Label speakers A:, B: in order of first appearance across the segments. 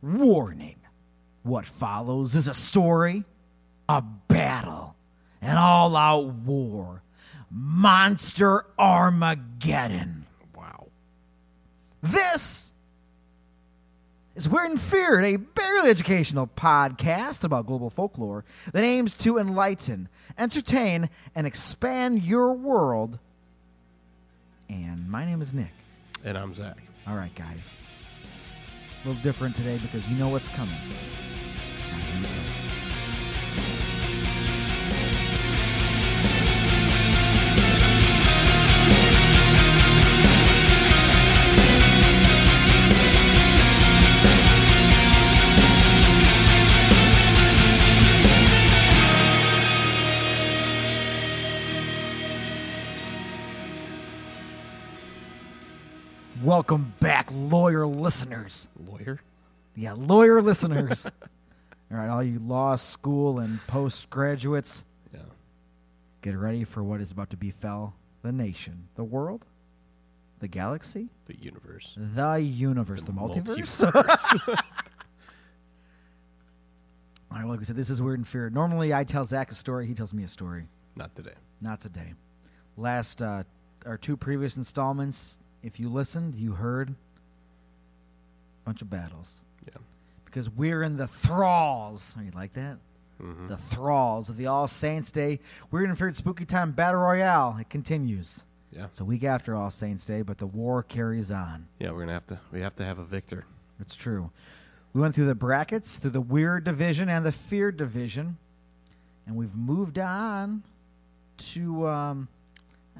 A: Warning what follows is a story, a battle, an all out war, monster Armageddon.
B: Wow.
A: This is We're in Fear, a barely educational podcast about global folklore that aims to enlighten, entertain, and expand your world. And my name is Nick.
B: And I'm Zach.
A: All right, guys. A little different today because you know what's coming. Now, here we go. Welcome back, lawyer listeners.
B: Lawyer?
A: Yeah, lawyer listeners. all right, all you law school and post graduates,
B: Yeah.
A: get ready for what is about to befell the nation, the world, the galaxy,
B: The universe.
A: the universe, the, multiverse.
B: Multiverse.
A: All right, like we said, this is Weird and Fear. Normally, I tell Zach a story, he tells me a story.
B: Not today.
A: Not today. Last, uh, our two previous installments, if you listened, you heard a bunch of battles.
B: Yeah.
A: because we're in the thralls. Oh, you like that?
B: Mm-hmm.
A: The thralls of the All Saints Day. We're in for Spooky Time Battle Royale. It continues.
B: Yeah.
A: It's a week after All Saints Day, but the war carries on.
B: Yeah, we're gonna have to we have to have a victor.
A: It's true. We went through the brackets, through the weird division and the fear division, and we've moved on to um,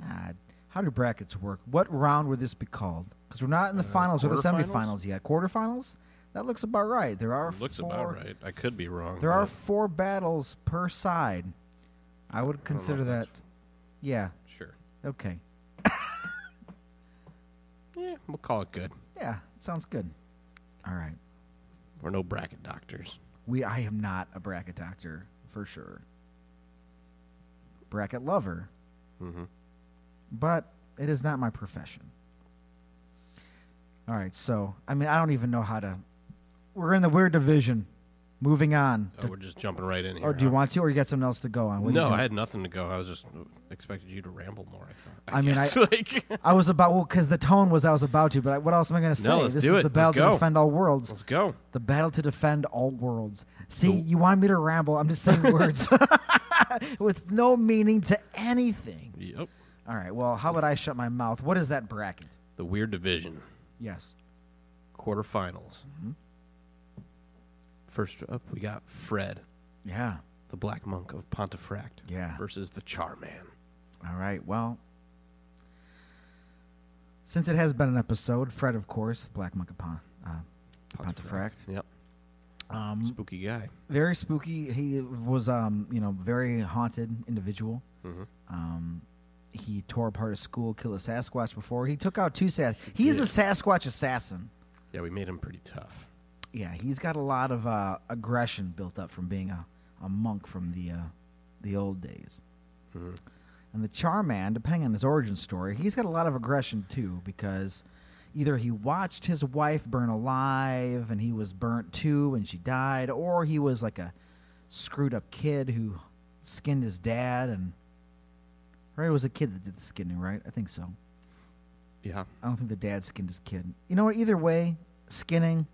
A: ah, how do brackets work? What round would this be called? Because we're not in the finals or the
B: Uh, quarterfinals?
A: semifinals yet. Quarterfinals? That looks about right. There are
B: Looks
A: four,
B: about right. I could be wrong.
A: There are
B: but
A: four battles per side. I would consider
B: if
A: that.
B: that's-
A: Yeah.
B: sure.
A: Okay.
B: Yeah, we'll call it good.
A: Yeah. Sounds good. All right.
B: We're no bracket doctors.
A: We. I am not a bracket doctor for sure. Bracket lover.
B: Mm-hmm.
A: but it is not my profession. All right, so I mean, I don't even know how to. We're in the weird division. Moving on,
B: Oh, we're just jumping right in here.
A: or do you
B: huh?
A: want to, or you got something else to go on? What do you
B: No,
A: think?
B: I had nothing to go. I was just expected you to ramble more, I thought.
A: I mean, I-
B: guess. like
A: I was about well, because the tone was I was about to, but I, what else am I going to say?
B: let's
A: this
B: do
A: is
B: it.
A: the
B: Let's
A: battle to
B: go.
A: defend all worlds.
B: Let's go.
A: The battle to defend all worlds. See, you want me to ramble? I'm just saying words with no meaning to anything.
B: Yep.
A: All right. Well, how would I shut my mouth? What is that bracket?
B: The weird division.
A: Yes.
B: Quarterfinals.
A: Mm-hmm.
B: First up we got Fred.
A: Yeah.
B: the Black Monk of Pontefract
A: Yeah.
B: versus the Charman.
A: All right. Well, since it has been an episode, Fred, of course, Black Monk upon uh, Pontefract.
B: Yep.
A: Um,
B: Spooky guy.
A: very spooky. He was, um, you know, very haunted individual.
B: Mhm.
A: Um, he tore apart a school, killed a Sasquatch before. He took out two Sas. He's
B: did.
A: the Sasquatch assassin.
B: Yeah, we made him pretty tough.
A: Yeah, he's got a lot of uh, aggression built up from being a, a monk from the uh, the old days.
B: Mhm.
A: And the Charman, depending on his origin story, he's got a lot of aggression too because either he watched his wife burn alive and he was burnt too and she died, or he was like a screwed up kid who skinned his dad and. Or it was a kid that did the skinning, right? I think so.
B: Yeah.
A: I don't think the dad skinned his kid. You know what? Either way, skinning,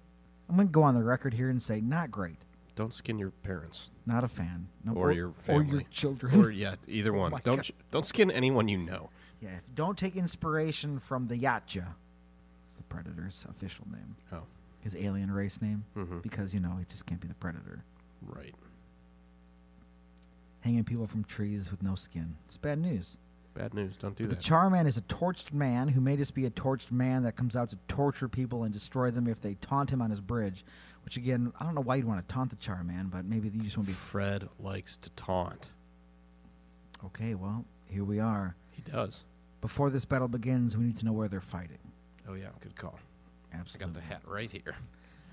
A: I'm going to go on the record here and say not great.
B: Don't skin your parents
A: Not a fan. No,
B: or, your family
A: Or your children.
B: Or yeah, either one.
A: Oh my
B: don't
A: God.
B: sh- don't skin anyone you know.
A: yeah, if- don't take inspiration from the Yacha. It's the Predator's official name,
B: Oh,
A: his alien race name,
B: Mhm.
A: because, you know, it just can't be the Predator.
B: right.
A: Hanging people from trees with no skin. It's bad news.
B: Bad news. Don't do
A: But the
B: that.
A: Charman is a torched man who may just be a torched man that comes out to torture people and destroy them if they taunt him on his bridge. Which again, I don't know why you'd want to taunt the Charman, but maybe you just want to be
B: Fred likes to taunt.
A: Okay, well, here we are.
B: He does.
A: Before this battle begins, we need to know where they're fighting.
B: Oh yeah, good call. I got
A: Absolutely.
B: the hat right here.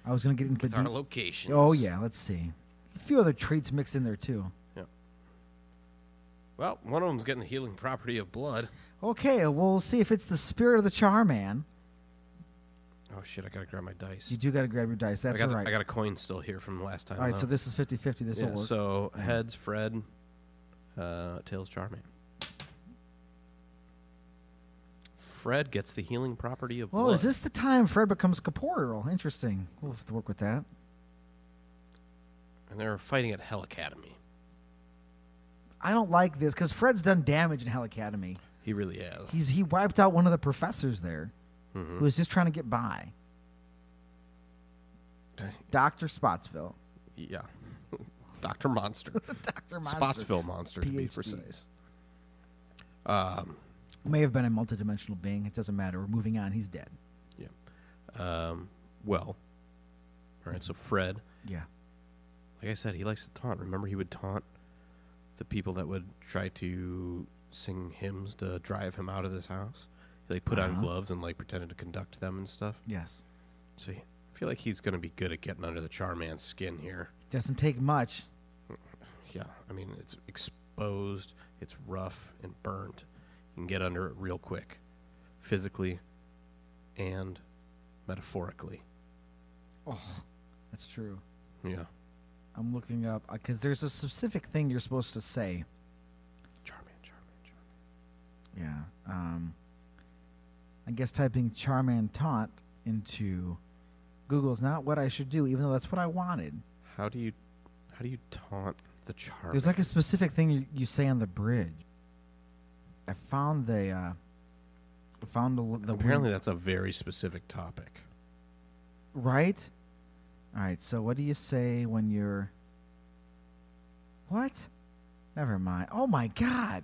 A: I was going to get into
B: With
A: the.
B: our
A: de-
B: location.
A: oh, yeah, let's see. A few other traits mixed in there, too.
B: Well, one of them's getting the healing property of blood.
A: Okay, we'll see if it's the spirit of the Charman
B: Oh shit! I gotta grab my dice.
A: You do got to grab your dice.
B: I
A: That's
B: got,
A: all
B: the-
A: right.
B: I got a coin still here from last time.
A: all right,
B: though.
A: so this is 50 50. This
B: Yeah,
A: will work. Mm-hmm.
B: So heads, Fred. Uh, tails, Charmander. Fred gets the healing property of
A: well,
B: blood.
A: Oh, is this the time Fred becomes corporeal? Interesting. We'll have to work with that.
B: And they're fighting at Hell Academy.
A: I don't like this because Fred's done damage in Hell Academy.
B: He really has.
A: He's he wiped out one of the professors there,
B: Mm-hmm.
A: who was just trying to get by. Doctor Spotsville.
B: Uh, yeah. Doctor Monster.
A: Doctor
B: Spotsville Monster, to be
A: PhD.
B: precise.
A: may have been a multidimensional being. It doesn't matter. We're moving on. He's dead.
B: Yeah. Um, well. All right. So Fred,
A: Yeah.
B: like I said, he likes to taunt. Remember, he would taunt the people that would try to sing hymns to drive him out of this house. He like put on
A: Uh-huh.
B: gloves and like pretended to conduct them and stuff.
A: Yes.
B: See, I feel like he's going to be good at getting under the Charman's skin here.
A: Doesn't take much.
B: Yeah, I mean, it's exposed, it's rough and burnt. You can get under it real quick, physically and metaphorically.
A: That's true.
B: Yeah,
A: I'm looking up because there's a specific thing you're supposed to say.
B: Charman, Charman, Charman.
A: Yeah. Um, I guess typing Charman taunt into Google's not what I should do, even though that's what I wanted.
B: How do you, how do you taunt the Charman?
A: There's like a specific thing you, you say on the bridge. I found the. Uh, I found the, the
B: Apparently, that's a very specific topic.
A: Right? All right, so what do you say when you're. What? Never mind. Oh my god!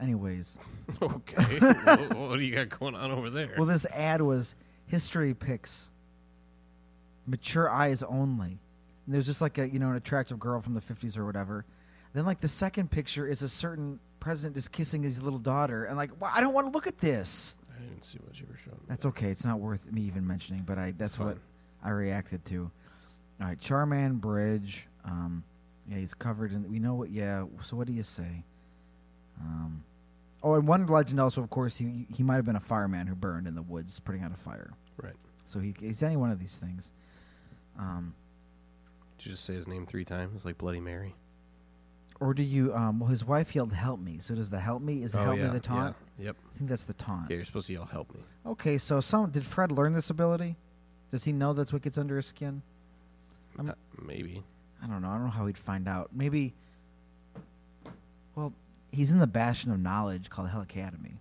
A: Anyways,
B: okay, what, what do you got going on over there?
A: well, this ad was history picks, mature eyes only. And there's just like a, you know, an attractive girl from the 50s or whatever. Then, like, the second picture is a certain president is kissing his little daughter. And, like, "Why- I don't want to look at this.
B: I didn't see what you were showing. me.
A: That's okay. It's not worth me even mentioning, but I that's what
B: fine.
A: I reacted to. All right, Charman Bridge. Um, yeah, he's covered in. We know what. Yeah. So what do you say? Um, oh, and one legend also, of course, he he might have been a fireman who burned in the woods, putting out a fire.
B: right.
A: So he, he's any one of these things. Um,
B: Did you just say his name three times, like Bloody Mary?
A: or do you? Um, well, his wife yelled "Help me." So does the "Help me" is the "Help me" Uh, the taunt?
B: Yep.
A: I think that's the taunt.
B: Oh, Yeah, you're supposed to yell, "Help me!"
A: Okay, so some did Fred learn this ability? Does he know that's what gets under his skin?
B: Uh, maybe.
A: I don't know. I don't know how he'd find out. Maybe. Well, he's in the bastion of knowledge called Hell Academy.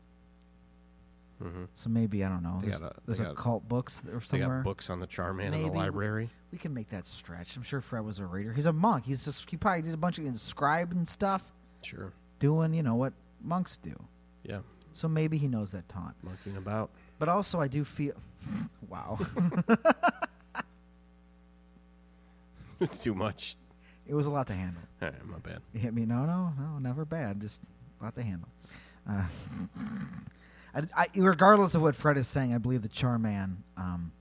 B: Mm-hmm.
A: So maybe I don't know.
B: They
A: There's,
B: got a-
A: there's
B: they
A: a
B: got-
A: cult books th- or
B: They
A: somewhere.
B: got books on the Charman in the
A: Maybe.
B: library.
A: We can make that stretch. I'm sure Fred was a reader. He's a monk. He's just he probably did a bunch of inscribing stuff,
B: Sure.
A: doing you know what monks do.
B: Yeah,
A: So maybe he knows that taunt.
B: monkeying about.
A: But also, I do feel. wow,
B: It's too much.
A: it was a lot to handle.
B: All right, my bad.
A: It hit me. No, no, no, never bad. Just about to handle. Uh, I, I- regardless of what Fred is saying, I believe the Charman. Um,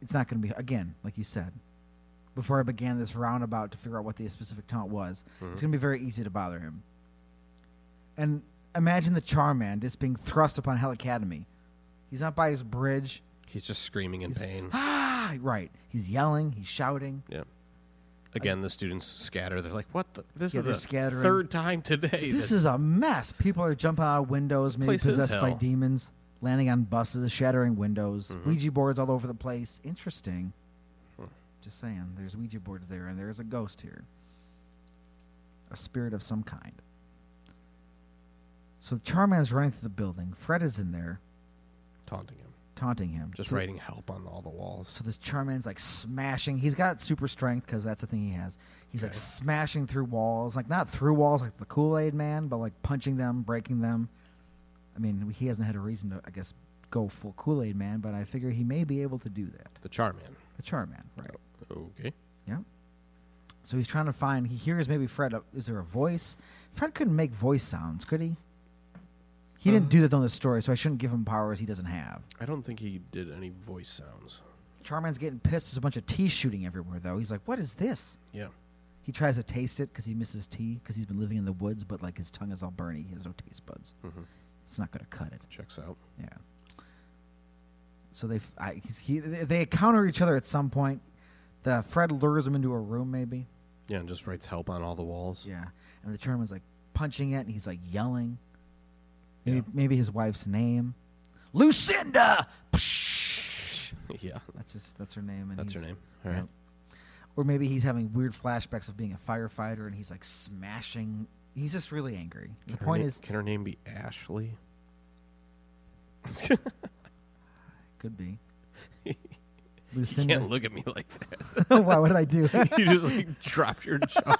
A: it's not going to be again, like you said. Before I began this roundabout to figure out what the specific taunt was, it's going to be very easy to bother him. And imagine the Charman just being thrust upon Hell Academy. He's not by his bridge.
B: He's just screaming in
A: He's-
B: pain.
A: Ah, right. He's yelling. He's shouting.
B: yeah. Again, the students scatter. They're like, "What? The, this
A: Yeah,
B: is
A: they're
B: the
A: scattering.
B: third time today."
A: This
B: that-
A: is a mess. People are jumping out of windows, maybe
B: place is
A: possessed by
B: hell. Mm-hmm.
A: demons, landing on buses, shattering windows, Ouija boards all over the place. Interesting.
B: Hmm.
A: Just saying, there's Ouija boards there, and there's a ghost here, a spirit of some kind. So Charman's running through the building. Fred is in there,
B: taunting him,
A: taunting him.
B: just
A: So-
B: writing help on all the walls.
A: so this Charman's like smashing. He's got super strength because that's the thing he has. He's like
B: Okay.
A: smashing through walls, like not through walls like the Kool Aid Man, but like punching them, breaking them. I mean, he hasn't had a reason to, I guess, go full Kool Aid Man, but I figure he may be able to do that.
B: The Charman.
A: The Charman, right?
B: Okay.
A: Yeah. So he's trying to find. He hears maybe Fred. uh, Is there a voice? Fred couldn't make voice sounds, could he? He didn't do that on the story, so I shouldn't give him powers he doesn't have.
B: I don't think he did any voice sounds.
A: Charman's getting pissed. There's a bunch of tea shooting everywhere, though. He's like, "What is this?"
B: Yeah.
A: He tries to taste it because he misses tea because he's been living in the woods, but like his tongue is all burny. He has no taste buds.
B: Mhm.
A: It's not going to cut it.
B: Checks out.
A: Yeah. So they f- I, he's, he, they encounter each other at some point. The Fred lures him into a room, maybe.
B: Yeah, and just writes help on all the walls.
A: Yeah, and the tournament's like punching it, and he's like yelling. Maybe,
B: Yeah.
A: maybe his wife's name, Lucinda. Psh!
B: yeah.
A: That's just that's her name. And
B: That's her
A: he's-
B: name. All right.
A: Yep. Or maybe he's having weird flashbacks of being a firefighter, and he's like smashing. He's just really angry. The
B: Her
A: point
B: na-
A: is,
B: can her name be Ashley?
A: could be.
B: You
A: Lucinda,
B: can't look at me like that.
A: why would I do?
B: You just like drop your jaw.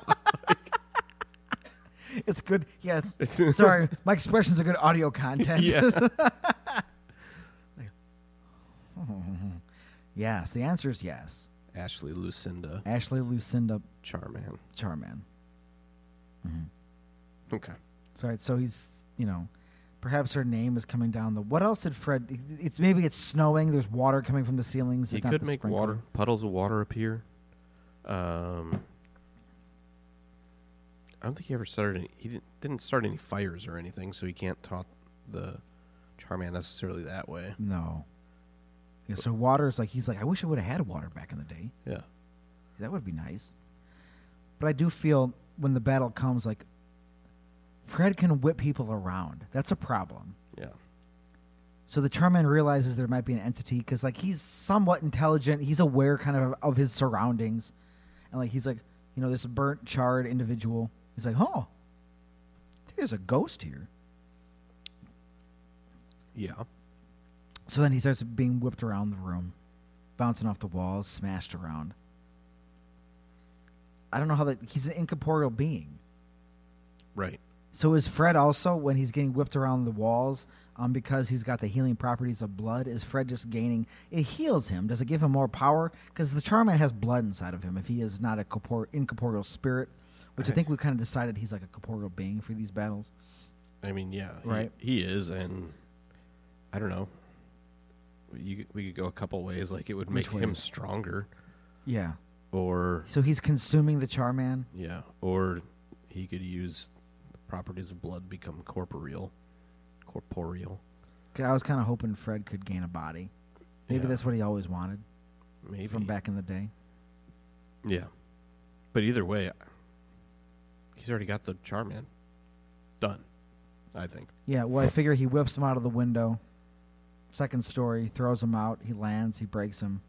A: it's good. Yeah,
B: It's-
A: Sorry, my expressions are good audio content.
B: Yeah.
A: Like, yes, the answer is yes.
B: Ashley Lucinda
A: Ashley Lucinda
B: Charman.
A: Charman.
B: Okay.
A: Sorry, so he's you know, perhaps her name is coming down the. What else did Fred? It's maybe it's snowing. There's water coming from the ceilings.
B: It
A: it's not
B: could
A: the
B: make
A: sprinkler.
B: water puddles of water appear. Um, I don't think he ever started. Any, he didn't, didn't start any fires or anything, so he can't taunt the Charman necessarily that way.
A: No. Yeah, so water is like he's like I wish I would have had water back in the day.
B: Yeah.
A: That would be nice. But I do feel when the battle comes, like Fred can whip people around. That's a problem.
B: Yeah.
A: So the Charman realizes there might be an entity because, like, he's somewhat intelligent. He's aware kind of of his surroundings, and like he's like, you know, this burnt, charred individual. He's like, oh, I think there's a ghost here.
B: Yeah.
A: So then he starts being whipped around the room, bouncing off the walls, smashed around. I don't know how that. He's an incorporeal being.
B: Right.
A: So is Fred also when he's getting whipped around the walls um, because he's got the healing properties of blood? Is Fred just gaining? It heals him. Does it give him more power? Because the Charman has blood inside of him. If he is not a corpor- incorporeal spirit, which I think we kind of decided he's like a corporeal being for these battles.
B: I mean, yeah. he-
A: Right.
B: He, is, and I don't know. You, could- we could go a couple ways. Like it would make
A: Which
B: him
A: ways?
B: stronger,
A: Yeah.
B: or
A: So he's consuming the Charman.
B: yeah, or he could use the properties of blood become corporeal, corporeal.
A: 'Cause I was kind of hoping Fred could gain a body. Maybe
B: Yeah.
A: that's what he always wanted
B: Maybe
A: from back in the day.
B: Yeah. But either way, he's already got the Charman done, I think.
A: Yeah, well, I figure he whips him out of the window. Second story, throws him out. He lands, he breaks him,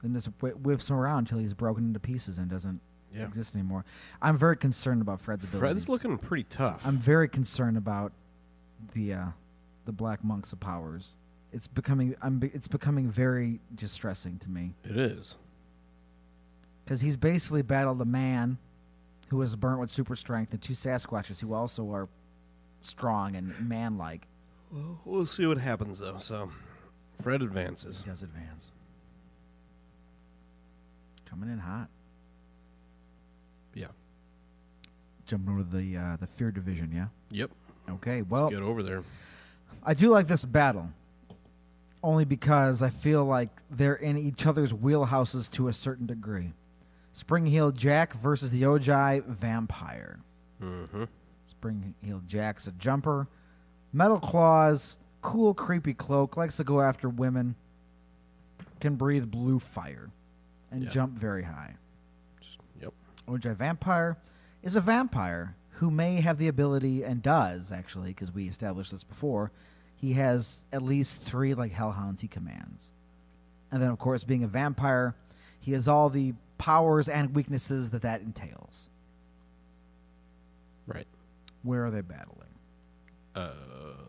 A: then just whi- whips him around until he's broken into pieces and doesn't
B: Yeah.
A: exist anymore. I'm very concerned about Fred's abilities.
B: Fred's looking pretty tough.
A: I'm very concerned about the uh, the Black Monk's powers. It's becoming I'm be- it's becoming very distressing to me
B: It is.
A: because he's basically battled a man who was burnt with super strength and two Sasquatches who also are strong and man-like.
B: Well, we'll see what happens, though. So, Fred advances.
A: does advance. Coming in hot.
B: Yeah.
A: Jumping over the uh, the fear division, yeah.
B: Yep.
A: Okay, well,
B: Get over there.
A: I do like this battle, only because I feel like they're in each other's wheelhouses to a certain degree. Spring Heel Jack versus the Ojai Vampire.
B: Mm-hmm.
A: Spring Heel Jack's a jumper, metal claws, cool creepy cloak, likes to go after women, can breathe blue fire, and
B: Yeah.
A: jump very high.
B: Yep.
A: Ojai Vampire is a vampire who may have the ability and does actually, because we established this before. He has at least three like hellhounds he commands, and then of course, being a vampire, he has all the powers and weaknesses that that entails.
B: Right.
A: Where are they battling?
B: Uh,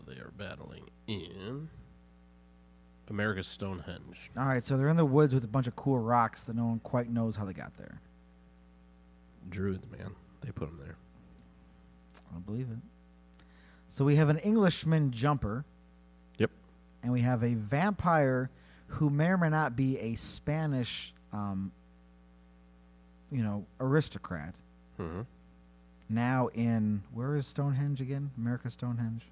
B: they are battling in America's Stonehenge.
A: All right, so they're in the woods with a bunch of cool rocks that no one quite knows how they got there.
B: Druid, man. They put him there.
A: I don't believe it. So we have an Englishman jumper,
B: Yep.
A: and we have a vampire who may or may not be a Spanish, um, you know, aristocrat.
B: Mm-hmm.
A: Now in where is Stonehenge again? America Stonehenge.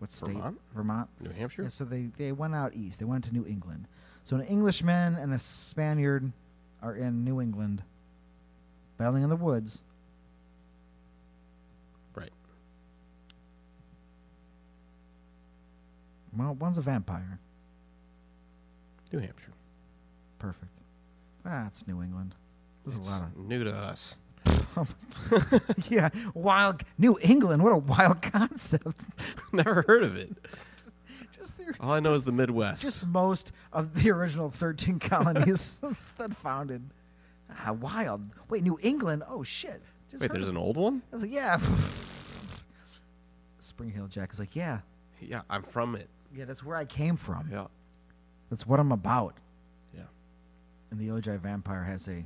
A: What state?
B: Vermont?
A: Vermont.
B: New Hampshire?
A: Yeah, so they, they went out east. They went to New England. So an Englishman and a Spaniard are in New England, battling in the woods.
B: Right.
A: Well, one's a vampire.
B: New Hampshire.
A: Perfect. Ah, it's New England. There's
B: It's
A: a lot of
B: new to us.
A: yeah, wild New England. What a wild concept.
B: Never heard of it.
A: just the,
B: All I know is the Midwest.
A: just most of the original 13 colonies that founded. Ah, wild. Wait, New England. Oh shit. Just
B: Wait,
A: heard
B: there's
A: of-
B: an old one?
A: I was like, yeah. Spring Hill Jack is like, yeah,
B: Yeah, I'm from it.
A: yeah. That's where I came from.
B: Yeah,
A: That's what I'm about.
B: yeah.
A: And the Ojai vampire has a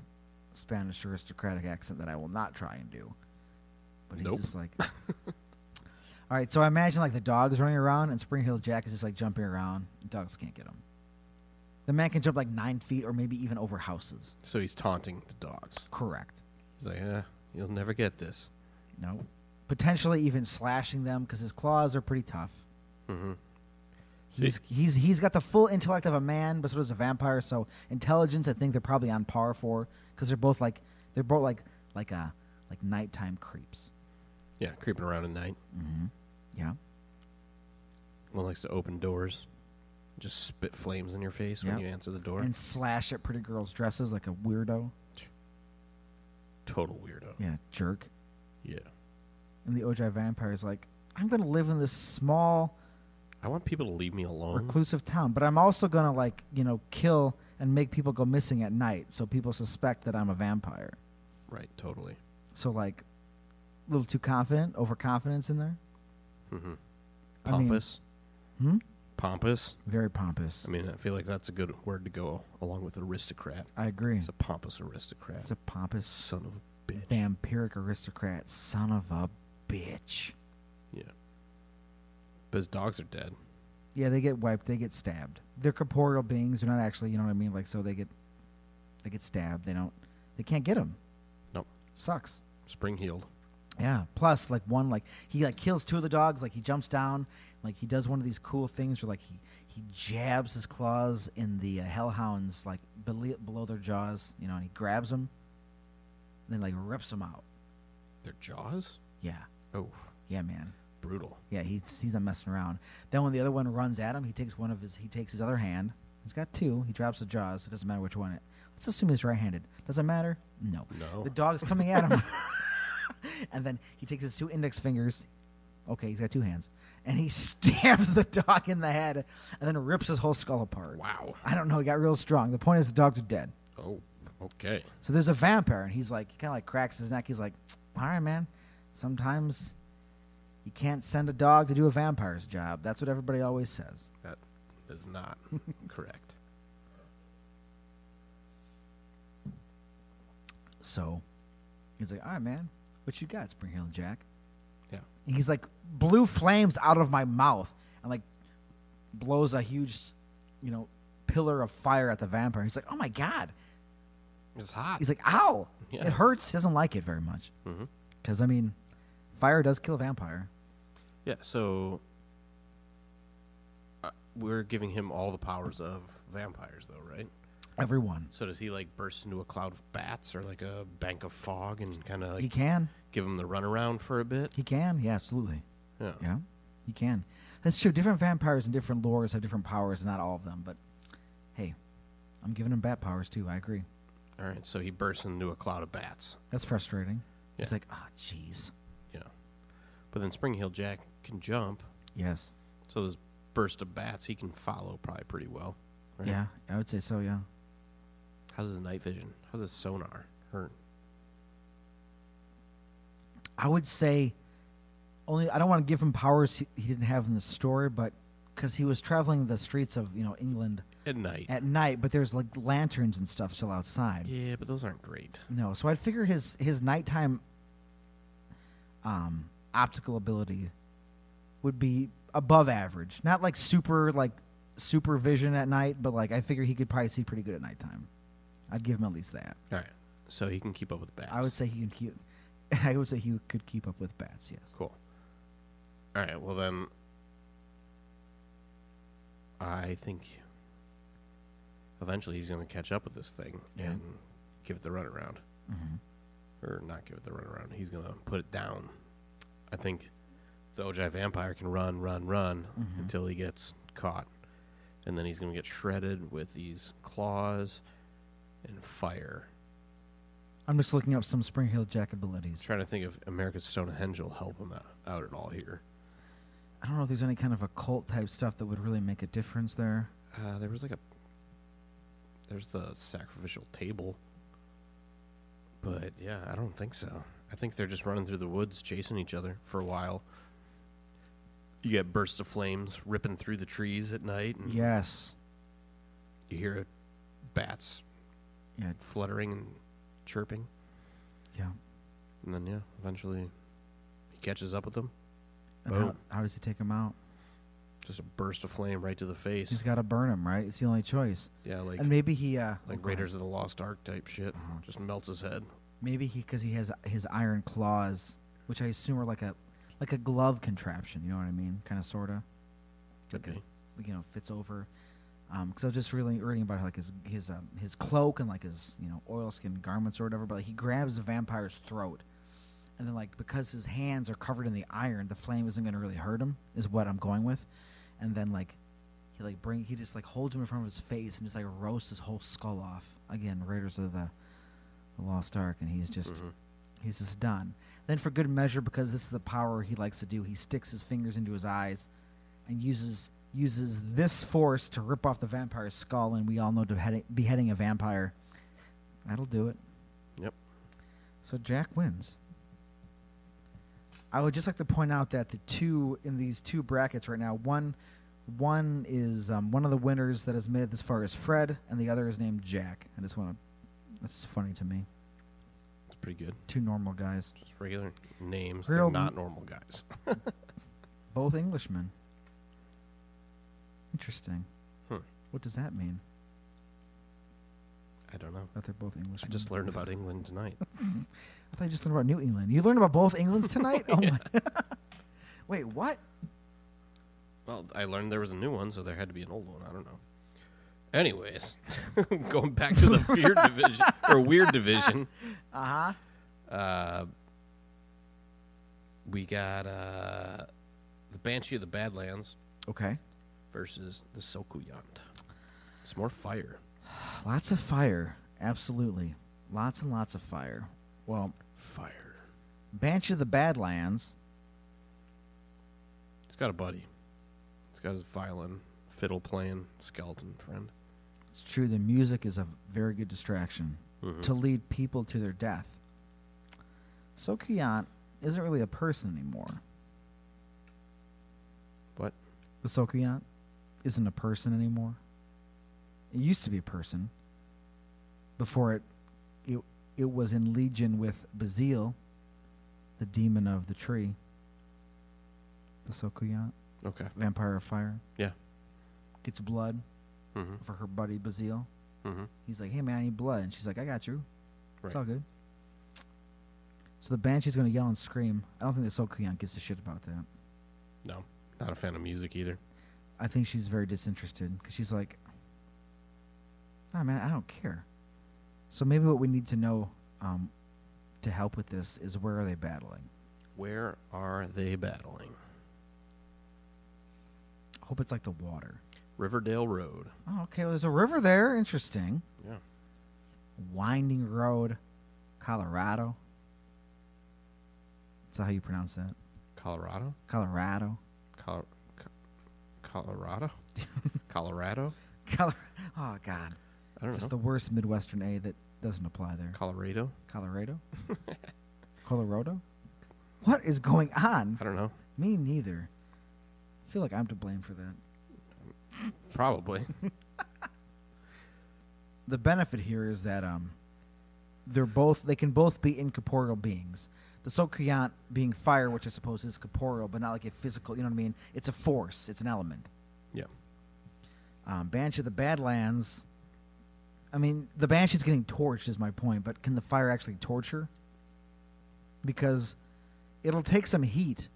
A: Spanish aristocratic accent that I will not try and do. But he's
B: Nope.
A: just like. All right, so I imagine like the dog is running around and Spring Hill Jack is just like jumping around. Dogs can't get him. The man can jump like nine feet or maybe even over houses.
B: So he's taunting the dogs.
A: Correct.
B: He's like, eh, you'll never get this.
A: No. Potentially even slashing them because his claws are pretty tough.
B: Mm-hmm.
A: He's, he's, he's got the full intellect of a man, but so does a vampire. So intelligence, I think they're probably on par for because they're both like they're both like like uh like nighttime creeps.
B: Yeah, creeping around at night.
A: Yeah.
B: One likes to open doors, just spit flames in your face when
A: Yep.
B: you answer the door.
A: And slash at pretty girls' dresses like a weirdo.
B: Total weirdo.
A: Yeah, jerk.
B: Yeah.
A: And the Ojai vampire is like, I'm gonna live in this small
B: I want people to leave me alone.
A: reclusive town, but I'm also gonna like you know kill and make people go missing at night, so people suspect that I'm a vampire.
B: right, totally.
A: So like, a little too confident, overconfidence in there.
B: Mm-hmm.
A: I mean-
B: Pompous.
A: Hmm.
B: Pompous.
A: Very pompous.
B: I mean, I feel like that's a good word to go along with aristocrat.
A: I agree.
B: He's a pompous aristocrat.
A: It's a pompous,
B: son of a bitch.
A: vampiric aristocrat, son of a bitch.
B: Yeah. But his dogs are dead.
A: Yeah, they get wiped. They get stabbed. They're corporeal beings. They're not actually. You know what I mean? Like, so they get, they get stabbed. They don't. They can't get them.
B: Nope.
A: Sucks.
B: Spring healed.
A: Yeah. Plus, like one, like he like kills two of the dogs. Like he jumps down. Like he does one of these cool things where like he he jabs his claws in the uh, hellhounds like below, below their jaws. You know, and he grabs them, and then like rips them out.
B: Their jaws?
A: Yeah.
B: Oh,
A: Yeah, man.
B: brutal.
A: Yeah, he's he's not messing around. Then when the other one runs at him, he takes one of his he takes his other hand. He's got two. He drops the jaws. It doesn't matter which one. It, let's assume he's right-handed. Doesn't matter. No.
B: No.
A: The dog's coming at him, and then he takes his two index fingers. Okay, he's got two hands, and he stabs the dog in the head, and then rips his whole skull apart.
B: Wow.
A: I don't know. He got real strong. The point is, the dogs are dead.
B: Oh, okay.
A: So there's a vampire, and he's like, he kind of like cracks his neck. He's like, all right, man. Sometimes you can't send a dog to do a vampire's job. That's what everybody always says.
B: That is not correct.
A: So he's like, all right, man. What you got, Spring Hill Jack?
B: Yeah.
A: And he's like, blew flames out of my mouth, and like blows a huge, you know, pillar of fire at the vampire. He's like, oh my god.
B: It's hot.
A: He's like, ow.
B: Yeah.
A: It hurts. He doesn't like it very much.
B: Mhm.
A: Because I mean, fire does kill a vampire.
B: yeah, so uh, we're giving him all the powers of vampires, though, right?
A: Everyone.
B: So does he, like, burst into a cloud of bats or, like, a bank of fog and kind of, like,
A: He can.
B: give him the runaround for a bit?
A: He can, yeah, absolutely.
B: Yeah.
A: Yeah, he can. That's true. Different vampires and different lores have different powers, not all of them, but hey, I'm giving him bat powers too. I agree.
B: All right, so he bursts into a cloud of bats.
A: That's frustrating. It's
B: Yeah.
A: like, ah, jeez.
B: Yeah. But then Spring Hill Jack can jump,
A: Yes.
B: so this burst of bats he can follow probably pretty well. right?
A: Yeah, I would say so, yeah.
B: How's his night vision? How's his sonar? Her
A: I would say only I don't want to give him powers he, he didn't have in the story, but because he was traveling the streets of you know England
B: at night.
A: at night, but there's like lanterns and stuff still outside.
B: yeah, but those aren't great.
A: No, so I'd figure his his nighttime um optical ability would be above average. Not like super like super vision at night, but like I figure he could probably see pretty good at nighttime. I'd give him at least that.
B: All right, so he can keep up with bats.
A: I would say he can keep I would say he could keep up with bats, yes.
B: cool. All right, well then, I think eventually he's going to catch up with this thing
A: Yeah.
B: and give it the runaround, or not give it the runaround. He's going to put it down. I think the Ojai vampire can run, run, run until he gets caught, and then he's going to get shredded with these claws and fire.
A: I'm just looking up some Spring Hill Jack
B: I'm
A: abilities.
B: trying to think if America's Stonehenge will help him out, out at all here.
A: I don't know if there's any kind of occult type stuff that would really make a difference there.
B: Uh, there was like a there's the sacrificial table, but yeah, I don't think so. I think they're just running through the woods, chasing each other for a while. You get bursts of flames ripping through the trees at night, and
A: Yes.
B: you hear bats
A: Yeah.
B: fluttering and chirping,
A: Yeah.
B: and then yeah, eventually he catches up with them.
A: And how,
B: Boom.
A: how does he take him out?
B: Just a burst of flame right to the face.
A: He's got to burn him, right? It's the only choice.
B: yeah, like
A: and maybe he, uh, oh,
B: like
A: go ahead.
B: Raiders of the Lost Ark type shit. Just melts his head.
A: Maybe he, because he has his iron claws, which I assume are like a, like a glove contraption. You know what I mean? Kind of, sorta.
B: Could
A: Okay.
B: be.
A: you know fits over. Because I was just really reading about like his his um, his cloak and like his you know oilskin garments or whatever, but like, he grabs the vampire's throat, and then like because his hands are covered in the iron, the flame isn't going to really hurt him. Is what I'm going with, and then like he like bring he just like holds him in front of his face and just like roasts his whole skull off. Again, Raiders of the, the Lost Ark, and he's just he's just done. Then for good measure, because this is the power he likes to do, he sticks his fingers into his eyes and uses uses this force to rip off the vampire's skull, and we all know beheading, beheading a vampire. That'll do it.
B: Yep.
A: So Jack wins. I would just like to point out that the two in these two brackets right now, one one is um, one of the winners that has made it this far is Fred, and the other is named Jack. I just want to. That's funny to me.
B: It's pretty good.
A: Two normal guys,
B: Just regular names.
A: Real
B: They're not
A: n-
B: normal guys.
A: both Englishmen. Interesting.
B: Hmm.
A: What does that mean?
B: I don't know.
A: That they're both
B: I
A: Englishmen.
B: just learned about England tonight.
A: I thought you just learned about New England. You learned about both Englands tonight? Oh my. Wait, what?
B: well, I learned there was a new one, so there had to be an old one. I don't know. Anyways, going back to the fear division or weird division,
A: Uh huh.
B: uh, we got uh, the Banshee of the Badlands
A: Okay.
B: versus the Sokuyant. It's more fire.
A: Lots of fire. Absolutely. Lots and lots of fire. Well,
B: Fire.
A: Banshee of the Badlands.
B: It's got a buddy. It's got his violin, fiddle playing, skeleton friend.
A: It's true, the music is a very good distraction
B: Mhm.
A: to lead people to their death. So Kiant isn't really a person anymore.
B: What?
A: The Sokuyant isn't a person anymore. It used to be a person before it it it was in legion with Bazil, the demon of the tree. The Sokuyant,
B: Okay.
A: vampire of fire.
B: Yeah.
A: Gets blood
B: Mm-hmm.
A: for her buddy Bazil.
B: Mm-hmm.
A: He's like, "Hey man, I need blood," and she's like, "I got you. It's
B: Right.
A: all good." So the banshee's gonna yell and scream. I don't think the Sokuyan gives a shit about that.
B: No, not a fan of music either.
A: I think she's very disinterested because she's like, "Ah man, I don't care." So maybe what we need to know um, to help with this is where are they battling?
B: Where are they battling?
A: Hope it's like the water.
B: Riverdale Road.
A: Oh, okay. Well, there's a river there. Interesting.
B: Yeah.
A: Winding Road, Colorado. Is that how you pronounce that?
B: Colorado?
A: Colorado.
B: Col- Co- Colorado? Colorado?
A: Color. Oh God,
B: I don't
A: just
B: know.
A: the worst Midwestern A that doesn't apply there.
B: Colorado?
A: Colorado, Colorado. What is going on?
B: I don't know.
A: Me neither. I feel like I'm to blame for that.
B: Probably.
A: The benefit here is that um, they're both they can both be incorporeal beings. The Sokuyant being fire, which I suppose is corporeal, but not like a physical. You know what I mean? It's a force. It's an element.
B: yeah.
A: Um, Banshee of the Badlands. I mean, the Banshee's getting torched is my point, but can the fire actually torture? Because it'll take some heat,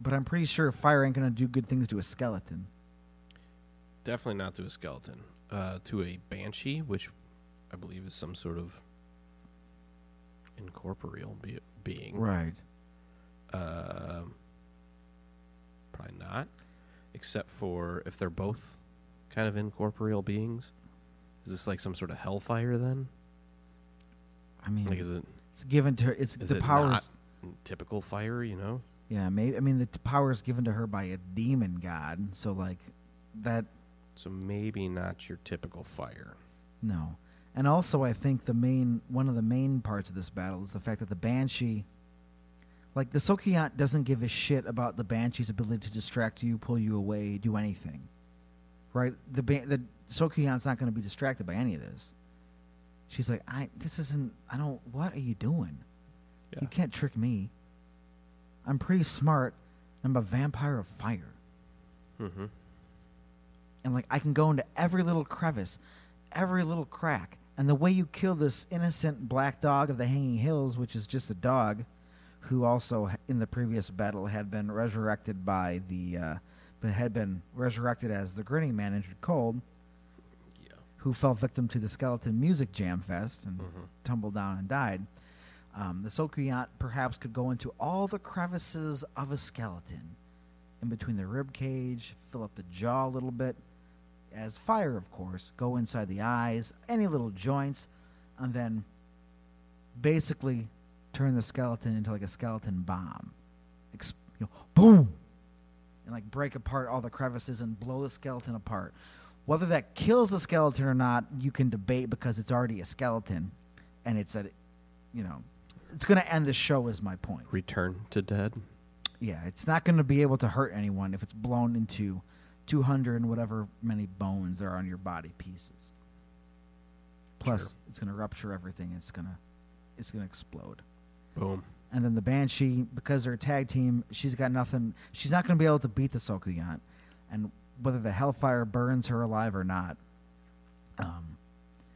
A: but I'm pretty sure fire ain't gonna do good things to a skeleton.
B: Definitely not to a skeleton. Uh, to a banshee, which I believe is some sort of incorporeal be- being.
A: Right.
B: Um, probably not, except for if they're both kind of incorporeal beings? Is this like some sort of hellfire then?
A: I mean,
B: Like, is it
A: it's given to her. It's
B: is
A: the
B: it
A: powers.
B: not typical fire? You know,
A: Yeah, maybe. I mean, the t- power is given to her by a demon god. So like, that
B: so maybe not your typical fire.
A: no. And also, I think the main one of the main parts of this battle is the fact that the banshee, like the Sokiant, doesn't give a shit about the banshee's ability to distract you, pull you away, do anything. Right? The ba- the Sokiant's not going to be distracted by any of this. She's like, I this isn't. I don't. What are you doing? You can't trick me. I'm pretty smart. I'm a vampire of fire.
B: Mm-hmm.
A: and like I can go into every little crevice, every little crack. And the way you kill this innocent black dog of the Hanging Hills, which is just a dog, who also h- in the previous battle had been resurrected by the, uh, but had been resurrected as the grinning man injured cold,
B: Yeah.
A: who fell victim to the skeleton music jam fest and
B: Mhm.
A: tumbled down and died. Um, the Sokuyant perhaps could go into all the crevices of a skeleton, in between the rib cage, fill up the jaw a little bit, as fire, of course, go inside the eyes, any little joints, and then basically turn the skeleton into like a skeleton bomb. Ex- you know, boom! And like break apart all the crevices and blow the skeleton apart. Whether that kills the skeleton or not, you can debate because it's already a skeleton and it's a, you know, it's going to end the show, is my point.
B: Return to dead.
A: Yeah, it's not going to be able to hurt anyone if it's blown into 200 and whatever many bones there are on your body pieces. Plus, it's going to rupture everything. It's going to it's going to explode.
B: Boom.
A: And then the Banshee, because they're a tag team, she's got nothing. She's not going to be able to beat the Sokuyant. And whether the Hellfire burns her alive or not, um,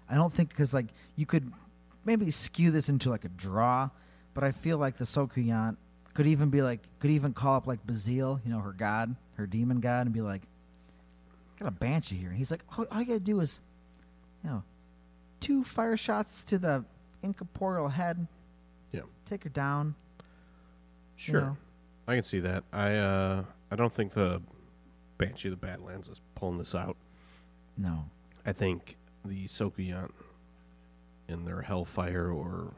A: I don't think because like you could maybe skew this into like a draw, but I feel like the Sokuyant could even be like could even call up like Bazil, you know, her god, her demon god, and be like, "Got a Banshee here," and he's like, "All, all you gotta do is, you know, two fire shots to the incorporeal head."
B: Yeah.
A: Take her down.
B: Sure.
A: know.
B: I can see that. I uh I don't think the Banshee of the Badlands is pulling this out.
A: No.
B: I think the Sokuyant and their Hellfire or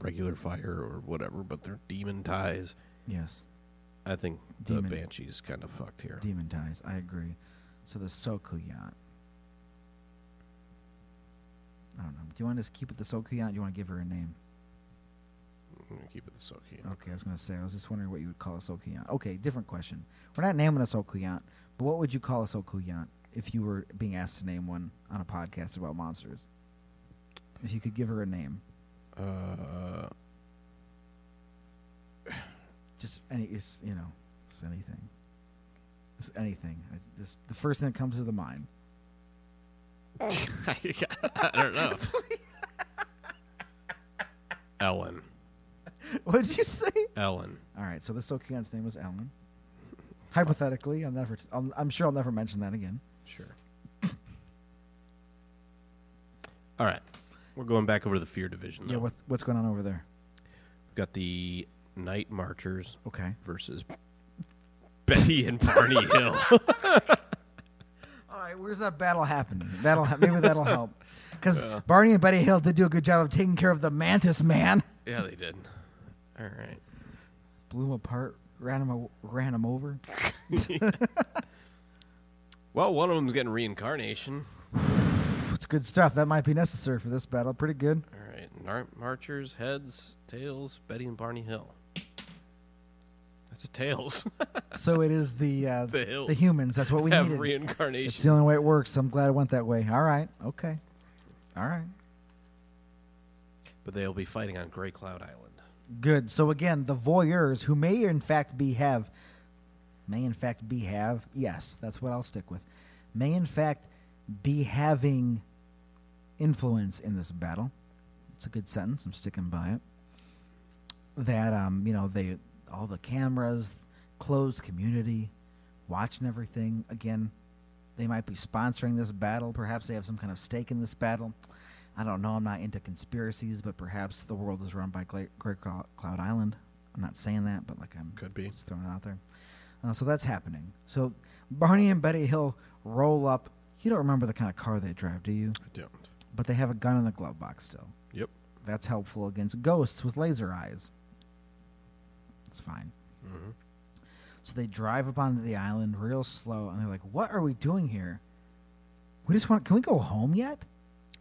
B: regular fire or whatever, but their demon ties.
A: Yes.
B: I think
A: Demon.
B: the Banshee's kind of fucked here.
A: Demon ties. I agree. So the Sokuyant. I don't know. Do you want to just keep it the Sokuyant? Do you want to give her a name?
B: I'm gonna keep it the Sokuyant.
A: Okay, I was going to say, I was just wondering what you would call a Sokuyant. Okay, different question. We're not naming a Sokuyant, but what would you call a Sokuyant if you were being asked to name one on a podcast about monsters? If you could give her a name,
B: Uh,
A: just any, it's, you know, just anything. Just anything. I just the first thing that comes to the mind.
B: I don't know. Ellen.
A: What did you say?
B: Ellen.
A: All right, so the Sokuyant's name was Ellen. Hypothetically, I'll never. I'll, I'm sure I'll never mention that again.
B: Sure. All right. We're going back over to the fear division. Though.
A: Yeah, what's what's going on over there?
B: We've got the Night Marchers
A: Okay.
B: versus Betty and Barney Hill.
A: All right, where's that battle happening? That'll ha- maybe that'll help, because Barney and Betty Hill did do a good job of taking care of the Mantis man.
B: yeah, they did. All right.
A: Blew him apart, ran him, o- ran him over.
B: Well, one of them's getting reincarnation.
A: It's good stuff. That might be necessary for this battle. Pretty good.
B: All right. Night Marchers, heads, tails, Betty and Barney Hill. That's a tails.
A: So it is the uh,
B: The Hills
A: the humans. That's what we
B: Have
A: needed. It's
B: reincarnation.
A: the only way it works. I'm glad it went that way. All right. Okay. All right.
B: But they'll be fighting on Grey Cloud Island.
A: Good. So again, the voyeurs who may in fact be have may in fact be have yes, that's what I'll stick with. May in fact be having influence in this battle. It's a good sentence. I'm sticking by it. That um, you know, they all the cameras, closed community, watching everything. Again, they might be sponsoring this battle. Perhaps they have some kind of stake in this battle. I don't know. I'm not into conspiracies, but perhaps the world is run by Gla- Great Clou- Cloud Island. I'm not saying that, but like I'm
B: Could be.
A: just throwing it out there. Uh, so that's happening. So Barney and Betty Hill roll up You don't remember the kind of car they drive, do you?
B: I don't.
A: But they have a gun in the glove box still.
B: Yep.
A: That's helpful against ghosts with laser eyes. It's fine.
B: Mm-hmm.
A: So they drive up onto the island real slow, and they're like, "What are we doing here? We just want. Can we go home yet?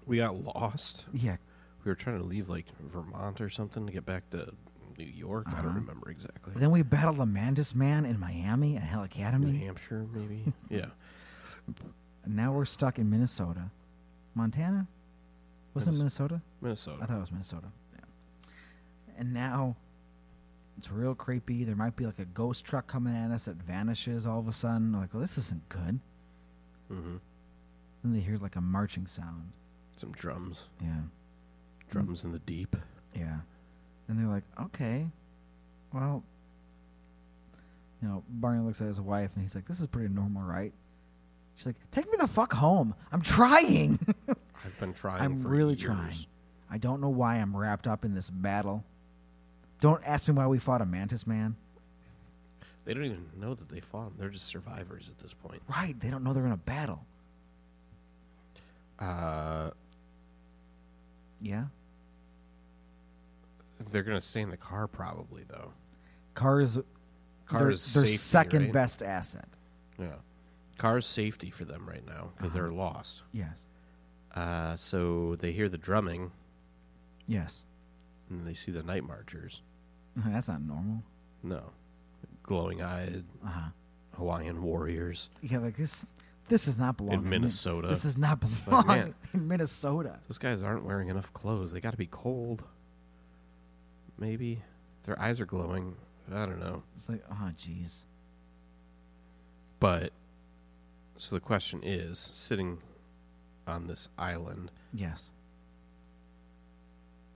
B: We got lost.
A: Yeah,
B: We were trying to leave like Vermont or something to get back to New York. I don't
A: Uh-huh.
B: remember exactly.
A: Then we battled the Mantis Man in Miami at Hell
B: New
A: Academy.
B: Hampshire, maybe. yeah.
A: And now we're stuck in Minnesota. Montana? Wasn't it
B: Minnes-
A: Minnesota? I
B: Minnesota.
A: thought it was Minnesota. Yeah. And now it's real creepy. There might be like a ghost truck coming at us that vanishes all of a sudden. Like, well, this isn't good.
B: hmm
A: Then they hear like a marching sound.
B: Some drums.
A: Yeah. Mm.
B: Drums in the deep.
A: Yeah. And they're like, okay, well, you know, Barney looks at his wife and he's like, this is pretty normal, right? She's like, take me the fuck home. I'm trying.
B: I've been trying.
A: I'm
B: for
A: really
B: years.
A: trying. I don't know why I'm wrapped up in this battle. Don't ask me why we fought a mantis man.
B: They don't even know that they fought him. They're just survivors at this point.
A: Right. They don't know they're in a battle.
B: Uh,
A: Yeah.
B: they're gonna stay in the car probably though.
A: Car is,
B: Car
A: their,
B: is
A: their
B: safety,
A: second
B: right?
A: best asset.
B: Yeah. Car's safety for them right now because
A: Uh-huh.
B: they're lost.
A: Yes.
B: Uh, so they hear the drumming
A: Yes.
B: and they see the night marchers.
A: That's not normal.
B: No, glowing-eyed
A: Uh huh.
B: Hawaiian warriors.
A: Yeah, like this. This does not belong
B: In
A: Min-
B: Minnesota.
A: This does not belong
B: Like, man.
A: in Minnesota.
B: Those guys aren't wearing enough clothes. They got to be cold. Maybe their eyes are glowing. I don't know.
A: It's like, oh, jeez.
B: But so the question is, sitting on this island
A: Yes.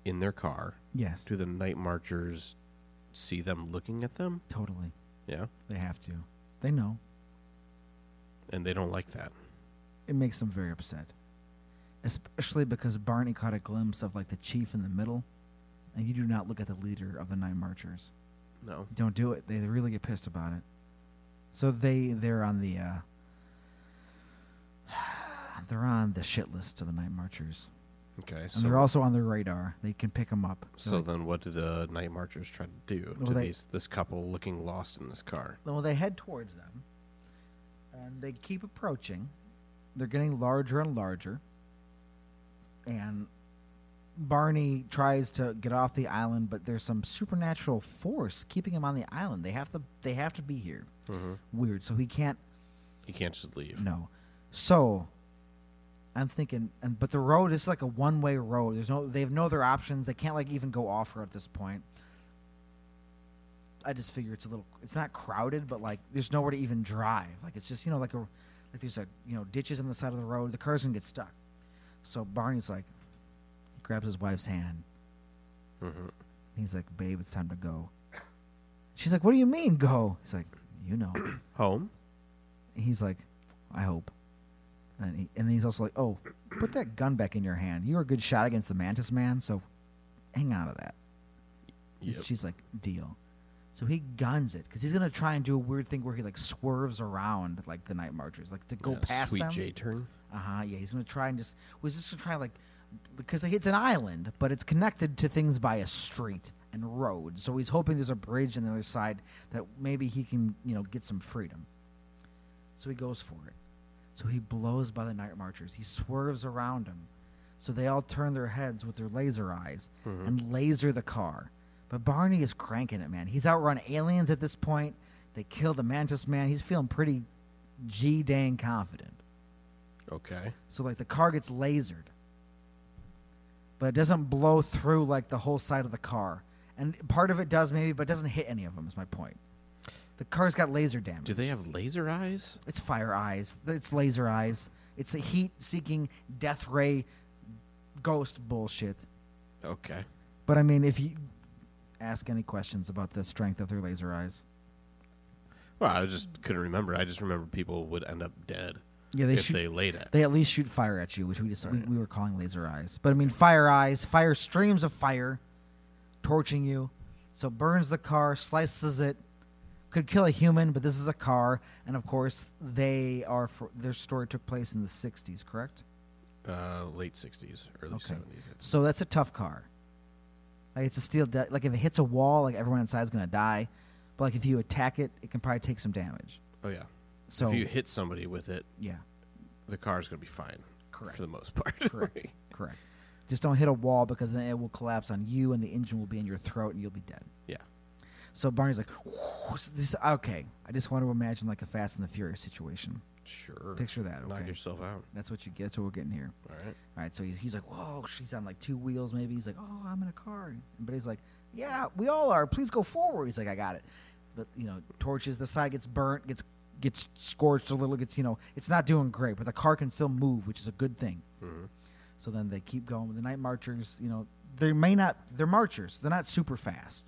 B: in their car,
A: Yes.
B: do the night marchers see them looking at them?
A: Totally.
B: Yeah,
A: They have to. They know.
B: and they don't like that.
A: It makes them very upset, especially because Barney caught a glimpse of like the chief in the middle, and you do not look at the leader of the Nine Marchers.
B: No.
A: Don't do it. They really get pissed about it. So they they're on the uh, they're on the shit list of the Night Marchers,
B: Okay.
A: and they're also on their radar. They can pick them up. They're
B: So then, what do the night marchers try to do
A: Well,
B: to
A: they-
B: these this couple looking lost in this car?
A: Well, they head towards them, and they keep approaching. They're getting larger and larger, and Barney tries to get off the island, but there's some supernatural force keeping him on the island. They have to. They have to be here.
B: Mhm.
A: Weird. So he can't.
B: He can't just leave.
A: No. So I'm thinking, and but the road is like a one-way road. There's no. They have no other options. They can't like even go off road at this point. I just figure it's a little. It's not crowded, but like there's nowhere to even drive. Like it's just you know like a like there's a you know ditches on the side of the road. The car's gonna get stuck. So Barney's like, he grabs his wife's hand.
B: Mhm.
A: He's like, babe, it's time to go. She's like, what do you mean go? He's like, you know.
B: Home?
A: And he's like, I hope. And, he, and then he's also like, oh, put that gun back in your hand. You were a good shot against the Mantis Man, so hang on to that. And
B: Yep.
A: She's like, deal. So he guns it because he's gonna try and do a weird thing where he like swerves around like the night marchers, like to go
B: Yeah,
A: past
B: Sweet
A: them.
B: J turn.
A: Uh huh. Yeah, he's gonna try and just was just gonna try like because like, it's an island, but it's connected to things by a street and road. So he's hoping there's a bridge on the other side that maybe he can you know get some freedom. So he goes for it. So he blows by the night marchers. He swerves around them. So they all turn their heads with their laser eyes and laser the car. But Barney is cranking it, man. He's outrun aliens at this point. They kill the Mantis Man. He's feeling pretty G dang confident.
B: Okay.
A: So like the car gets lasered, but it doesn't blow through like the whole side of the car. And part of it does maybe, but it doesn't hit any of them. Is my point. The car's got laser damage.
B: Do they have laser eyes?
A: It's fire eyes. It's laser eyes. It's a heat-seeking death ray ghost bullshit.
B: Okay.
A: But I mean, if you ask any questions about the strength of their laser eyes,
B: Well, I just couldn't remember. I just remember people would end up dead
A: yeah, they
B: if
A: shoot.
B: they laid it.
A: They at least shoot fire at you, which we just we, we were calling laser eyes. But I mean, fire eyes, fire streams of fire, torching you. So burns the car, slices it, could kill a human, but this is a car, and of course they are. For, their story took place in the '60s, correct?
B: Uh, late '60s, early
A: Okay.
B: '70s.
A: So that's a tough car. Like it's a steel. De- like if it hits a wall, like everyone inside is gonna die. But like if you attack it, it can probably take some damage.
B: Oh yeah.
A: So
B: if you hit somebody with it,
A: yeah,
B: the car's gonna be fine.
A: Correct.
B: For the most part.
A: correct, correct. Just don't hit a wall because then it will collapse on you, and the engine will be in your throat, and you'll be dead.
B: yeah.
A: So Barney's like, "Whoa, so this okay. I just want to imagine like a Fast and the Furious situation.
B: Sure.
A: Picture that.
B: Knock
A: Okay.
B: yourself out.
A: That's what you get. That's what we're getting here.
B: All right.
A: All right, so he- he's like, "Whoa, she's on like two wheels, maybe." He's like, "Oh, I'm in a car," but he's like, "Yeah, we all are. Please go forward." He's like, "I got it," but you know, torches. The side gets burnt, gets gets scorched a little. Gets you know, it's not doing great, but the car can still move, which is a good thing. So then they keep going with the night marchers. You know, they may not. They're marchers. They're not super fast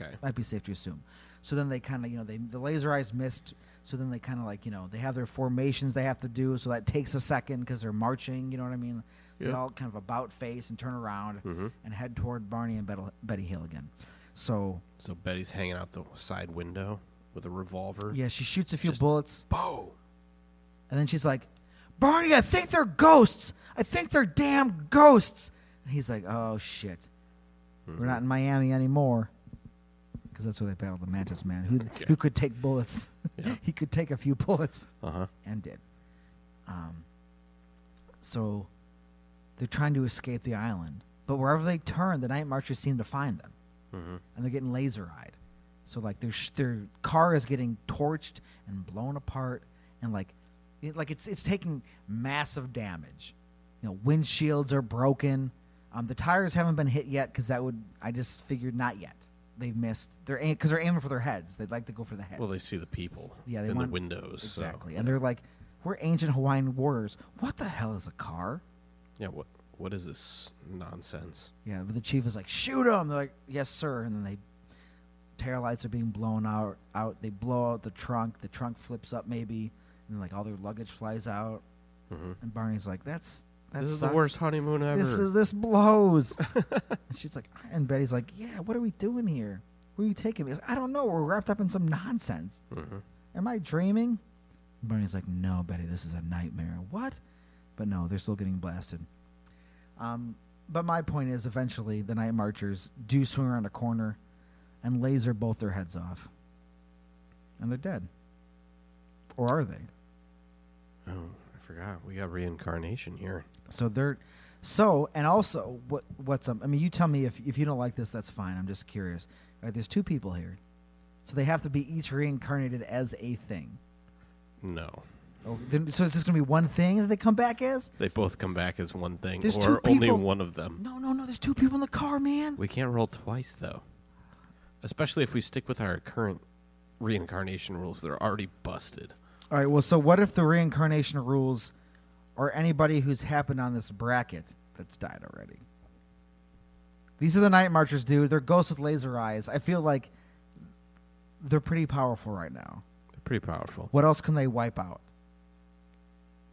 B: Okay.
A: might be safe to assume. So then they kind of, you know, they the laser eyes missed. So then they kind of like, you know, they have their formations they have to do. So that takes a second because they're marching. You know what I mean? They
B: Yeah. Mm-hmm.
A: all kind of about face and turn around and head toward Barney and Betty, Betty Hill again. So
B: So Betty's hanging out the side window with a revolver.
A: yeah, she shoots a few bullets
B: Bo.
A: and then she's like, "Barney, I think they're ghosts. I think they're damn ghosts." And he's like, "Oh shit, we're
B: Mm-hmm.
A: not in Miami anymore." Because that's where they battled the Mantis Man, who
B: Okay.
A: who could take bullets.
B: Yeah.
A: he could take a few bullets.
B: Uh huh.
A: and did. Um, so they're trying to escape the island, but wherever they turn, the night marchers seem to find them,
B: Mm-hmm.
A: and they're getting laser eyed. So like their sh- their car is getting torched and blown apart, and like it, like it's it's taking massive damage. You know, windshields are broken. Um, the tires haven't been hit yet because that would I just figured not yet. They've missed. They're because they're aiming for their heads. They'd like to go for the heads.
B: Well, they see the people.
A: Yeah, they
B: in
A: want
B: the windows. so-
A: Exactly. And they're like, we're ancient Hawaiian warriors. What the hell is a car?
B: Yeah. What? What is this nonsense?
A: Yeah, but the chief is like, shoot them. They're like, yes, sir. And then they, tail lights are being blown out. Out. They blow out the trunk. The trunk flips up maybe, and like all their luggage flies out. And Barney's like, that's that's
B: Mm-hmm. this is the worst honeymoon ever.
A: This is this blows. and she's like, and Betty's like, yeah, what are we doing here? Where are you taking me? He's like, I don't know. We're wrapped up in some nonsense. Am I dreaming? Barney's like, no, Betty, this is a nightmare. What? But no, they're still getting blasted. Um, but my point is, eventually, the night marchers do swing around a corner and laser both their heads off, and they're dead. Or are they?
B: Oh, I forgot. We got reincarnation here.
A: So they're so and also what what's um I mean you tell me if if you don't like this that's fine I'm just curious. All right, there's two people here, so they have to be each reincarnated as a thing.
B: No.
A: Oh, then, so it's just gonna be one thing that they come back as?
B: They both come back as one thing,
A: There's
B: or
A: two
B: only
A: people-
B: one of them.
A: No, no, no. There's two people in the car, man.
B: We can't roll twice, though. Especially if we stick with our current reincarnation rules that are already busted.
A: All right. Well, so what if the reincarnation rules are anybody who's happened on this bracket that's died already? These are the night marchers, dude. They're ghosts with laser eyes. I feel like they're pretty powerful right now.
B: They're pretty powerful.
A: What else can they wipe out?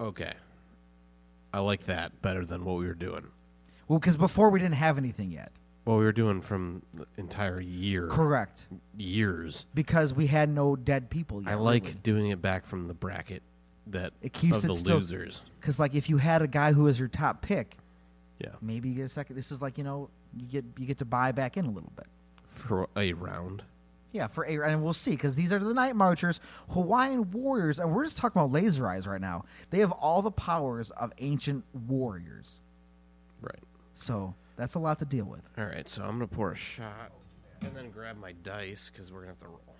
B: Okay. I like that better than what we were doing.
A: Well, because before we didn't have anything yet.
B: What we were doing from the entire year.
A: Correct.
B: Years.
A: Because we had no dead people yet.
B: I like doing it back from the bracket that
A: It keeps
B: of
A: it
B: the
A: still-
B: losers.
A: Because, like, if you had a guy who was your top pick,
B: Yeah.
A: maybe you get a second. This is like, you know, you get you get to buy back in a little bit.
B: For a round.
A: Yeah, for eight, and we'll see because these are the Night Marchers, Hawaiian warriors, and we're just talking about laser eyes right now. They have all the powers of ancient warriors,
B: Right.
A: so that's a lot to deal with.
B: All right, so I'm going to pour a shot and then grab my dice because we're going to have to roll.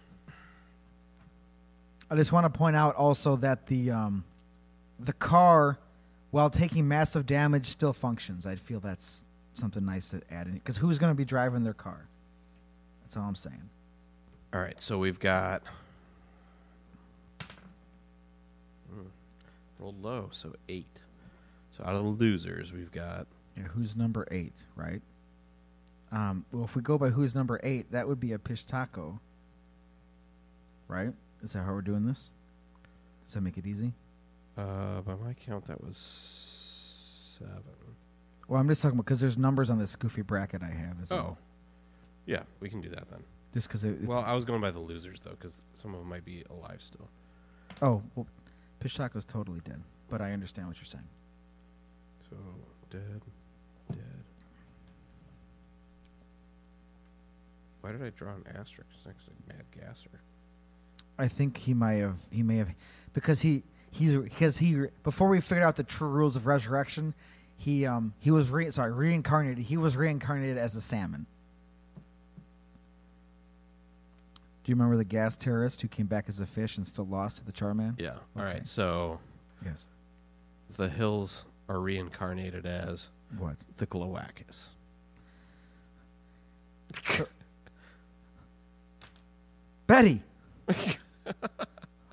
A: I just want to point out also that the um, the car, while taking massive damage, still functions. I feel that's something nice to add in because who's going to be driving their car? That's all I'm saying.
B: All right, so we've got Hmm, rolled low, so eight. So out of the losers, we've got
A: Yeah, who's number eight, right? Um, well, if we go by who's number eight, that would be a pish taco, right? Is that how we're doing this? Does that make it easy?
B: uh, by my count that was seven.
A: Well, I'm just talking about because there's numbers on this goofy bracket I have. Is all.
B: yeah, Oh, we can do that then.
A: just because it, it's
B: Well, I was going by the losers though, because some of them might be alive still.
A: oh well, Pitch Taco's totally dead. But I understand what you're saying.
B: So dead, dead. Why did I draw an asterisk next to Mad Gasser?
A: I think he might have he may have because he he's because he before we figured out the true rules of resurrection, he um he was re sorry reincarnated. He was reincarnated as a salmon. Do you remember the gas terrorist who came back as a fish and still lost to the Charman?
B: Yeah. All
A: Okay.
B: right. So
A: Yes.
B: the hills are reincarnated as
A: What?
B: the Gloacus.
A: Betty.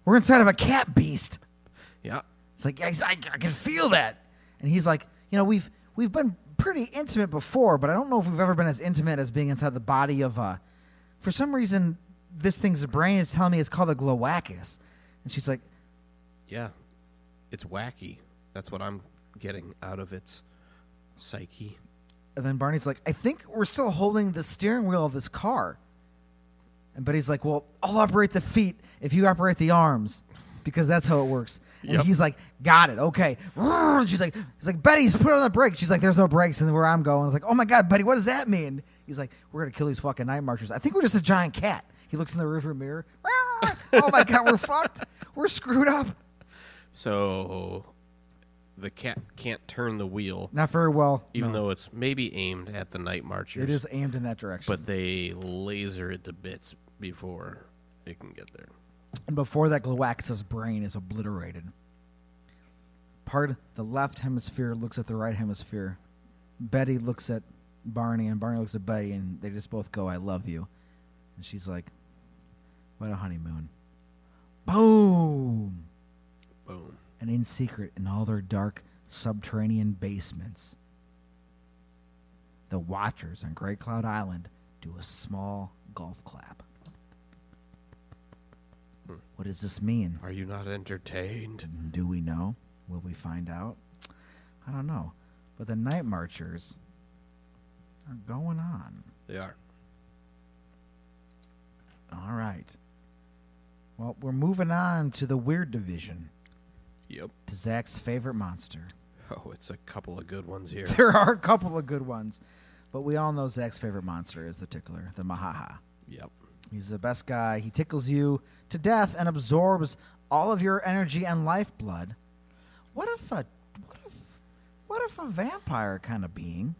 A: We're inside of a cat beast.
B: Yeah.
A: It's like I, I, I can feel that, and he's like, you know, we've we've been pretty intimate before, but I don't know if we've ever been as intimate as being inside the body of a. For some reason, this thing's brain is telling me it's called a gloacus, and she's like,
B: Yeah. It's wacky. That's what I'm getting out of its psyche.
A: and then Barney's like, I think we're still holding the steering wheel of this car, and Betty's like, well, I'll operate the feet if you operate the arms. Because that's how it works. And
B: Yep.
A: he's like, got it, okay. And she's like, he's like, Betty's put on the brakes. She's like, there's no brakes, and where I'm going, it's like, oh my god, Betty, what does that mean? He's like, we're gonna kill these fucking night marchers. I think we're just a giant cat. He looks in the rearview mirror. oh my god, we're fucked. We're screwed up.
B: So the cat can't turn the wheel,
A: Not very well.
B: even though it's maybe aimed at the night marchers.
A: it is aimed in that direction.
B: But they laser it to bits before it can get there.
A: And before that, Gloax's brain is obliterated. Part of the left hemisphere looks at the right hemisphere. Betty looks at Barney, and Barney looks at Betty, and they just both go, I love you. And she's like, What a honeymoon. Boom!
B: Boom.
A: And in secret, in all their dark subterranean basements, the Watchers on Great Cloud Island do a small golf clap. What does this mean?
B: Are you not entertained?
A: Do we know? Will we find out? I don't know. But the Night Marchers are going on.
B: They are.
A: All right. Well, we're moving on to the weird division,
B: Yep.
A: to Zach's favorite monster.
B: Oh, it's a couple of good ones here.
A: There are a couple of good ones, but we all know Zach's favorite monster is the tickler, the Mahaha.
B: yep.
A: He's the best guy. He tickles you to death and absorbs all of your energy and lifeblood. What if a what if what if a vampire kind of being?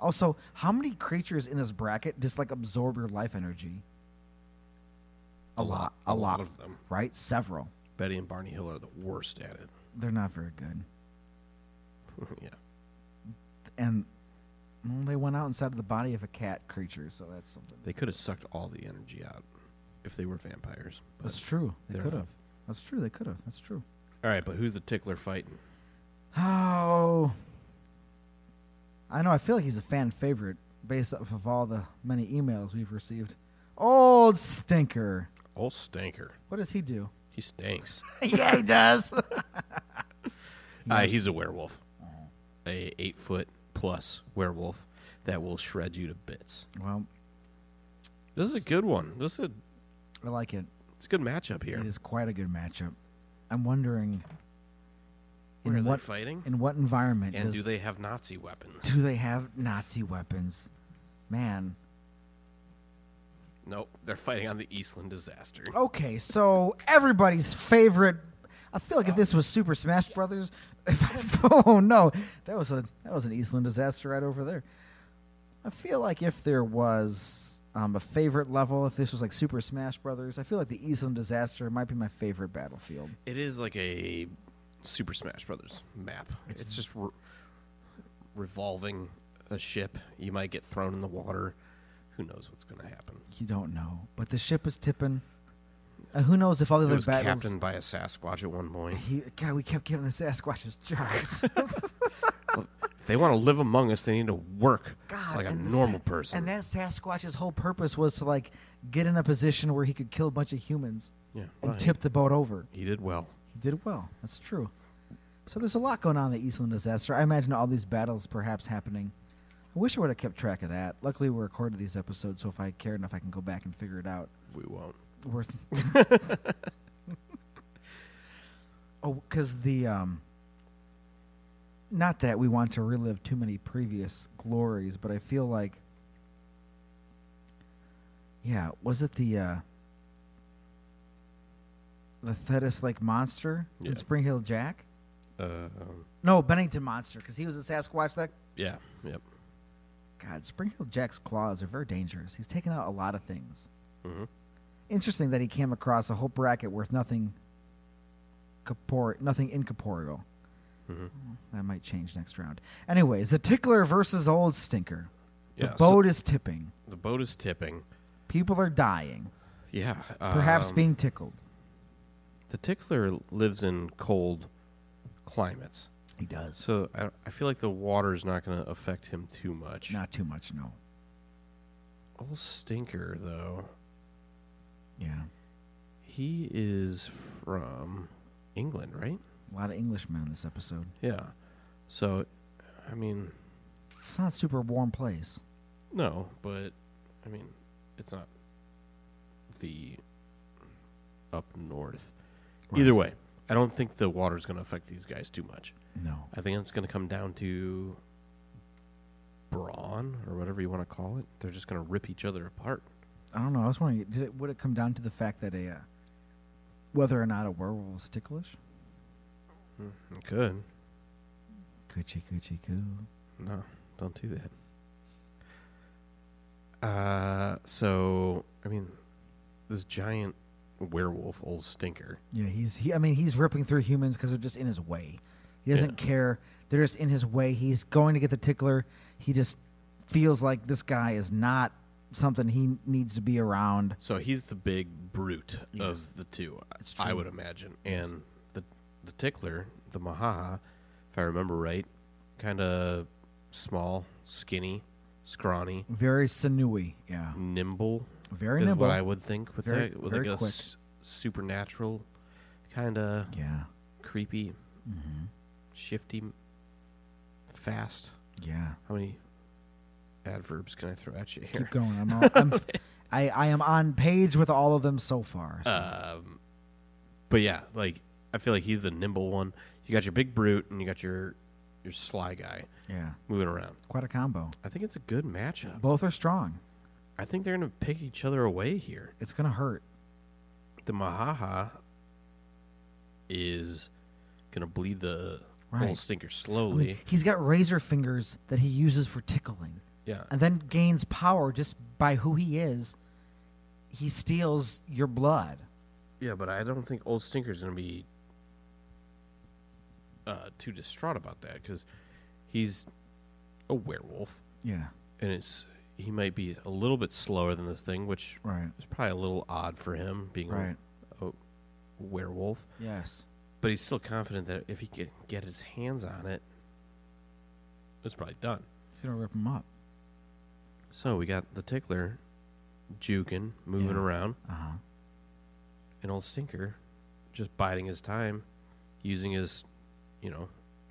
A: Also, how many creatures in this bracket just like absorb your life energy? A, lot, a,
B: A
A: lot,
B: lot of them.
A: right? Several.
B: Betty and Barney Hill are the worst at it.
A: They're not very good.
B: yeah.
A: And well, they went out inside of the body of a cat creature, so that's something.
B: They could have sucked all the energy out if they were vampires. But,
A: That's true. They
B: They're
A: could
B: not.
A: have. That's true. They could have. That's true.
B: all right, but who's the tickler fighting?
A: Oh, I know. I feel like he's a fan favorite based off of all the many emails we've received. Old stinker.
B: Old Stinker.
A: What does he do?
B: He stinks.
A: yeah, he does.
B: Uh, he's a werewolf.
A: Uh-huh.
B: A eight foot plus werewolf that will shred you to bits.
A: well,
B: This is a good one. This is a,
A: I like it.
B: it's a good matchup here.
A: It is quite a good matchup. I'm wondering
B: Where are
A: in
B: they
A: what
B: fighting?
A: in what environment
B: and
A: does,
B: do they have Nazi weapons?
A: do they have Nazi weapons? Man.
B: Nope. They're fighting on the Eastland disaster.
A: Okay, so everybody's favorite. I feel like if this was Super Smash Brothers, if I, oh no, that was a that was an Eastland disaster right over there. I feel like if there was um, a favorite level, if this was like Super Smash Brothers, I feel like the Eastland disaster might be my favorite battlefield.
B: It is like a Super Smash Brothers map. It's, just re- revolving a ship. You might get thrown in the water. Who knows what's going to happen?
A: You don't know, but the ship is tipping. Uh, who knows if all the
B: It
A: other
B: was
A: battles?
B: captained by a Sasquatch at one point.
A: He, God, we kept giving the Sasquatches jobs.
B: If they want to live among us, they need to work
A: God,
B: like a
A: and the
B: normal
A: Sa-
B: person.
A: And that Sasquatch's whole purpose was to like get in a position where he could kill a bunch of humans
B: Yeah,
A: and
B: well, he-
A: tip the boat over.
B: he did well.
A: He did well. That's true. So there's a lot going on in the Eastland disaster. I imagine all these battles perhaps happening I wish I would have kept track of that. Luckily, we recorded these episodes, so if I care enough, I can go back and figure it out.
B: We won't.
A: Worth. oh, because the um. Not that we want to relive too many previous glories, but I feel like. Yeah, was it the. uh the Thetis like monster in
B: Yeah.
A: Spring Hill Jack?
B: Uh, um,
A: No, Bennington monster, because he was a Sasquatch that
B: yeah. Yep.
A: God, Springfield Jack's claws are very dangerous. He's taken out a lot of things.
B: Mm-hmm.
A: Interesting that he came across a whole bracket worth nothing corpore- nothing incorporeal.
B: Mhm.
A: That might change next round. Anyways, the tickler versus old stinker. The
B: Yeah. so
A: boat is tipping.
B: the boat is tipping.
A: People are dying,
B: Yeah.
A: perhaps
B: um,
A: being tickled.
B: the tickler lives in cold climates,
A: He does.
B: so I, I feel like the water is not going to affect him too much.
A: Not too much, no.
B: Old stinker though,
A: Yeah.
B: he is from England, right?
A: A lot of Englishmen in this episode.
B: Yeah. So, I mean,
A: It's not a super warm place.
B: no, but I mean, it's not the up north. Either way, I don't think the water's going to affect these guys too much.
A: No.
B: I think it's going to come down to brawn or whatever you want to call it. They're just going to rip each other apart.
A: I don't know. I was wondering, did it, would it come down to the fact that a uh, whether or not a werewolf is ticklish?
B: It could.
A: Coochie coochie coo.
B: No, don't do that. Uh, so I mean, this giant werewolf, old stinker.
A: Yeah, he's. He, I mean, he's ripping through humans because they're just in his way. He doesn't care. They're just in his way. He's going to get the tickler. He just feels like this guy is not something he needs to be around.
B: So he's the big brute
A: Yes.
B: of the two, I-
A: It's
B: I
A: true.
B: would imagine. And the the tickler, the Mahaha, if I remember right, kind of small, skinny, scrawny,
A: Very sinewy. Yeah,
B: nimble.
A: very
B: is
A: nimble.
B: what I would think with
A: Very-
B: that, with
A: very
B: like a s- supernatural kind of
A: yeah,
B: creepy, Mm-hmm. shifty, fast.
A: yeah.
B: How many adverbs can I throw at you here?
A: Keep going. I'm. All, I'm I, I am on page with all of them so far. so-
B: Um, but yeah, like I feel like he's the nimble one. You got your big brute and you got your your sly guy
A: yeah,
B: moving around.
A: quite a combo.
B: I think it's a good matchup.
A: Both are strong.
B: I think they're gonna pick each other away here.
A: It's gonna hurt.
B: The Mahaha is gonna bleed the
A: Right.
B: old stinker
A: I
B: slowly.
A: mean, he's got razor fingers that he uses for tickling,
B: yeah,
A: and then gains power just by who he is. He steals your blood.
B: yeah, but I don't think old stinker's gonna be uh, too distraught about that because he's a werewolf.
A: Yeah,
B: and it's he might be a little bit slower than this thing, which
A: right.
B: is probably a little odd for him being a-
A: Right.
B: a, werewolf.
A: Yes.
B: But he's still confident that if he can get his hands on it, it's probably done.
A: He's gonna rip him up.
B: So we got the tickler juking, moving
A: Yeah.
B: around,
A: Uh huh.
B: and old stinker just biding his time, using his, you know,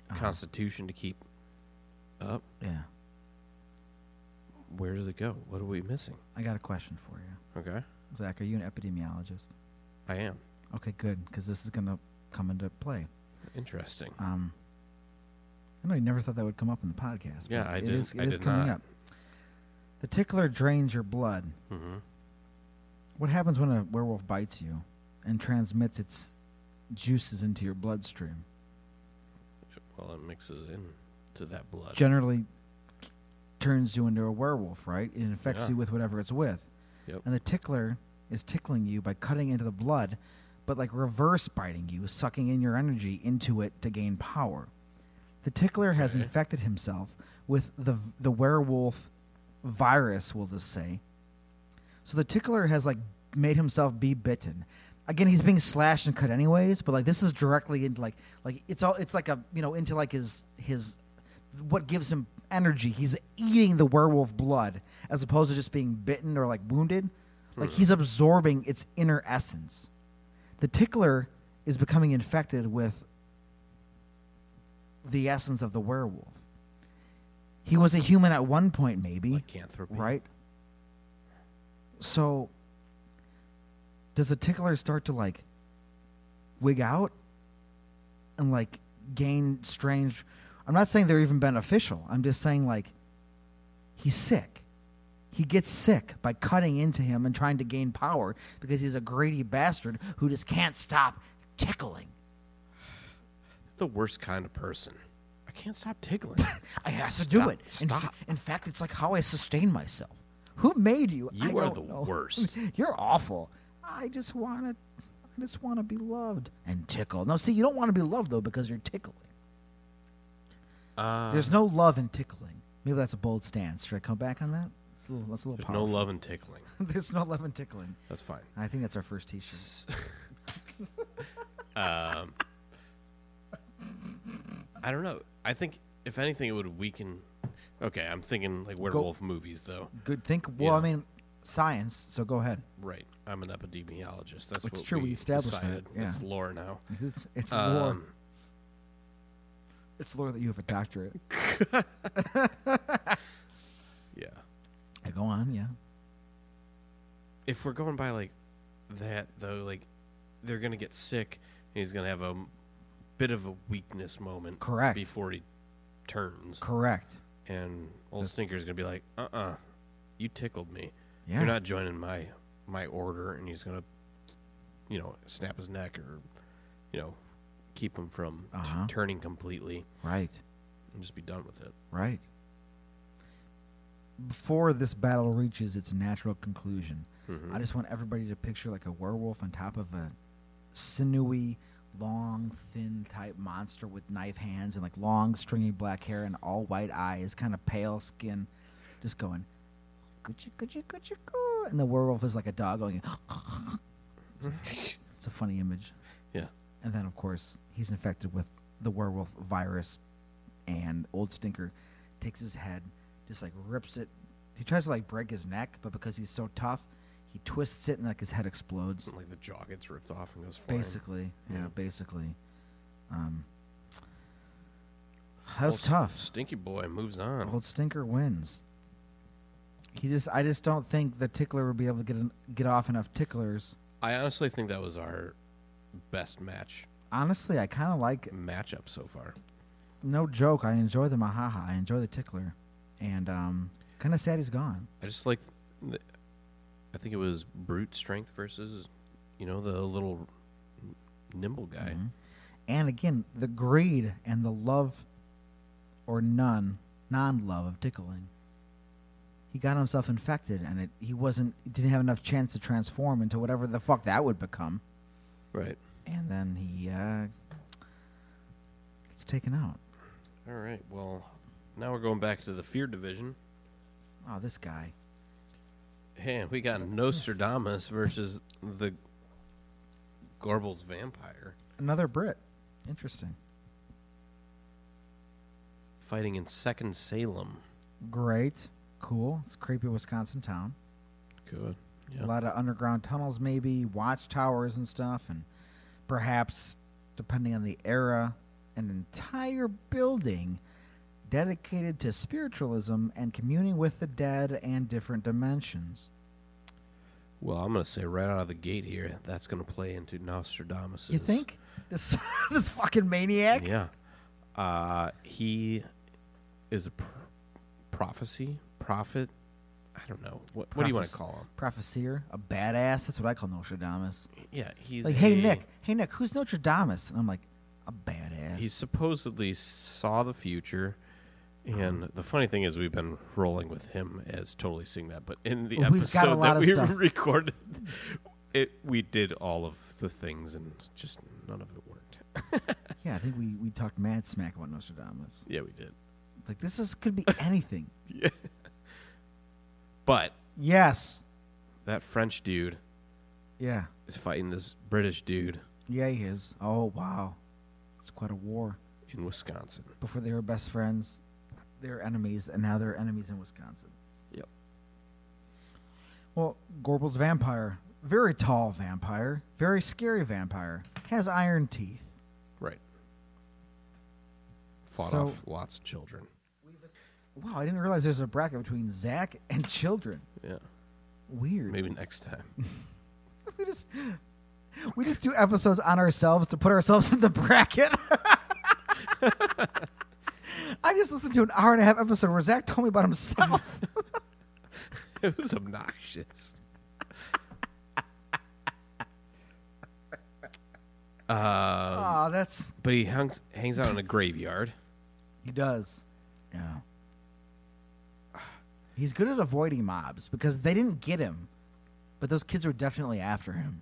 A: Uh-huh.
B: constitution to keep up.
A: Yeah.
B: Where does it go? What are we missing?
A: I got a question for you,
B: Okay,
A: Zach. Are you an epidemiologist?
B: I am
A: Okay, good, because this is gonna come into play.
B: interesting.
A: Um, I know you never thought that would come up in the podcast.
B: Yeah,
A: but
B: I
A: it
B: didn't-
A: is-
B: I
A: it is
B: did
A: coming
B: not.
A: up. The tickler drains your blood.
B: hmm
A: What happens when a werewolf bites you and transmits its juices into your bloodstream?
B: Well, it mixes in to that blood.
A: Generally turns you into a werewolf, right? It infects
B: Yeah.
A: you with whatever it's with.
B: Yep.
A: And the tickler is tickling you by cutting into the blood, but like reverse biting you, sucking in your energy into it to gain power. The tickler has
B: Okay.
A: infected himself with the the werewolf virus, we'll just say. So the tickler has like made himself be bitten. Again, he's being slashed and cut anyways, but like this is directly into like like it's all it's like a you know into like his his what gives him energy. He's eating the werewolf blood as opposed to just being bitten or like wounded. Like he's absorbing its inner essence. The tickler is becoming infected with the essence of the werewolf. He was a human at one point, maybe.
B: Lycanthropy.
A: Right? So, does the tickler start to like wig out and like gain strange? I'm not saying they're even beneficial. I'm just saying like he's sick. He gets sick by cutting into him and trying to gain power because he's a greedy bastard who just can't stop tickling.
B: The worst kind of person. I can't stop tickling.
A: I have to do
B: Stop-
A: it. In, fa-
B: stop.
A: in fact, it's like how I sustain myself. Who made you? I
B: You are
A: don't
B: the
A: know.
B: worst.
A: You're awful. I just want to. I just want to be loved and tickled. No, see, you don't want to be loved though because you're tickling.
B: Uh,
A: There's no love in tickling. Maybe that's a bold stance. Should I come back on that? It's a little. That's a little
B: there's no
A: powerful.
B: love in tickling.
A: there's no love in tickling.
B: That's fine.
A: I think that's our first T-shirt.
B: I don't know. I think if anything, it would weaken. Okay, I'm thinking like werewolf movies though.
A: Good. Think. Well, I
B: Yeah.
A: mean, science. So go ahead.
B: Right. I'm an epidemiologist. That's
A: It's
B: what
A: true, we established that,
B: decided.
A: yeah.
B: It's lore now.
A: It's lore.
B: Um,
A: It's lore that you have a doctorate.
B: yeah.
A: go on. Yeah.
B: If we're going by like that though, like they're gonna get sick, and he's gonna have a m- bit of a weakness moment.
A: Correct.
B: Before he turns,
A: Correct.
B: and old Stinker's gonna be like, "Uh, uh you tickled me.
A: Yeah.
B: You're not joining my my order," and he's gonna, you know, snap his neck or, you know, keep him from t-
A: Uh-huh.
B: turning completely
A: Right.
B: and just be done with it.
A: Right. Before this battle reaches its natural conclusion,
B: Mm-hmm.
A: I just want everybody to picture like a werewolf on top of a sinewy, long, thin type monster with knife hands and like long, stringy black hair and all white eyes, kind of pale skin, just going, "Gucci, gucci, gucci, goo," and the werewolf is like a dog going. it's, a, it's a funny image.
B: Yeah.
A: And then, of course, he's infected with the werewolf virus, and Old Stinker takes his head, just like rips it. He tries to like break his neck, but because he's so tough, he twists it and like his head explodes.
B: Like the jaw gets ripped off and goes flying.
A: Basically, yeah,
B: Yeah.
A: basically. Um, that was
B: Old
A: tough.
B: Stinky boy moves on.
A: Old Stinker wins. He just, I just don't think the tickler would be able to get an, get off enough ticklers.
B: I honestly think that was our best match
A: Honestly, I kind of like
B: matchup so far.
A: no joke. I enjoy the Mahaha. I enjoy the tickler, and um, kind of sad he's gone.
B: I just like, th- I think it was brute strength versus, you know, the little n- nimble guy.
A: Mm-hmm. And again, the greed and the love, or none, non-love of tickling. He got himself infected, and it, he wasn't he didn't have enough chance to transform into whatever the fuck that would become.
B: Right.
A: And then he uh, gets taken out.
B: All right. Well, now we're going back to the fear division.
A: Oh, this guy.
B: Hey, we got Nostradamus versus the Gorbals vampire
A: Another Brit. Interesting.
B: fighting in Second Salem.
A: Great. Cool. It's a creepy Wisconsin town.
B: Good.
A: a lot of underground tunnels maybe watchtowers and stuff and perhaps depending on the era an entire building dedicated to spiritualism and communing with the dead and different dimensions
B: Well, I'm going to say right out of the gate here, that's going to play into Nostradamus.
A: you think this this fucking maniac
B: Yeah. Uh, he is a pr- prophecy, prophet. I don't know. What, what do you want to
A: Prophes-
B: call
A: prophecyr a badass that's what i call nostradamus
B: him? Yeah, he's
A: like hey
B: a-
A: nick hey nick who's nostradamus and i'm like a badass
B: He supposedly saw the future. And the funny thing is, we've been rolling with him as totally seeing that. But in the
A: Well, he's got a
B: episode
A: lot
B: that
A: of
B: we
A: stuff.
B: recorded, it we did all of the things, and just none of it worked.
A: yeah i think we, we talked mad smack about nostradamus
B: yeah, we did.
A: like this is could be anything
B: But
A: yes
B: that French dude
A: yeah
B: is fighting this British dude
A: Yeah, he is. Oh wow, it's quite a war.
B: in Wisconsin.
A: Before they were best friends, they were enemies, and now they're enemies in Wisconsin.
B: Yep.
A: Well, Gorbel's vampire, very tall vampire, very scary vampire, has iron teeth.
B: Right. Fought
A: So-
B: off lots of children.
A: Wow, I didn't realize there's a bracket between Zach and children.
B: Yeah.
A: Weird.
B: Maybe next time.
A: We just we just do episodes on ourselves to put ourselves in the bracket. I just listened to an hour and a half episode where Zach told me about himself.
B: it was obnoxious. uh,
A: oh, that's
B: but he hangs hangs out in a graveyard.
A: he does. Yeah. He's good at avoiding mobs because they didn't get him, but those kids were definitely after him.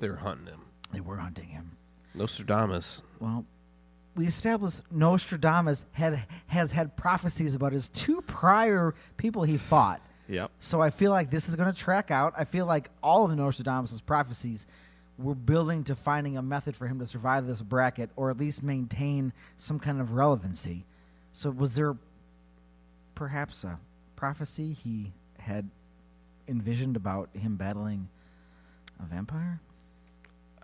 B: They were hunting him.
A: They were hunting him.
B: Nostradamus.
A: Well, we established Nostradamus had has had prophecies about his two prior people he fought.
B: Yep.
A: So I feel like this is going to track out. I feel like all of Nostradamus' prophecies were building to finding a method for him to survive this bracket or at least maintain some kind of relevancy. So was there perhaps a prophecy he had envisioned about him battling a vampire?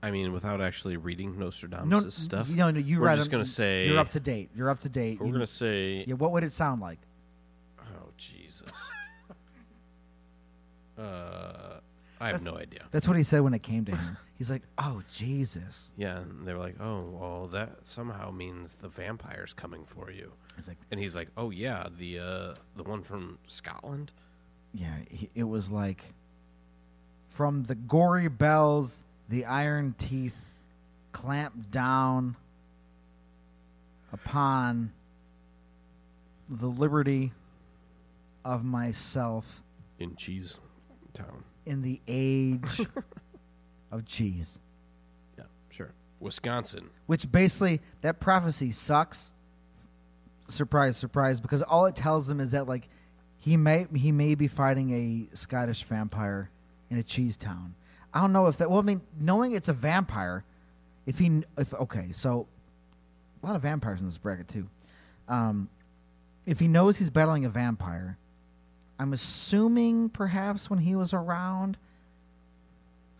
B: I mean, without actually reading Nostradamus'
A: No,
B: stuff.
A: No, no, you're
B: we're
A: right.
B: just
A: I'm-
B: gonna say
A: you're up to date. You're up to date.
B: We're
A: You-
B: gonna say.
A: yeah, what would it sound like?
B: Oh Jesus. uh, I have no idea.
A: That's what he said when it came to him. He's like, "Oh Jesus!"
B: Yeah, and they were like, "Oh, well, that somehow means the vampire's coming for you."
A: He's like,
B: And he's like, "Oh yeah, the uh, the one from Scotland."
A: yeah, he- it was like from the gory bells, the iron teeth clamped down upon the liberty of myself
B: in Cheese Town.
A: in the age of cheese.
B: Yeah, sure. Wisconsin.
A: Which basically, that prophecy sucks. Surprise, surprise, because all it tells him is that like he may he may be fighting a Scottish vampire in a cheese town. I don't know if that. Well, I mean, knowing it's a vampire, if he if okay, so a lot of vampires in this bracket too. Um, if he knows he's battling a vampire, I'm assuming perhaps when he was around,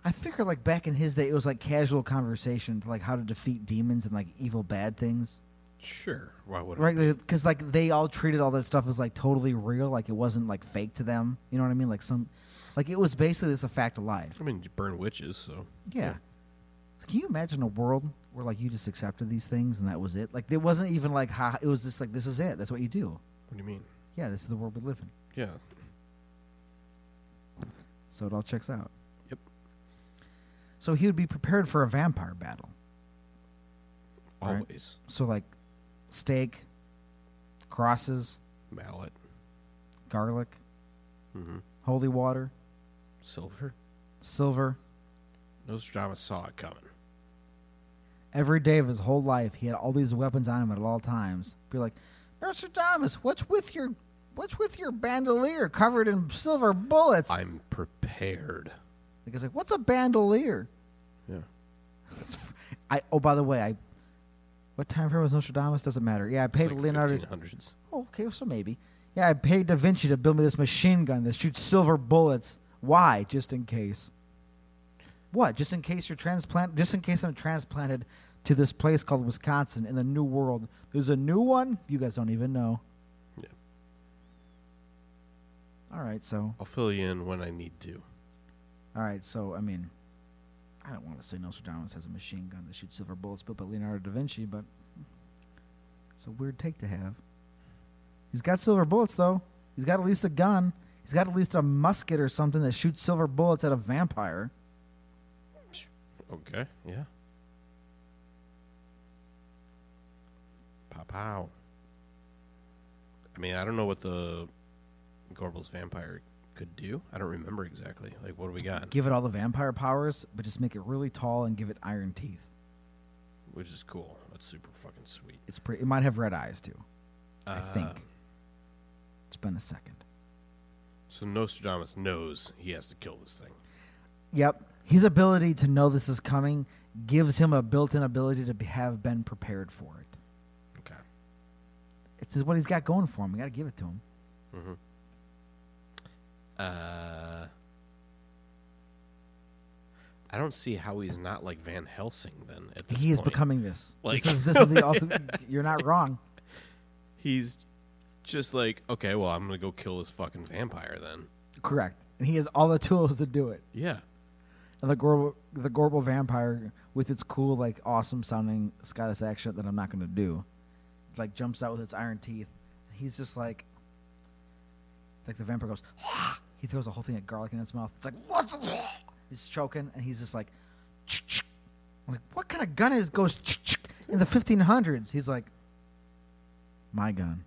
A: I figure like back in his day, it was like casual conversation, like how to defeat demons and like evil bad things,
B: Sure. Why would
A: right? Because like they all treated all that stuff as like totally real, like it wasn't like fake to them. You know what I mean? Like some, like it was basically just a fact of life.
B: I mean, you burn witches, so
A: Yeah. Can you imagine a world where like you just accepted these things and that was it? Like it wasn't even like ha. It was just like this is it. That's what you do.
B: What do you mean?
A: Yeah, this is the world we live in.
B: Yeah.
A: So it all checks out.
B: Yep.
A: So he would be prepared for a vampire battle. Right.
B: Always
A: So like steak, crosses,
B: mallet,
A: garlic,
B: mm-hmm.
A: holy water,
B: silver.
A: silver.
B: Nostradamus saw it coming.
A: Every day of his whole life, he had all these weapons on him at all times. Be like, Nostradamus, what's with your, what's with your bandolier covered in silver bullets?
B: I'm prepared.
A: the guy's like, what's a bandolier?
B: Yeah.
A: It's- I oh by the way, I what time frame was Nostradamus? Doesn't matter. Yeah, I paid
B: It's like
A: Leonardo.
B: 1500s.
A: Oh, okay, so maybe. Yeah, I paid Da Vinci to build me this machine gun that shoots silver bullets. Why? Just in case. What? Just in case you're transplant. Just in case I'm transplanted to this place called Wisconsin in the New World. There's a new one. You guys don't even know.
B: Yeah.
A: All right, so
B: I'll fill you in when I need to.
A: all right, so I mean, I don't want to say Nostradamus has a machine gun that shoots silver bullets, built by Leonardo da Vinci, but it's a weird take to have. He's got silver bullets though. He's got at least a gun. He's got at least a musket or something that shoots silver bullets at a vampire.
B: Okay. Yeah. Pow pow. I mean, I don't know what the Gorbals vampire could do. I don't remember exactly. Like, what do we got?
A: Give it all the vampire powers, but just make it really tall and give it iron teeth.
B: Which is cool. That's super fucking sweet.
A: It's pretty. It might have red eyes too.
B: Uh,
A: I think. It's been a second.
B: So Nostradamus knows he has to kill this thing.
A: Yep. His ability to know this is coming gives him a built-in ability to be- have been prepared for it.
B: Okay.
A: It's just what he's got going for him. We got to give it to him.
B: Uh, I don't see how he's not like Van Helsing then. At this
A: He is
B: point.
A: becoming this.
B: Like-
A: this is this is the ultimate. You're not wrong.
B: He's just like, okay, well, I'm gonna go kill this fucking vampire then.
A: Correct. And he has all the tools to do it.
B: Yeah,
A: And the Gorble, the Gorble vampire, with its cool, like, awesome sounding Scottish accent that I'm not going to do, like, jumps out with its iron teeth. He's just like, like, the vampire goes, he throws a whole thing of garlic in its mouth. It's like, what the? He's choking, and he's just like, I'm like, what kind of gun is goes in the 1500s? He's like, my gun.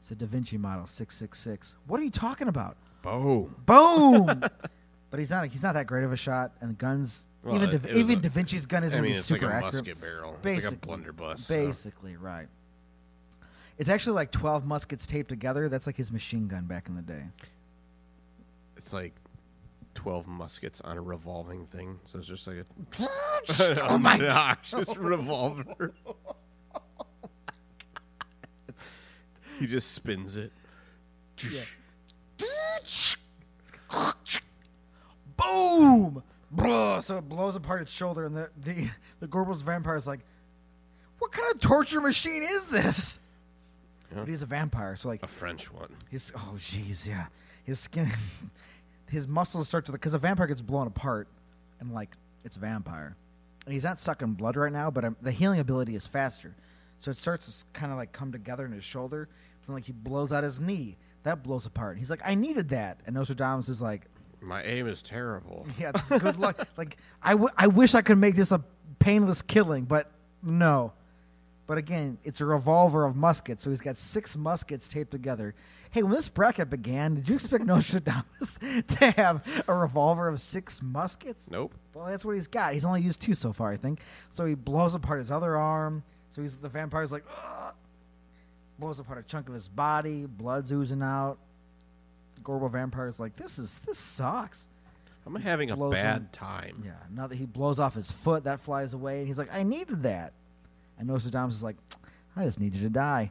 A: It's a Da Vinci model 666. What are you talking about?
B: boom.
A: Boom! but he's not he's not that great of a shot, and the guns
B: Well,
A: even
B: it-
A: da,
B: it was
A: even
B: a-
A: Da Vinci's gun isn't
B: I
A: gonna
B: mean,
A: be
B: it's like
A: super
B: a
A: accurate.
B: musket barrel. It's like a blunderbuss. so-
A: Basically, right. It's actually like twelve muskets taped together. That's like his machine gun back in the day.
B: It's like twelve muskets on a revolving thing. So it's just like a
A: oh my!
B: obnoxious revolver. he just spins it.
A: Boom! Blah, so it blows apart its shoulder, and the the the Gorbals vampire is like, "What kind of torture machine is this?" But he's a vampire, so like
B: A French one.
A: His oh jeez, yeah. His skin, his muscles start to because a vampire gets blown apart, and like it's a vampire, and he's not sucking blood right now, but um, the healing ability is faster, so it starts to kind of like come together in his shoulder. Then like he blows out his knee, that blows apart. He's like, I needed that, and Nostradamus is like,
B: My aim is terrible.
A: Yeah, it's good luck. Like I, w- I wish I could make this a painless killing, but no. But again, it's a revolver of muskets, so he's got six muskets taped together. Hey, when this bracket began, did you expect Nostradamus to have a revolver of six muskets?
B: Nope.
A: Well, that's what he's got. He's only used two so far, I think. So he blows apart his other arm. So he's the vampire's like, "Ugh." blows apart a chunk of his body. Blood's oozing out. Gorbo vampire's like, this is this sucks.
B: I'm having a
A: Blows
B: bad
A: him.
B: time.
A: Yeah, now that he blows off his foot, that flies away, and he's like, I needed that. And Nostradamus is like, I just need you to die.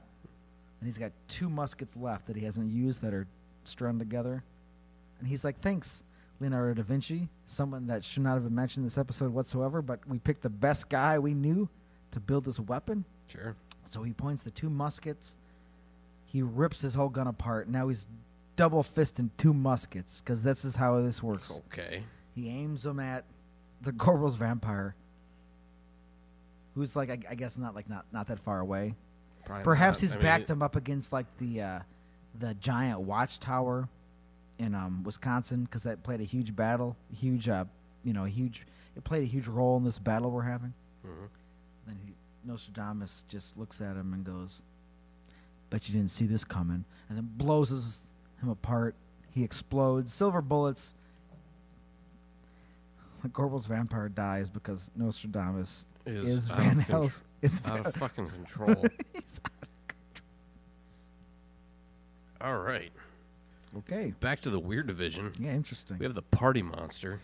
A: And he's got two muskets left that he hasn't used that are strung together. And he's like, Thanks, Leonardo da Vinci, someone that should not have been mentioned in this episode whatsoever, but we picked the best guy we knew to build this weapon.
B: Sure.
A: So he points the two muskets. He rips his whole gun apart. Now he's double fisting two muskets because this is how this works.
B: Okay.
A: He aims them at the Gorbals vampire, who's like I, I guess not like not not that far away.
B: Probably
A: Perhaps
B: not.
A: he's
B: I mean,
A: backed
B: it-
A: him up against like the uh, the giant watchtower in um, Wisconsin because that played a huge battle, huge uh, you know, huge. It played a huge role in this battle we're having.
B: Mm-hmm.
A: Then he, Nostradamus just looks at him and goes, "Bet you didn't see this coming," and then blows his, him apart. He explodes. Silver bullets. The Gorbals vampire dies because Nostradamus
B: Is
A: is,
B: out of
A: Van
B: contr-
A: Helsing. Is Van
B: Out of fucking control. All right.
A: Okay.
B: Back to the weird division.
A: Yeah, interesting.
B: We have the party monster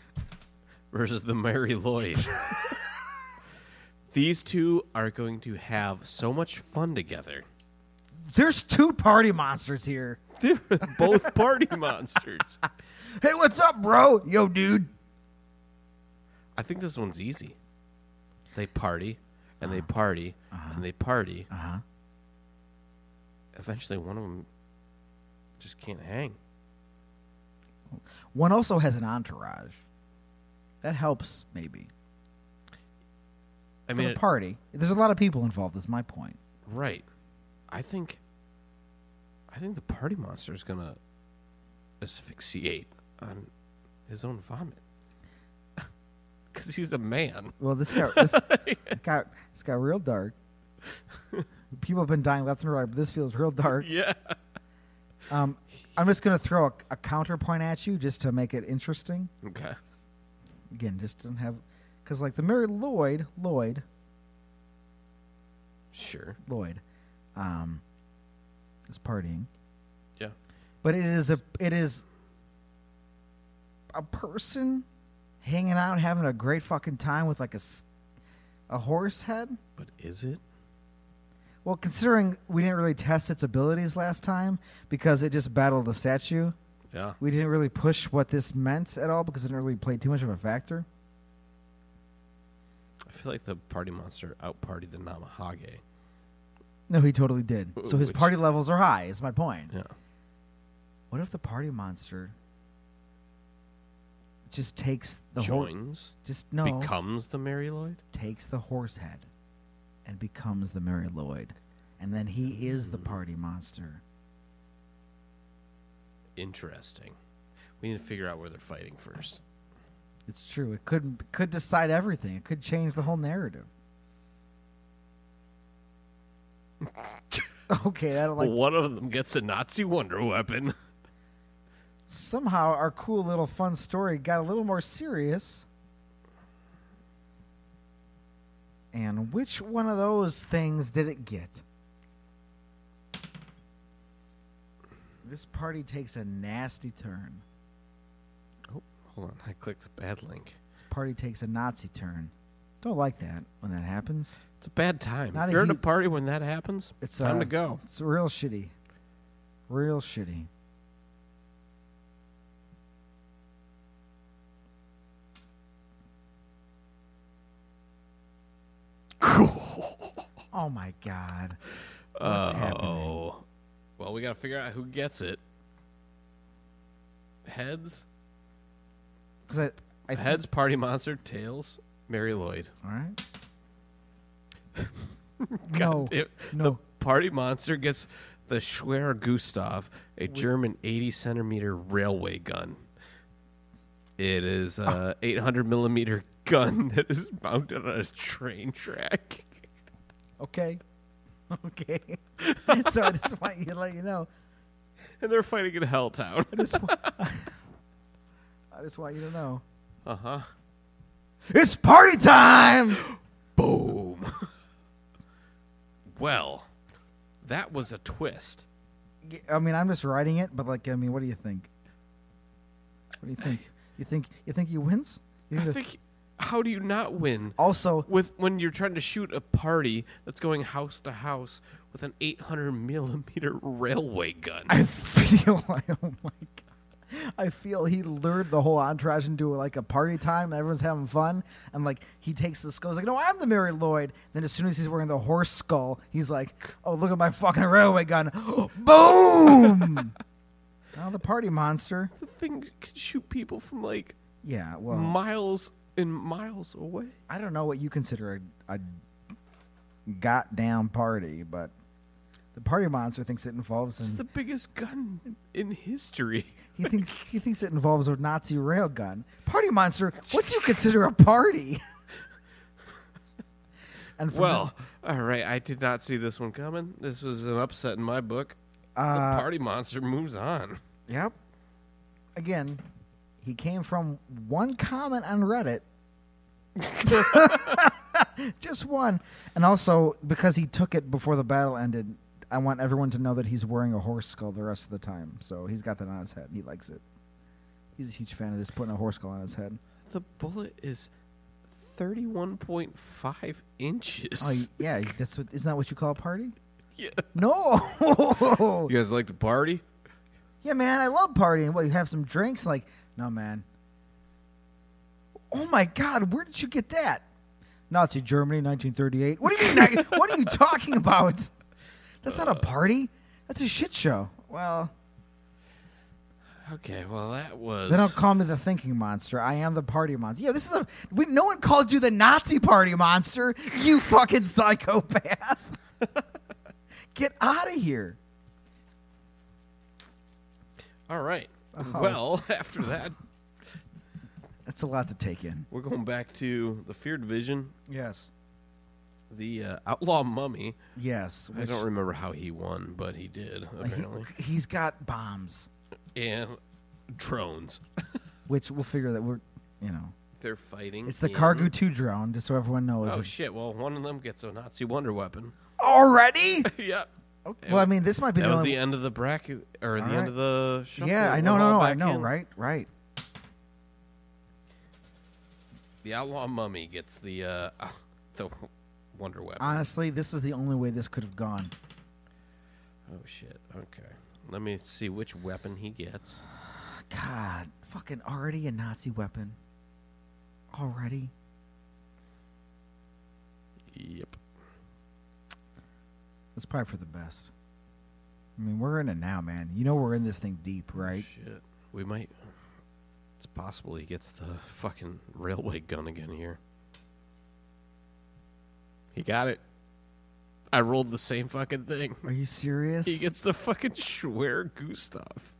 B: versus the Mary Lloyd. These two are going to have so much fun together.
A: There's two party monsters here.
B: They're both party monsters.
A: Hey, what's up, bro? Yo, dude.
B: I think this one's easy. They party and they party and they party.
A: Uh-huh.
B: Eventually, one of them just can't hang.
A: One also has an entourage. That helps, maybe.
B: I
A: For
B: mean,
A: the
B: it-
A: party. There's a lot of people involved, is my point.
B: right? I think, I think the party monster is gonna asphyxiate on his own vomit because he's a man.
A: Well, this got this it got this got real dark. People have been dying left and right, but this feels real dark.
B: Yeah.
A: Um, I'm just gonna throw a, a counterpoint at you just to make it interesting.
B: Okay.
A: Again, just to have, because like the Mary Lloyd, Lloyd,
B: Sure.
A: Lloyd, um, is partying.
B: Yeah.
A: but it is a it is a person hanging out having a great fucking time with like a s- a horse head
B: But is it?
A: well considering we didn't really test its abilities last time because it just battled a statue
B: Yeah.
A: we didn't really push what this meant at all because it didn't really play too much of a factor
B: I feel like the party monster outpartied the Namahage
A: No, he totally did.
B: Wh-
A: So his
B: which-
A: party levels are high. Is my point.
B: Yeah.
A: What if the party monster just takes the horse?
B: Joins,
A: Just no
B: becomes the Mary Lloyd.
A: takes the horse head and becomes the Mary Lloyd, and then he is the party monster.
B: Interesting. We need to figure out where they're fighting first.
A: It's true. It could could decide everything. It could change the whole narrative. okay, that'll like
B: One of them gets a Nazi wonder weapon.
A: somehow our cool little fun story got a little more serious. And which one of those things did it get? This party takes a nasty turn.
B: Oh, hold on. I clicked a bad link.
A: This party takes a Nazi turn. Don't like that when that happens.
B: It's a bad time.
A: Not
B: if
A: a
B: you're in a
A: heat-
B: party when that happens,
A: It's
B: it's time
A: uh,
B: to go.
A: It's real shitty. Real shitty. oh my god. What's happening?
B: Oh. Well, we got to figure out who gets it. Heads?
A: 'Cause I, I think-
B: Heads, Party Monster, Tails, Mary Lloyd.
A: All right. no.
B: God damn-
A: No.
B: Party Monster gets the Schwer Gustav, a German 80 centimeter railway gun. It is
A: Oh.
B: a 800 millimeter gun that is mounted on a train track.
A: Okay. Okay. so I just want you to let you know.
B: And they're fighting in Helltown.
A: I just want you to know.
B: Uh huh.
A: It's party time.
B: Boom. well, that was a twist.
A: I mean, I'm just writing it, but like, I mean, what do you think? What do you think? You think you think he wins? You
B: I
A: think the-
B: think. How do you not win?
A: also,
B: with when you're trying to shoot a party that's going house to house with an 800 millimeter railway gun.
A: I feel like oh my god, I feel he lured the whole entourage into like a party time. And everyone's having fun, and like he takes the skull. He's like, "No, I'm the Mary Lloyd." Then as soon as he's wearing the horse skull, he's like, "Oh, look at my fucking railway gun!" Boom! now the party monster.
B: the thing can shoot people from like
A: Yeah, well,
B: miles and miles away.
A: I don't know what you consider a, a goddamn party, but the party monster thinks it involves
B: It's
A: an,
B: the biggest gun in history.
A: he thinks he thinks it involves a Nazi railgun. Party monster, what do you consider a party? and from
B: Well, all right, I did not see this one coming. This was an upset in my book. the party monster moves on.
A: the- yep. Again, he came from one comment on Reddit. Just one. And also because he took it before the battle ended, I want everyone to know that he's wearing a horse skull the rest of the time. So he's got that on his head and he likes it. He's a huge fan of this putting a horse skull on his head.
B: The bullet is 31.5 inches.
A: Oh yeah, that's what isn't that what you call a party?
B: yeah.
A: No.
B: You guys like to party?
A: yeah, man, I love partying. What you have some drinks? Like, no, man. Oh my God, where did you get that? Nazi Germany, 1938. What do you mean? neg- what are you talking about? That's
B: Uh.
A: not a party. That's a shit show. Well,
B: Okay, well that was
A: they don't call me the thinking monster. I am the party monster. Yeah, this is a. We, no one called you the Nazi party monster. You fucking psychopath. get out of here.
B: All right. Well, after that,
A: That's a lot to take in.
B: we're going back to the Fear Division,
A: Yes.
B: the uh, Outlaw Mummy.
A: Yes.
B: I don't remember how he won, but he did apparently.
A: he, has got bombs,
B: and drones.
A: which we'll figure that we're, you know,
B: They're fighting.
A: it's the
B: in-
A: Cargo 2 drone, just so everyone knows.
B: Oh shit! Well, one of them gets a Nazi wonder weapon.
A: Already?
B: yep.
A: Well, I mean, this might be
B: that
A: the
B: was
A: only.
B: the end of the bracket or the
A: All right.
B: end of the shuffle.
A: yeah, I
B: We're
A: know, no,
B: all
A: no, I
B: back
A: know,
B: in.
A: right, right.
B: The Outlaw Mummy gets the uh, the wonder weapon.
A: Honestly, this is the only way this could have gone.
B: oh shit! Okay, let me see which weapon he gets.
A: God, fucking already a Nazi weapon. Already?
B: Yep.
A: That's probably for the best. I mean, we're in it now, man. You know we're in this thing deep, right?
B: Shit. We might. It's possible he gets the fucking railway gun again here. He got it. I rolled the same fucking thing.
A: Are you serious?
B: He gets the fucking Schwer Gustav.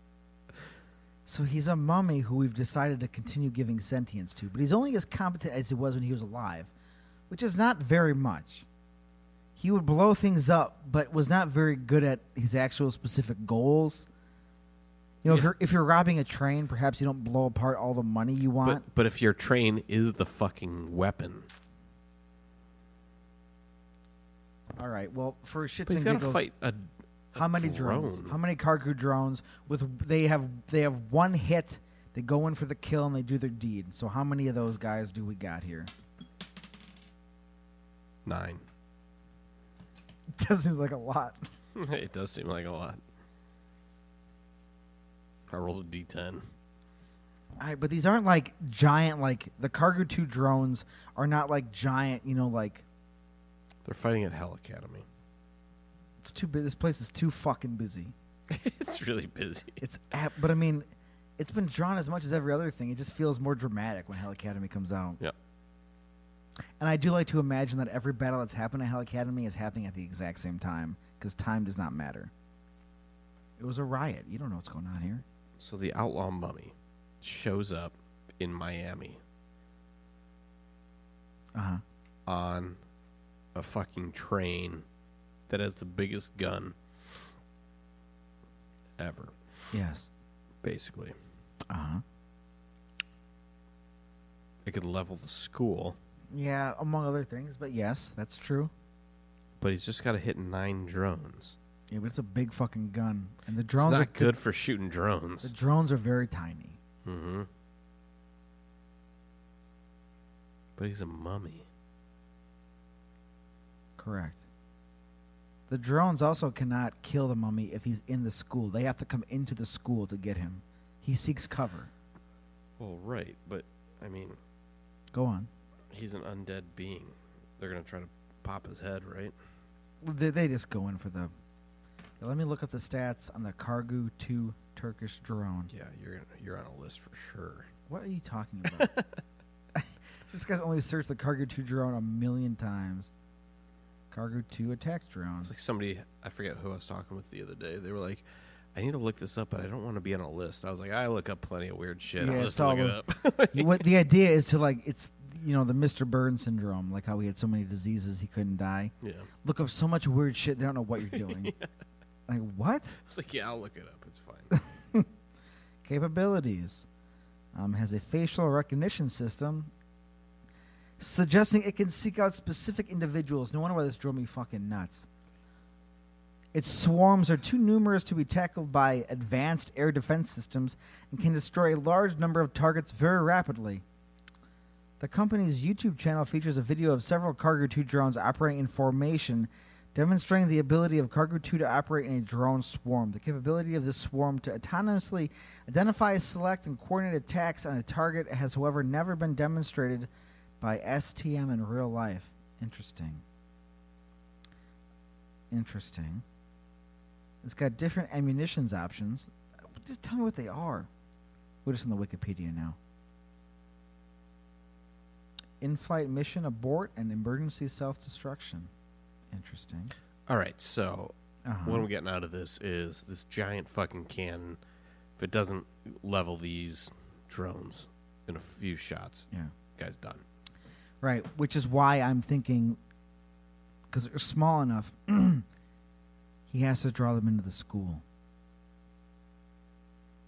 A: so he's a mummy who we've decided to continue giving sentience to, but he's only as competent as he was when he was alive, which is not very much. He would blow things up, but was not very good at his actual specific goals. You know, if
B: Yeah.
A: you're if you're robbing a train, perhaps you don't blow apart all the money you want.
B: But but if your train is the fucking weapon,
A: all right. Well, for shits
B: but he's
A: and
B: got to
A: giggles,
B: fight a. a
A: How many drones?
B: drone.
A: How many cargo drones? With they have they have one hit. They go in for the kill and they do their deed. So how many of those guys do we got here?
B: Nine.
A: That seems like a lot.
B: it does seem like a lot. I rolled a d10.
A: All right, but these aren't like giant. Like the cargo two drones are not like giant. You know, like
B: They're fighting at Hell Academy.
A: it's too big. This place is too fucking busy.
B: it's really busy.
A: It's ap- but I mean, it's been drawn as much as every other thing. It just feels more dramatic when Hell Academy comes out.
B: Yeah.
A: And I do like to imagine that every battle that's happened at Hell Academy is happening at the exact same time because time does not matter. It was a riot. You don't know what's going on here.
B: So the outlaw mummy shows up in Miami
A: Uh huh.
B: on a fucking train that has the biggest gun ever,
A: Yes.
B: basically.
A: Uh huh.
B: It could level the school,
A: Yeah, among other things, but yes, that's true.
B: but he's just got to hit nine drones.
A: Yeah, but it's a big fucking gun, and the
B: It's
A: drones are
B: not good for shooting
A: The,
B: drones.
A: drones are very tiny.
B: Mm-hmm. But he's a mummy.
A: Correct. The drones also cannot kill the mummy if he's in the school. They have to come into the school to get him. He seeks cover.
B: Well, right, but I mean,
A: Go on.
B: he's an undead being. They're gonna try to pop his head, right?
A: They, they just go in for the. Let me look up the stats on the Kargu 2 Turkish drone.
B: Yeah, you're gonna- you're on a list for sure.
A: What are you talking about? this guy's only searched the Kargu 2 drone a million times. Kargu 2 attack drone.
B: It's like somebody I forget who I was talking with the other day. They were like, "I need to look this up, but I don't want to be on a list." I was like, "I look up plenty of weird shit.
A: Yeah,
B: I'll
A: it's
B: just look it
A: all-
B: up."
A: You- what the idea is to like it's you know the Mr. Burns syndrome, like how he had so many diseases he couldn't die.
B: yeah,
A: Look up so much weird shit they don't know what you're doing. Like what?
B: I was like, "Yeah, I'll look it up. It's fine."
A: capabilities. Um, has a facial recognition system, suggesting it can seek out specific individuals. No wonder why this drove me fucking nuts. Its swarms are too numerous to be tackled by advanced air defense systems and can destroy a large number of targets very rapidly. The company's YouTube channel features a video of several Cargo 2 drones operating in formation, demonstrating the ability of Cargo 2 to operate in a drone swarm. The capability of this swarm to autonomously identify, select, and coordinate attacks on a target has, however, never been demonstrated by STM in real life. Interesting. Interesting. It's got different ammunitions options. Just tell me what they are. We're just on the Wikipedia now in-flight mission abort and emergency self-destruction. Interesting.
B: all right, so
A: Uh-huh.
B: what I'm getting out of this is this giant fucking cannon. If it doesn't level these drones in a few shots,
A: yeah.
B: guy's done.
A: Right, which is why I'm thinking cuz they're small enough he has to draw them into the school.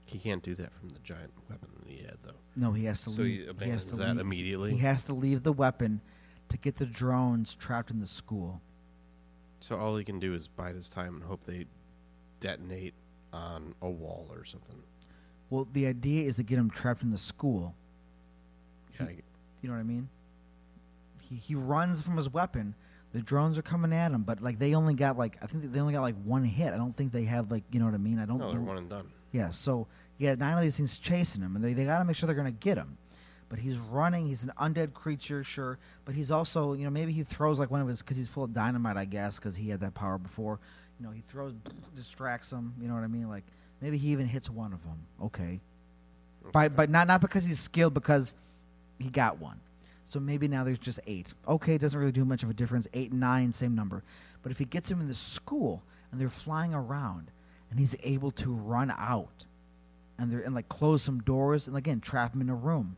B: He can't do that from the giant weapon that he had, though.
A: No, he has to
B: So he
A: leave. has
B: abandons
A: to
B: that
A: leave.
B: immediately.
A: He has to leave the weapon to get the drones trapped in the school.
B: So all he can do is bide his time and hope they detonate on a wall or something.
A: Well, the idea is to get him trapped in the school.
B: Yeah, I-
A: You know what I mean? He he runs from his weapon. The drones are coming at him, but like they only got like I think they only got like one hit. I don't think they have like you know what I mean. I don't.
B: no, they're
A: bel-
B: one and done.
A: yeah. So yeah, nine of these things chasing him, and they they got to make sure they're gonna get him. but he's running. He's an undead creature, sure, but he's also, you know, maybe he throws like one of his because he's full of dynamite, I guess, because he had that power before. You know, he throws, distracts him. You know what I mean? Like maybe he even hits one of them. Okay, by but not not because he's skilled, because he got one. So maybe now there's just eight. Okay, it doesn't really do much of a difference. Eight and nine, same number. But if he gets them in the school and they're flying around, and he's able to run out, and they're and like close some doors and again trap him in a room,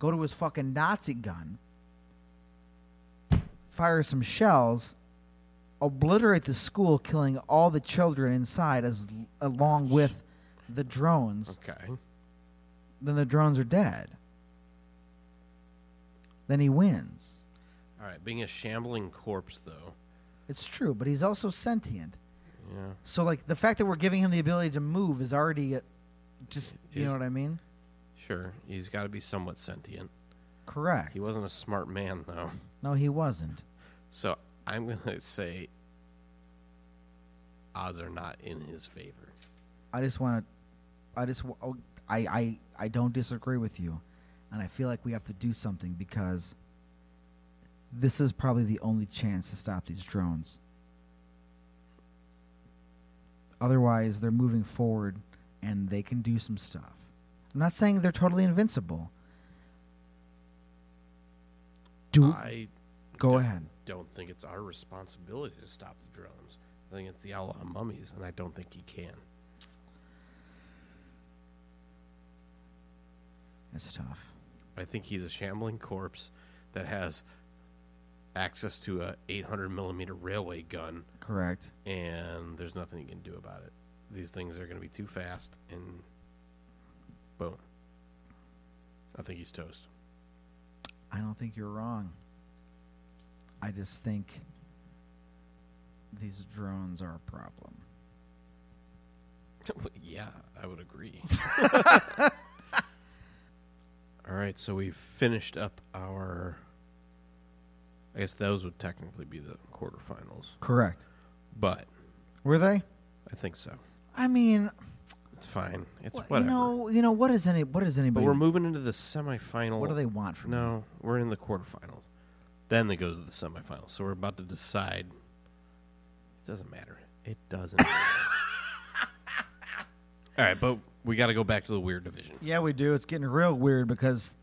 A: go to his fucking Nazi gun, fire some shells, obliterate the school, killing all the children inside as along with the drones
B: Okay.
A: then the drones are dead. Then he wins.
B: All right. Being a shambling corpse, though.
A: It's true, but he's also sentient.
B: Yeah.
A: So like the fact that we're giving him the ability to move is already a, just you know
B: Is-
A: what I mean?
B: Sure. He's got to be somewhat sentient.
A: Correct.
B: He wasn't a smart man, though.
A: No, he wasn't.
B: So I'm going to say odds are not in his favor.
A: I just want to I just wa- oh, I I I don't disagree with you and I feel like we have to do something because this is probably the only chance to stop these drones. Otherwise, they're moving forward and they can do some stuff. I'm not saying they're totally invincible. Do
B: I
A: go
B: don't-
A: ahead.
B: don't think it's our responsibility to stop the drones. I think it's the Allah mummies, and I don't think he can.
A: It's tough.
B: I think he's a shambling corpse that has access to a 800 millimeter railway gun,
A: Correct.
B: and there's nothing he can do about it. These things are going to be too fast, and boom. I think he's toast.
A: I don't think you're wrong. I just think these drones are a problem.
B: yeah, I would agree. All right, so we've finished up our. I guess those would technically be the quarterfinals,
A: Correct.
B: but
A: Were they?
B: I think so.
A: I mean,
B: It's fine. It's
A: wh- you
B: whatever.
A: know, you know what is any what is
B: but
A: anybody?
B: we're moving into the semifinal.
A: what do they want from me?
B: No, we're in the quarterfinals. Then they go to the semifinals. So we're about to decide. It doesn't matter. It doesn't. matter. All right, but we got to go back to the weird division.
A: Yeah, we do. It's getting real weird because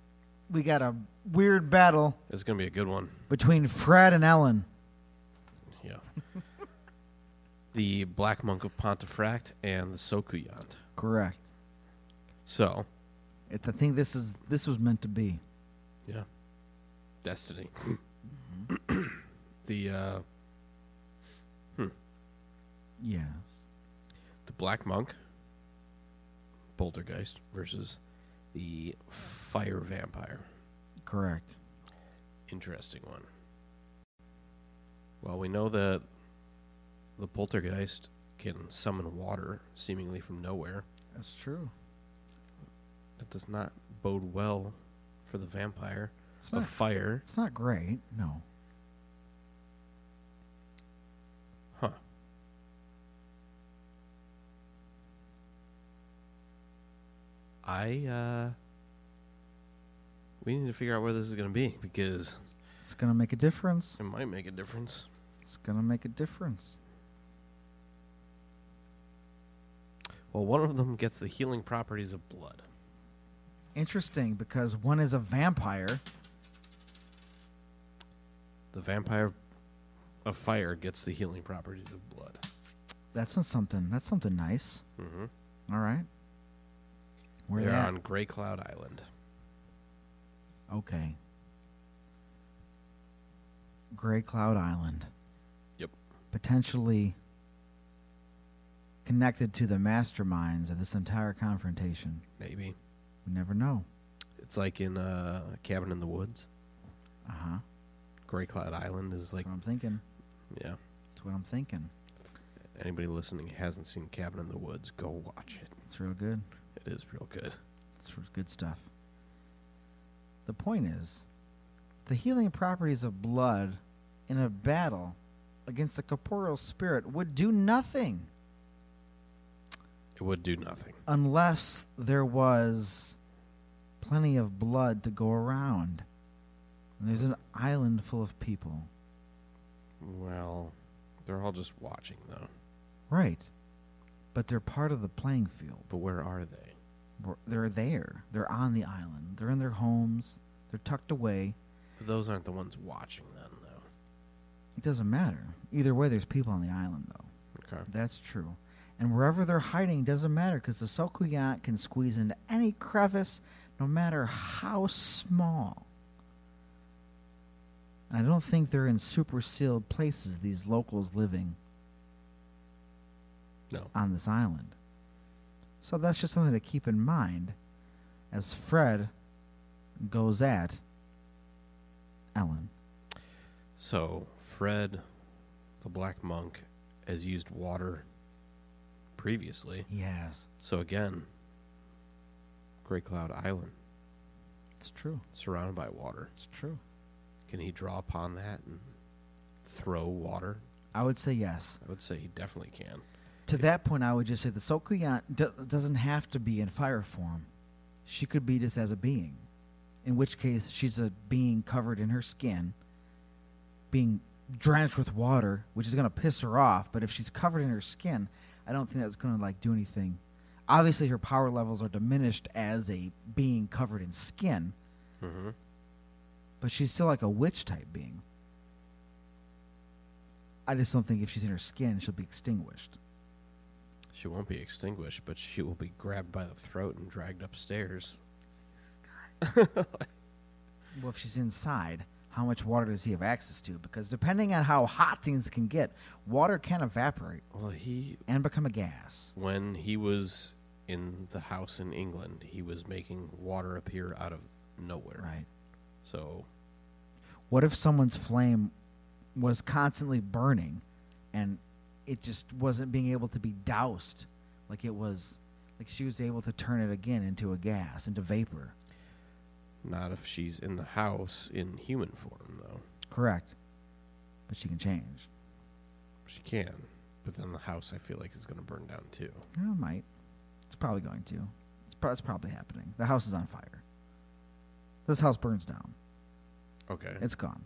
A: we got a weird battle
B: It's going to be a good one.
A: between Fred and Ellen.
B: Yeah. the Black Monk of Pontefract and the Sokuyant.
A: Correct.
B: So,
A: It's, I think this is this was meant to be.
B: yeah. Destiny. the uh,
A: Yes.
B: the Black Monk Poltergeist versus the Fire Vampire.
A: Correct.
B: Interesting one. Well, we know that the Poltergeist can summon water seemingly from nowhere.
A: That's true.
B: That does not bode well for the vampire
A: It's
B: of
A: not.
B: fire.
A: It's not great. No.
B: Huh. I uh we need to figure out where this is going to be because
A: It's gonna make a difference.
B: it might make a difference.
A: It's gonna make a difference.
B: Well, one of them gets the healing properties of blood.
A: Interesting because one is a vampire.
B: The vampire of fire gets the healing properties of blood.
A: That's not something. That's something nice.
B: Mhm.
A: All right. Where
B: They're
A: they at?
B: on Gray Cloud Island.
A: Okay. Gray Cloud Island,
B: Yep.
A: potentially connected to the masterminds of this entire confrontation.
B: Maybe.
A: We never know.
B: It's like in uh Cabin in the Woods.
A: Uh huh.
B: Gray Cloud Island is
A: That's
B: like
A: what I'm thinking.
B: yeah.
A: That's what I'm thinking.
B: Anybody listening who hasn't seen Cabin in the Woods, go watch it.
A: It's real good.
B: It is real good.
A: It's r- good stuff. The point is, the healing properties of blood in a battle against a corporeal spirit would do nothing
B: It would do nothing.
A: unless there was plenty of blood to go around. And there's an island full of people.
B: Well, they're all just watching though.
A: Right. But they're part of the playing field.
B: But where are they?
A: We're- They're there. They're on the island. They're in their homes. They're tucked away.
B: But those aren't the ones watching then though.
A: It doesn't matter. Either way, there's people on the island, though.
B: Okay.
A: That's true. And wherever they're hiding doesn't matter because the Soku yacht can squeeze into any crevice, no matter how small. And I don't think they're in super sealed places, these locals living
B: No.
A: on this island. So that's just something to keep in mind as Fred goes at Ellen.
B: So Fred, the black monk, has used water previously.
A: Yes,
B: So again, Great Cloud Island,
A: it's true.
B: surrounded by water.
A: It's true.
B: Can he draw upon that and throw water?
A: I would say yes.
B: I would say he definitely can.
A: To that point, I would just say the Sokuyan do- doesn't have to be in fire form. She could be just as a being, in which case she's a being covered in her skin, being drenched with water, which is going to piss her off. But if she's covered in her skin, I don't think that's going to like do anything. Obviously, her power levels are diminished as a being covered in skin,
B: Mm-hmm.
A: but she's still like a witch type being. I just don't think if she's in her skin, she'll be extinguished.
B: She won't be extinguished, but she will be grabbed by the throat and dragged upstairs.
A: Well, if she's inside, how much water does he have access to? Because depending on how hot things can get, water can evaporate
B: Well, he,
A: and become a gas.
B: when he was in the house in England, he was making water appear out of nowhere.
A: Right.
B: So,
A: What if someone's flame was constantly burning and it just wasn't being able to be doused? Like it was, like she was able to turn it again into a gas, into vapor.
B: not if she's in the house in human form, though.
A: Correct. But she can change.
B: She can, but then the house I feel like is going to burn down too.
A: Yeah, it might. It's probably going to. It's, pro- it's probably happening. The house is on fire. This house burns down.
B: Okay.
A: It's gone.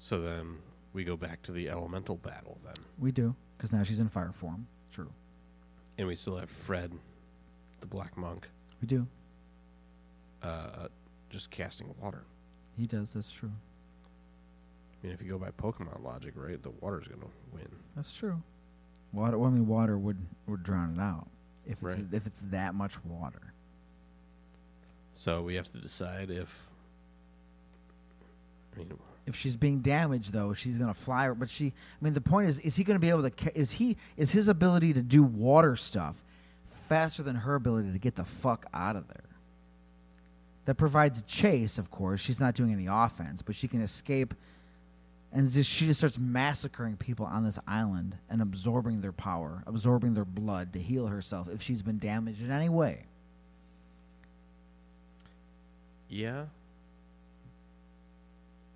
B: So then we go back to the elemental battle then.
A: We do, because now she's in fire form. True.
B: And we still have Fred, the black monk,
A: We do.
B: uh, just casting water.
A: He does. That's true.
B: I mean, if you go by Pokemon logic, right, the water's going to win.
A: That's true. Water. Well, I mean, water would would drown it out if it's
B: Right.
A: if it's that much water.
B: So we have to decide if. I mean,
A: If she's being damaged, though, she's gonna fly. But she. I mean, the point is, is he gonna be able to? Ca- is he? Is his ability to do water stuff faster than her ability to get the fuck out of there? That provides a chase, of course. She's not doing any offense, but she can escape and just she just starts massacring people on this island and absorbing their power, absorbing their blood to heal herself if she's been damaged in any way.
B: yeah.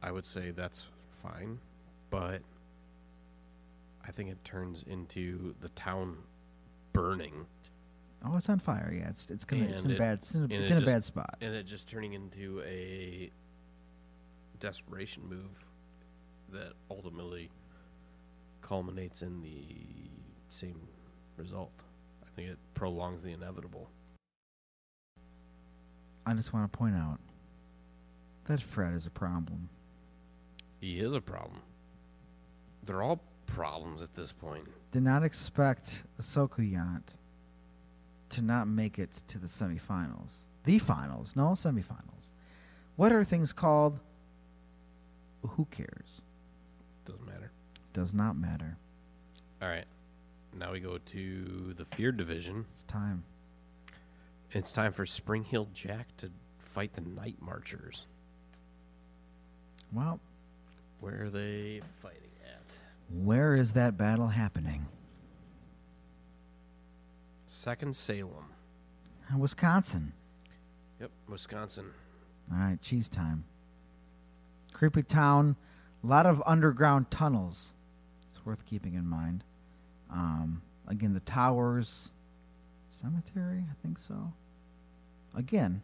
B: I would say that's fine, but I think it turns into the town burning
A: Oh, it's on fire. Yeah, it's it's gonna it's
B: And
A: in
B: it-
A: a bad it's in a,
B: and
A: it's
B: it
A: in a
B: just-
A: bad spot.
B: and it just turning into a desperation move that ultimately culminates in the same result. I think it prolongs the inevitable.
A: I just want to point out that Fred is a problem.
B: He is a problem. They're all problems at this point.
A: Did not expect the Soku yacht to not make it to the semifinals. The finals, no semifinals. What are things called? Who cares?
B: Doesn't matter.
A: Does not matter.
B: All right. Now we go to the fear division.
A: It's time.
B: It's time for Spring Hill Jack to fight the Night Marchers.
A: Well,
B: Where are they fighting at?
A: where is that battle happening?
B: Second Salem.
A: Wisconsin.
B: Yep, Wisconsin.
A: All right, cheese time. Creepy town, a lot of underground tunnels. It's worth keeping in mind. Um, again, the towers, cemetery, I think so. Again,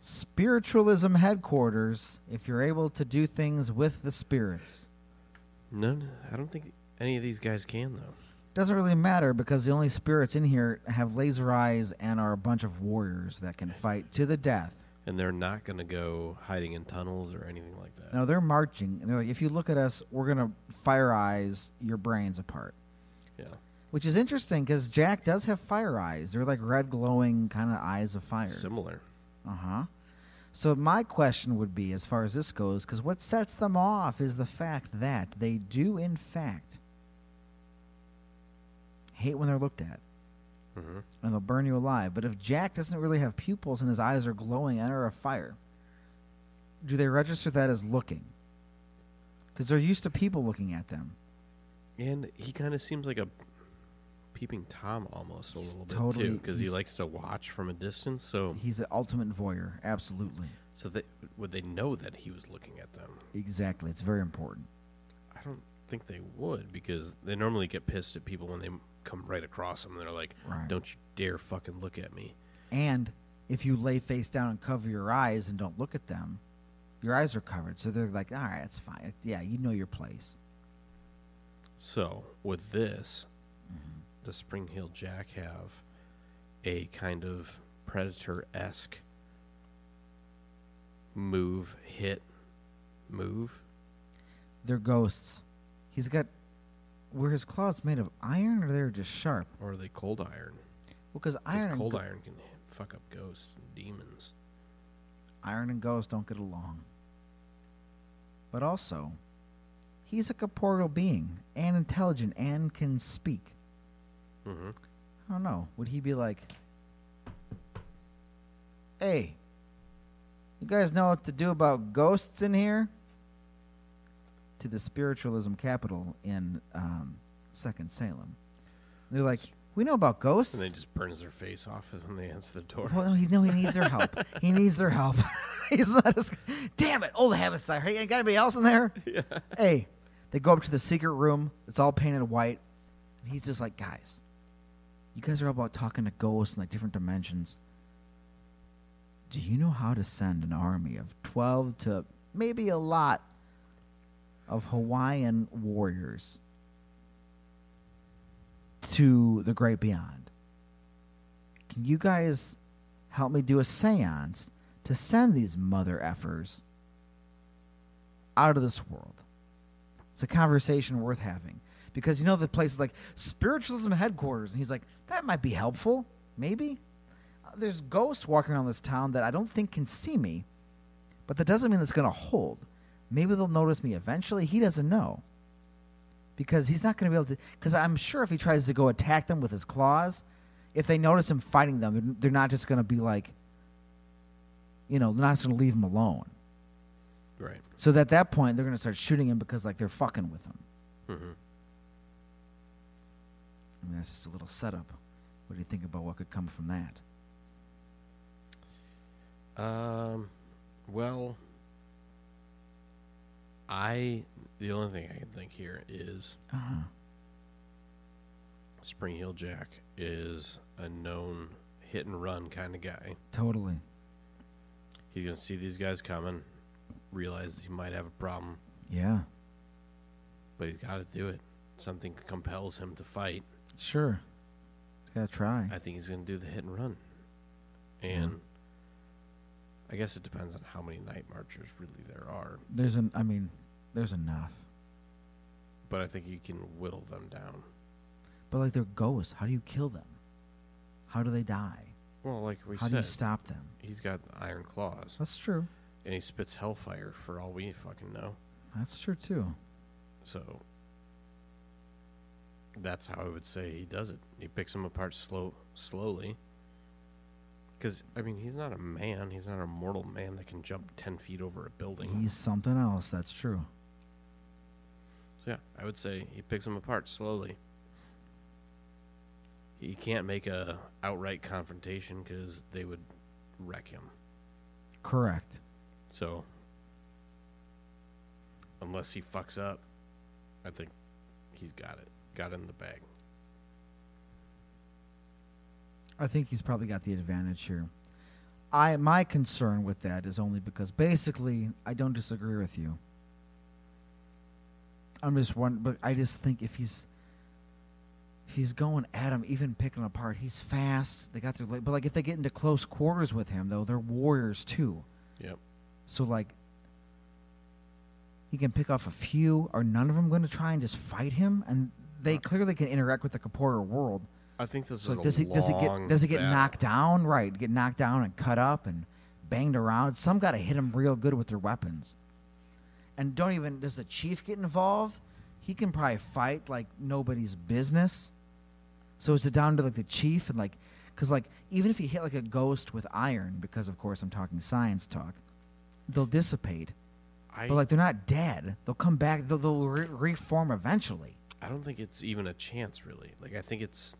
A: spiritualism headquarters if you're able to do things with the spirits.
B: No, no, I don't think any of these guys can though.
A: Doesn't really matter because the only spirits in here have laser eyes and are a bunch of warriors that can fight to the death.
B: And they're not going to go hiding in tunnels or anything like that.
A: No, they're marching and they're like, if you look at us, we're gonna fire eyes your brains apart.
B: Yeah.
A: Which is interesting because Jack does have fire eyes. They're like red glowing kind of eyes of fire.
B: Similar.
A: Uh huh. So my question would be, as far as this goes, because what sets them off is the fact that they do, in fact, hate when they're looked at,
B: Mhm.
A: and they'll burn you alive. But if Jack doesn't really have pupils and his eyes are glowing and are afire, do they register that as looking? Because they're used to people looking at them.
B: And he kind of seems like a peeping tom almost a
A: He's
B: little bit
A: totally-
B: too because he
A: he's-
B: likes to watch from a distance. So
A: He's the ultimate voyeur, absolutely.
B: so that would they know that he was looking at them?
A: Exactly. It's very important.
B: I don't think they would because they normally get pissed at people when they come right across them. They're like,
A: Right.
B: "Don't you dare fucking look at me!"
A: And if you lay face down and cover your eyes and don't look at them, your eyes are covered. So they're like, all right, that's fine. Yeah, you know your place.
B: So with this,
A: Mm-hmm.
B: does Spring Hill Jack have a kind of predator esque move, hit, move?
A: They're ghosts. He's got. Were his claws made of iron or they were just sharp?
B: Or are they cold iron?
A: Well, because iron,
B: Because
A: and
B: cold
A: go-
B: iron can fuck up ghosts and demons.
A: iron and ghosts don't get along. But also, he's a corporeal being and intelligent and can speak.
B: Mm-hmm.
A: I don't know. Would he be like, "Hey, you guys know what to do about ghosts in here?" To the spiritualism capital in um, Second Salem, they're like, "We know about ghosts."
B: And then just burns their face off when they answer the door.
A: Well, no, he, no, he needs their help. he needs their help. He's not as. Damn it! Old habits die. Hey, ain't got anybody else in there? Hey, they go up to the secret room. It's all painted white. And he's just like, guys, you guys are all about talking to ghosts and like different dimensions. Do you know how to send an army of twelve to maybe a lot of Hawaiian warriors to the great beyond? can you guys help me do a seance to send these mother effers out of this world? It's a conversation worth having. Because you know the place is like spiritualism headquarters, and he's like, that might be helpful, maybe. Uh, There's ghosts walking around this town that I don't think can see me, but that doesn't mean it's going to hold. Maybe they'll notice me eventually. He doesn't know because he's not going to be able to. Because I'm sure if he tries to go attack them with his claws, if they notice him fighting them, they're, they're not just going to be like, you know, they're not just going to leave him alone.
B: Right.
A: So that at that point, they're going to start shooting him because like they're fucking with him.
B: Mm-hmm.
A: I mean, that's just a little setup. What do you think about what could come from that?
B: Um, well, I the only thing I can think here is
A: Uh huh.
B: Spring Hill Jack is a known hit and run kind of guy.
A: Totally.
B: He's gonna see these guys coming, realize he might have a problem,
A: Yeah.
B: but he's got to do it. Something compels him to fight.
A: Sure. He's got to try.
B: I think he's gonna do the hit and run, and I guess it depends on how many night marchers really there are.
A: There's an. I mean, there's enough.
B: But I think you can whittle them down.
A: But like they're ghosts. How do you kill them? How do they die?
B: Well, like we
A: How do you
B: said,
A: stop them?
B: he's got iron claws.
A: That's true.
B: and he spits hellfire for all we fucking know.
A: That's true too.
B: So that's how I would say he does it. He picks them apart slow, slowly. Because I mean, he's not a man. He's not a mortal man that can jump ten feet over a building.
A: He's something else. That's true.
B: So yeah, I would say he picks them apart slowly. He can't make a outright confrontation because they would wreck him.
A: Correct.
B: So unless he fucks up, I think he's got it. Got it in the bag.
A: I think he's probably got the advantage here. I my concern with that is only because basically I don't disagree with you. I'm just one, but I just think if he's if he's going at him, even picking him apart, he's fast. They got their leg, but like if they get into close quarters with him though, they're warriors too.
B: Yep.
A: So like he can pick off a few. Are none of them going to try and just fight him? And they clearly can interact with the corporeal world.
B: I think this
A: So
B: is
A: like,
B: a
A: does he does he
B: long
A: get does he get
B: battle.
A: knocked down? Right, get knocked down and cut up and banged around. Some got to hit him real good with their weapons. And don't even does the chief get involved? He can probably fight like nobody's business. So is it down to like the chief and like because like even if you hit like a ghost with iron, because of course I'm talking science talk, they'll dissipate.
B: I,
A: But like they're not dead. They'll come back. They'll, they'll re- reform eventually.
B: I don't think it's even a chance, really. Like, I think it's.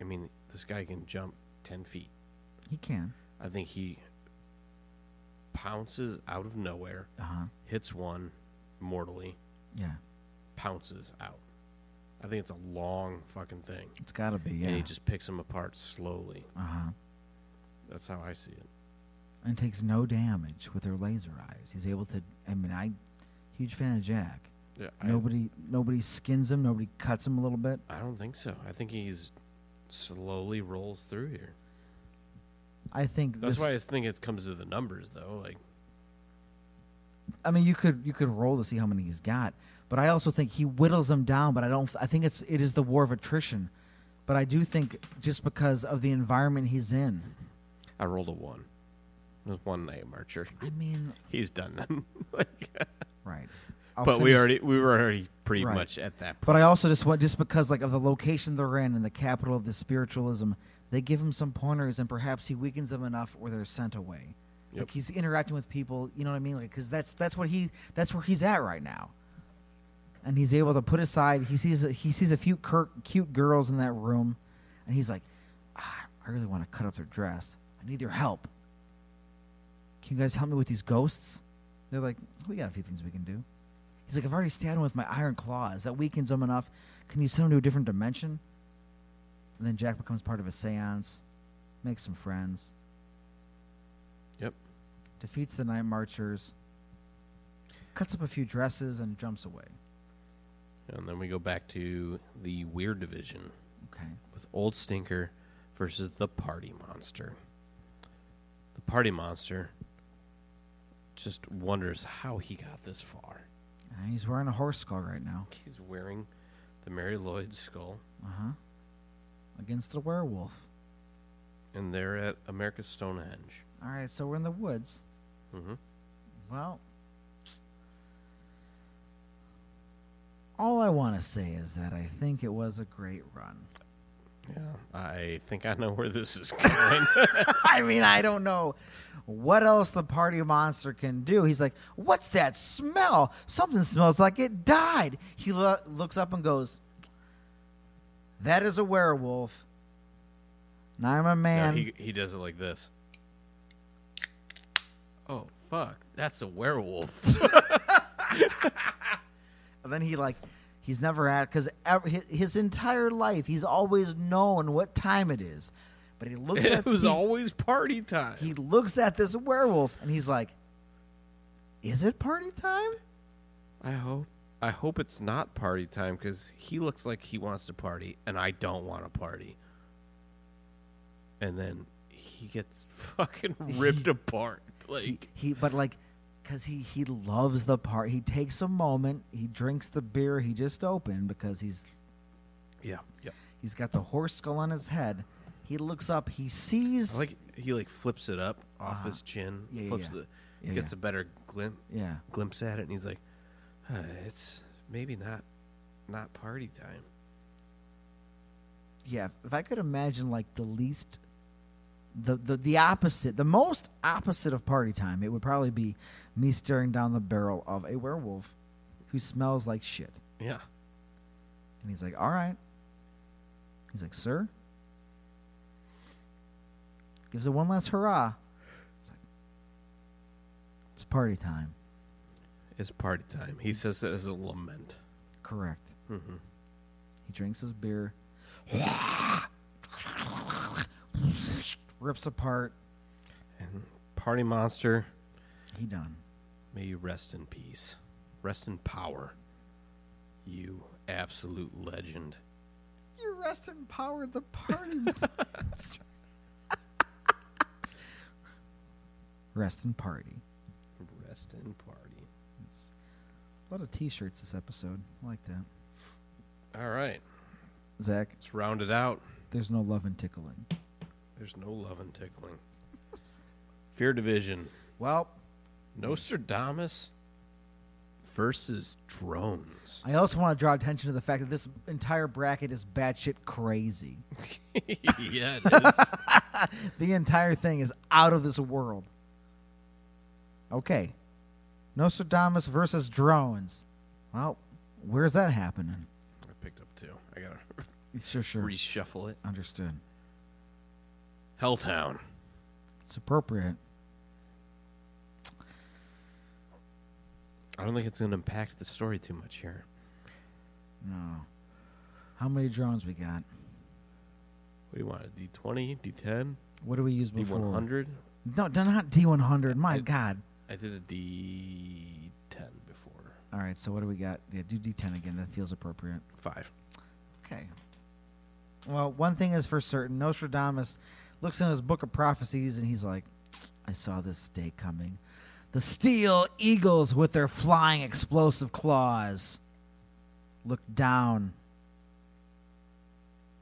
B: I mean, this guy can jump 10 feet.
A: He can.
B: I think he pounces out of nowhere,
A: Uh huh.
B: hits one mortally,
A: Yeah.
B: pounces out. I think it's a long fucking thing.
A: It's got to be. Yeah.
B: And he just picks him apart slowly.
A: uh huh.
B: That's how I see it.
A: and takes no damage with her laser eyes. He's able to. I mean, I huge fan of Jack.
B: Yeah,
A: Nobody, nobody skins him. Nobody cuts him a little bit.
B: I, I don't think so. I think he's slowly rolls through here.
A: I think
B: That's
A: this,
B: why I think it comes to the numbers, though. Like,
A: I mean, you could you could roll to see how many he's got, but I also think he whittles them down. But I don't. I think it's it is the war of attrition. But I do think just because of the environment he's in.
B: I rolled a one. It was one night marcher.
A: I mean,
B: He's done then. like,
A: right. I'll
B: but we
A: finish-
B: already we were already pretty
A: Right.
B: much at that point.
A: But I also just want, just because like of the location they're in and the capital of the spiritualism, they give him some pointers and perhaps he weakens them enough where they're sent away.
B: Yep.
A: Like he's interacting with people, you know what I mean? Like because that's that's what he that's where he's at right now. And he's able to put aside. He sees a, he sees a few cur- cute girls in that room, and he's like, ah, I really want to cut up their dress. I need your help. Can you guys help me with these ghosts? They're like, we got a few things we can do. He's like, I've already stabbed him with my iron claws. That weakens him enough. Can you send him to a different dimension? And then Jack becomes part of a seance, makes some friends,
B: Yep.
A: defeats the Night Marchers, cuts up a few dresses, and jumps away.
B: And then we go back to the weird division
A: Okay.
B: with Old Stinker versus the Party Monster. The Party Monster just wonders how he got this far.
A: And he's wearing a horse skull right now.
B: He's wearing the Mary Lloyd skull,
A: Uh huh. Against the werewolf.
B: and they're at America's Stonehenge.
A: All right, so we're in the woods.
B: Mm-hmm.
A: Well, all I want to say is that I think it was a great run.
B: Yeah, I think I know where this is going.
A: I mean, I don't know what else the party monster can do. He's like, What's that smell? Something smells like it died. He lo- looks up and goes, That is a werewolf. And I'm a
B: No,
A: man.
B: he he does it like this. Oh fuck! That's a werewolf.
A: And then he like he's never at because his, his entire life he's always known what time it is, but he looks
B: it
A: at
B: was
A: he,
B: always party time.
A: he looks at this werewolf and he's like, "Is it party time?"
B: I hope I hope it's not party time because he looks like he wants to party and I don't want to party. And then he gets fucking ripped apart. Like
A: He but like because he he loves the part. He takes a moment. He drinks the beer he just opened because he's
B: yeah, yeah.
A: he's got the horse skull on his head. He looks up. He sees
B: I like he like flips it up off his chin,
A: Uh-huh. Yeah, yeah,
B: flips
A: yeah.
B: the
A: Yeah,
B: gets
A: yeah.
B: a better glimpse
A: yeah.
B: glimpse at it and he's like, "Huh, it's maybe not not party time.
A: yeah if i could imagine like the least the, the the opposite the most opposite of party time it would probably be me staring down the barrel of a werewolf who smells like shit
B: Yeah.
A: and he's like all right he's like sir gives it one last hurrah it's like it's party time
B: It's party time. He says that as a lament.
A: correct he drinks his beer rips apart.
B: And Party Monster,
A: He done.
B: may you rest in peace. Rest in power. You absolute legend.
A: You rest in power of the party. rest in party.
B: Rest in party.
A: A lot of t-shirts this episode. I like that.
B: All right.
A: Zach,
B: Let's round it out.
A: there's no love in tickling.
B: There's no love and tickling. Fear Division.
A: Well,
B: Nostradamus versus drones.
A: I also want to draw attention to the fact that this entire bracket is batshit crazy.
B: yeah, it is.
A: The entire thing is out of this world. Okay. Nostradamus versus drones. Well, where's that happening?
B: I picked up two. I gotta
A: Sure, sure.
B: reshuffle it.
A: Understood.
B: Helltown.
A: It's appropriate.
B: I don't think it's gonna impact the story too much here.
A: No. How many drones we got?
B: What do you want? A D twenty, D ten,
A: What do we use
B: D
A: before?
B: one hundred?
A: No, d- not D100. My
B: It-
A: God.
B: I did a D ten before.
A: All right, so what do we got? Yeah, do D10 again. That feels appropriate.
B: Five.
A: Okay. Well, one thing is for certain Nostradamus looks in his book of prophecies and he's like, I saw this day coming. The steel eagles with their flying explosive claws look down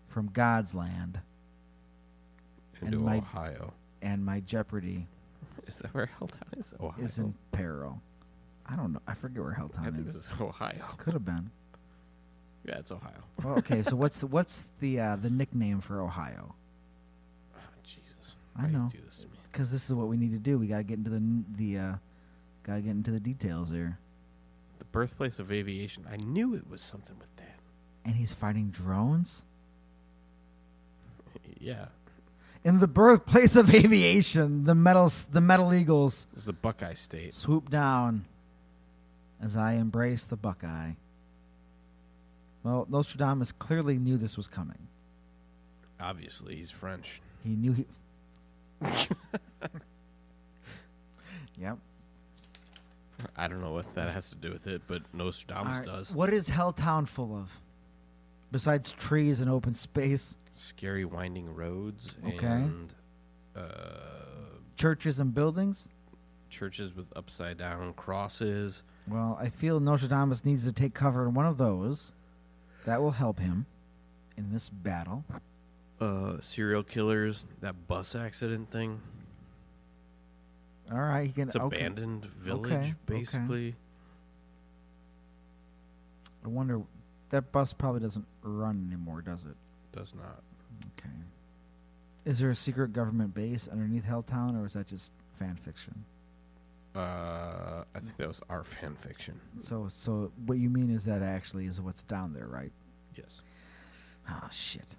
A: from God's land
B: Into
A: And my-
B: Ohio.
A: and my jeopardy
B: Is that where Helltown is? Ohio.
A: is in peril. I don't know. I forget where
B: I
A: Helltown
B: think this
A: is.
B: is Ohio.
A: Could have been.
B: Yeah, it's Ohio.
A: Well, okay, so what's the, what's the uh, the nickname for Ohio?
B: Oh, Jesus.
A: I
B: Why do you
A: know.
B: do this to me?
A: because this is what we need to do. We gotta get into the the uh, gotta get into the details here.
B: The birthplace of aviation. I knew it was something with that.
A: And he's fighting drones
B: Yeah.
A: in the birthplace of aviation. The metal the metal eagles
B: It was the Buckeye State.
A: swoop down as I embrace the Buckeye. Well, Nostradamus clearly knew this was coming.
B: Obviously, he's French.
A: He knew he. yep.
B: I don't know what that has to do with it, but Nostradamus
A: All right,
B: does.
A: What is Helltown full of? Besides trees and open space,
B: Scary winding roads
A: Okay.
B: and uh,
A: churches and buildings.
B: churches with upside down crosses.
A: Well, I feel Nostradamus needs to take cover in one of those. That will help him in this battle.
B: uh, serial killers, that bus accident thing.
A: All right, he can.
B: It's
A: okay.
B: abandoned village,
A: okay.
B: basically.
A: I wonder. That bus probably doesn't run anymore, does it?
B: Does not.
A: Okay. Is there a secret government base underneath Helltown, or is that just fan fiction?
B: Uh, I think that was our fan fiction.
A: So, so what you mean is that actually is what's down there, right?
B: Yes.
A: Oh shit.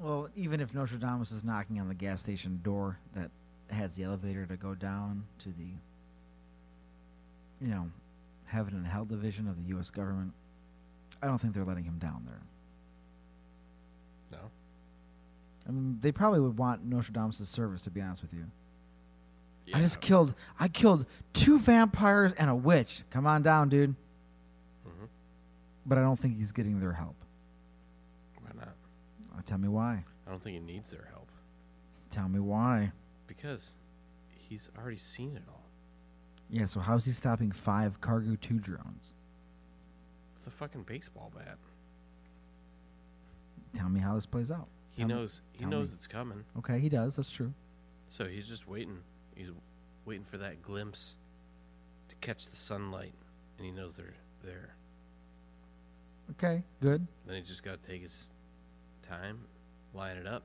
A: Well, even if Nostradamus is knocking on the gas station door that has the elevator to go down to the you know, heaven and hell division of the US government, I don't think they're letting him down there.
B: No.
A: I mean, they probably would want Nostradamus' service to be honest with you. I
B: Yeah.
A: just killed I killed two vampires and a witch. Come on down, dude.
B: Mhm.
A: But I don't think he's getting their help.
B: Why not?
A: Uh, Tell me why.
B: I don't think he needs their help
A: Tell me why.
B: because he's already seen it all.
A: Yeah, so how's he stopping five cargo two drones?
B: With a fucking baseball bat.
A: Tell me how this plays out.
B: He
A: Tell me-
B: knows. He
A: tell
B: knows
A: me.
B: it's coming.
A: Okay, he does. That's true.
B: So he's just waiting. He's waiting for that glimpse to catch the sunlight, and he knows they're there.
A: Okay, good.
B: Then he just got to take his time, line it up,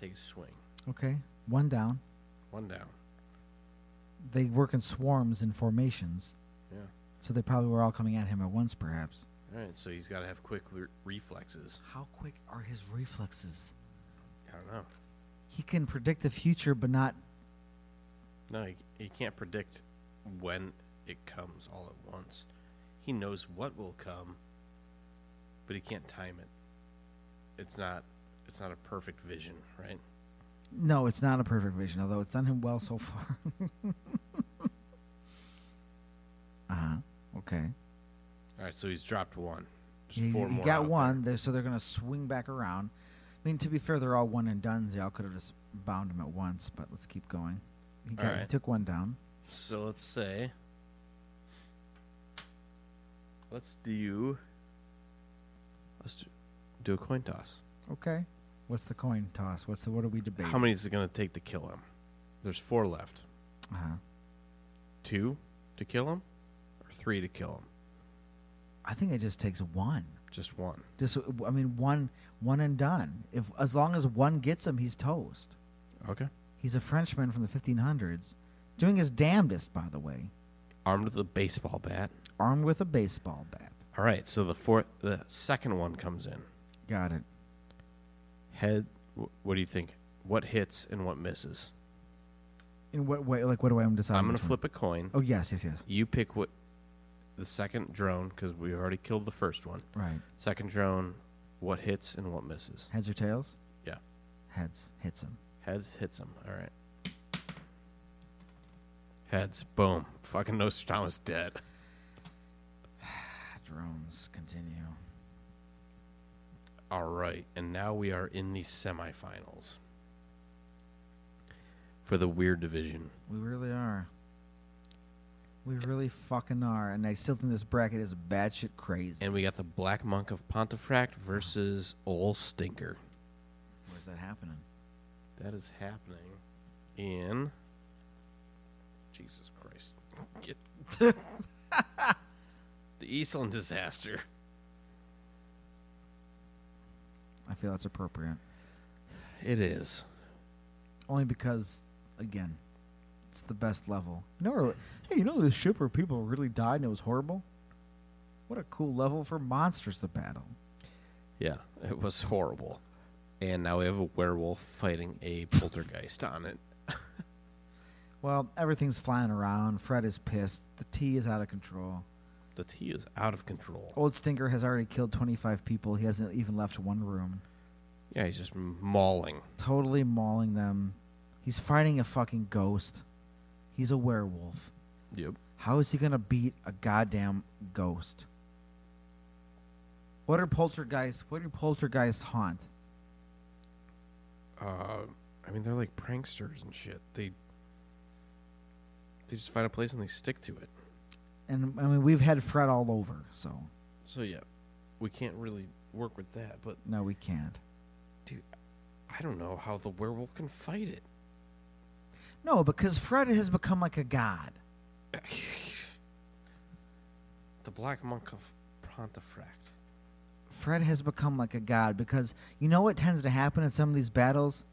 B: take a swing.
A: Okay, one down.
B: One down.
A: They work in swarms and formations,
B: Yeah.
A: so they probably were all coming at him at once, perhaps.
B: All right. So he's got to have quick re- reflexes.
A: How quick are his reflexes?
B: I don't know.
A: He can predict the future, but not.
B: No, he, he can't predict when it comes all at once. He knows what will come, but he can't time it. It's not. It's not a perfect vision, right?
A: No, it's not a perfect vision, although it's done him well so far. uh huh. Okay.
B: All right, so he's dropped one. There's
A: He,
B: four
A: he
B: more out
A: got
B: there.
A: one, there. so they're going to swing back around. I mean, to be fair, they're all one and done. They all could have just bound him at once, but let's keep going. He, got, he
B: Alright.
A: took one down.
B: So let's say. Let's do. Let's do, do a coin toss.
A: Okay. What's the coin toss? What's the what are we debating?
B: How many is it going to take to kill him? There's four left.
A: Uh-huh.
B: Two to kill him, or three to kill him?
A: I think it just takes one.
B: Just one.
A: Just I mean one one and done. If as long as one gets him, he's toast.
B: Okay.
A: He's a Frenchman from the 1500s, doing his damnedest, by the way,
B: Armed with a baseball bat.
A: armed with a baseball bat.
B: All right. So the fourth, the second one comes in.
A: Got it.
B: Head. wh- What do you think? What hits and what misses?
A: In what way? Like, what do I decide?
B: I'm going
A: which
B: to
A: one?
B: flip a coin.
A: Oh yes, yes, yes.
B: You pick what. The second drone, because we already killed the first one.
A: Right.
B: Second drone, what hits and what misses?
A: Heads or tails?
B: Yeah.
A: Heads hits him.
B: Heads hits him. All right. Heads. Boom. Fucking Nostradamus dead.
A: Ah, drones continue.
B: All right. And now we are in the semifinals for the weird division.
A: We really are. We really fucking are, and I still think this bracket is batshit crazy.
B: And we got the Black Monk of Pontefract versus Ol Stinker.
A: Where's that happening?
B: That is happening in. Jesus Christ. Get. the Eastland disaster.
A: I feel that's appropriate.
B: It is.
A: Only because, again, it's the best level. You know, where- hey, you know this ship where people really died and it was horrible? What a cool level for monsters to battle.
B: Yeah, it was horrible. And now we have a werewolf fighting a poltergeist on it.
A: Well, everything's flying around. Fred is pissed. The tea is out of control.
B: The tea is out of control.
A: Old Stinker has already killed 25 people. He hasn't even left one room.
B: Yeah, he's just mauling.
A: Totally mauling them. He's fighting a fucking ghost. He's a werewolf.
B: Yep.
A: How is he going to beat a goddamn ghost? What are poltergeists? What do poltergeists haunt?
B: Uh, I mean, they're like pranksters and shit. They they just find a place and they stick to it.
A: And I mean, we've had Fred all over, so
B: So yeah, we can't really work with that. But
A: no, we can't.
B: I don't know how the werewolf can fight it.
A: No, because Fred has become like a god.
B: The black monk of Pontefract.
A: Fred has become like a god because you know what tends to happen in some of these battles?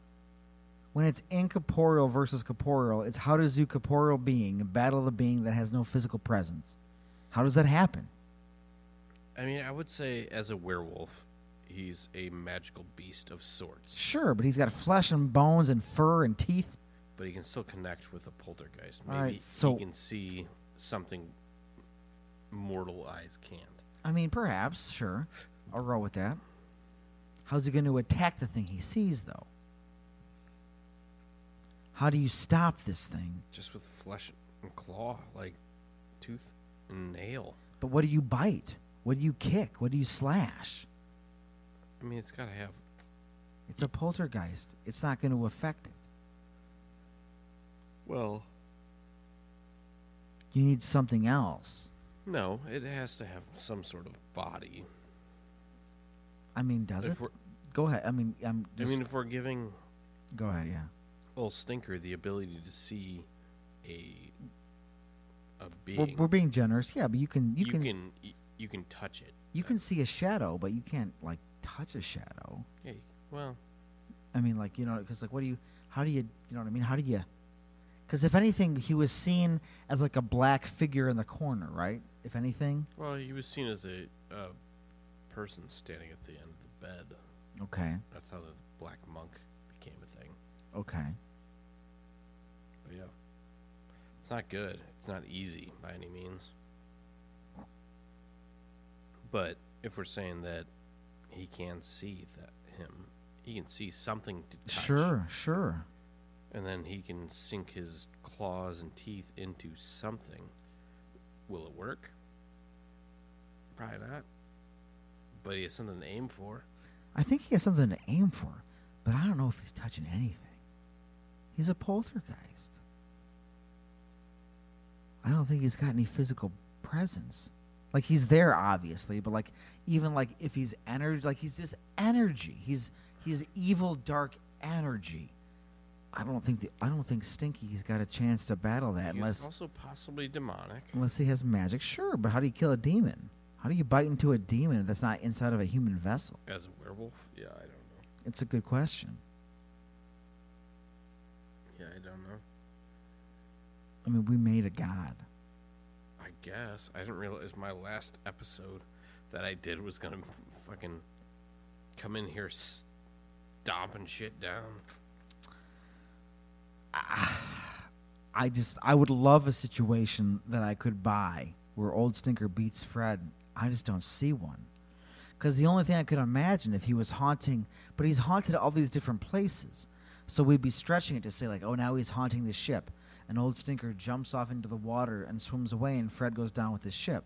A: When it's incorporeal versus corporeal, it's how does you corporeal being battle the being that has no physical presence? How does that happen?
B: I mean, I would say as a werewolf, he's a magical beast of sorts.
A: Sure, but he's got flesh and bones and fur and teeth.
B: but he can still connect with a poltergeist.
A: All
B: Maybe
A: right, so-
B: he can see something mortal eyes can't.
A: I mean, perhaps, sure. I'll roll with that. How's he going to attack the thing he sees, though? How do you stop this thing?
B: Just with flesh and claw, like tooth and nail.
A: But what do you bite? What do you kick? What do you slash?
B: I mean, it's got to have.
A: It's a poltergeist. It's not going to affect it.
B: Well,
A: You need something else.
B: no, it has to have some sort of body.
A: I mean, does
B: If
A: it?
B: we're-
A: Go ahead. I mean, I'm
B: I
A: just
B: mean, if we're giving
A: go ahead. Yeah.
B: old Stinker the ability to see a a
A: We're,
B: being,
A: we're being generous. Yeah, but you can you,
B: you
A: can,
B: can y- you can touch it.
A: you can see a shadow, but you can't like touch a shadow.
B: Yeah, you- well,
A: I mean, like you know, because like, what do you? How do you? You know what I mean? How do you? Because if anything, he was seen as like a black figure in the corner, right? If anything,
B: well, he was seen as a, a person standing at the end of the bed.
A: okay,
B: That's how the black monk became a thing.
A: okay.
B: But yeah. It's not good. It's not easy by any means. But if we're saying that he can see that him, He can see something to touch.
A: Sure, sure.
B: And then he can sink his claws and teeth into something. Will it work? Probably not. But he has something to aim for.
A: I think he has something to aim for, but I don't know if he's touching anything. He's a poltergeist. I don't think he's got any physical presence. Like he's there obviously, but like even like if he's energy, like he's just energy. He's he's evil dark energy. I don't think the, I don't think Stinky's got a chance to battle that
B: He is
A: unless
B: also possibly demonic.
A: unless he has magic. Sure, but how do you kill a demon? How do you bite into a demon that's not inside of a human vessel?
B: As a werewolf? Yeah, I don't know.
A: It's a good question.
B: Yeah, I don't know.
A: I mean, we made a god.
B: I guess I didn't realize my last episode that I did was gonna fucking come in here stomping shit down.
A: I just I would love a situation that I could buy where old stinker beats Fred. I just don't see one. Cuz the only thing I could imagine if he was haunting, but he's haunted all these different places. So we'd be stretching it to say like, "Oh, now he's haunting the ship." And old stinker jumps off into the water and swims away and Fred goes down with the ship.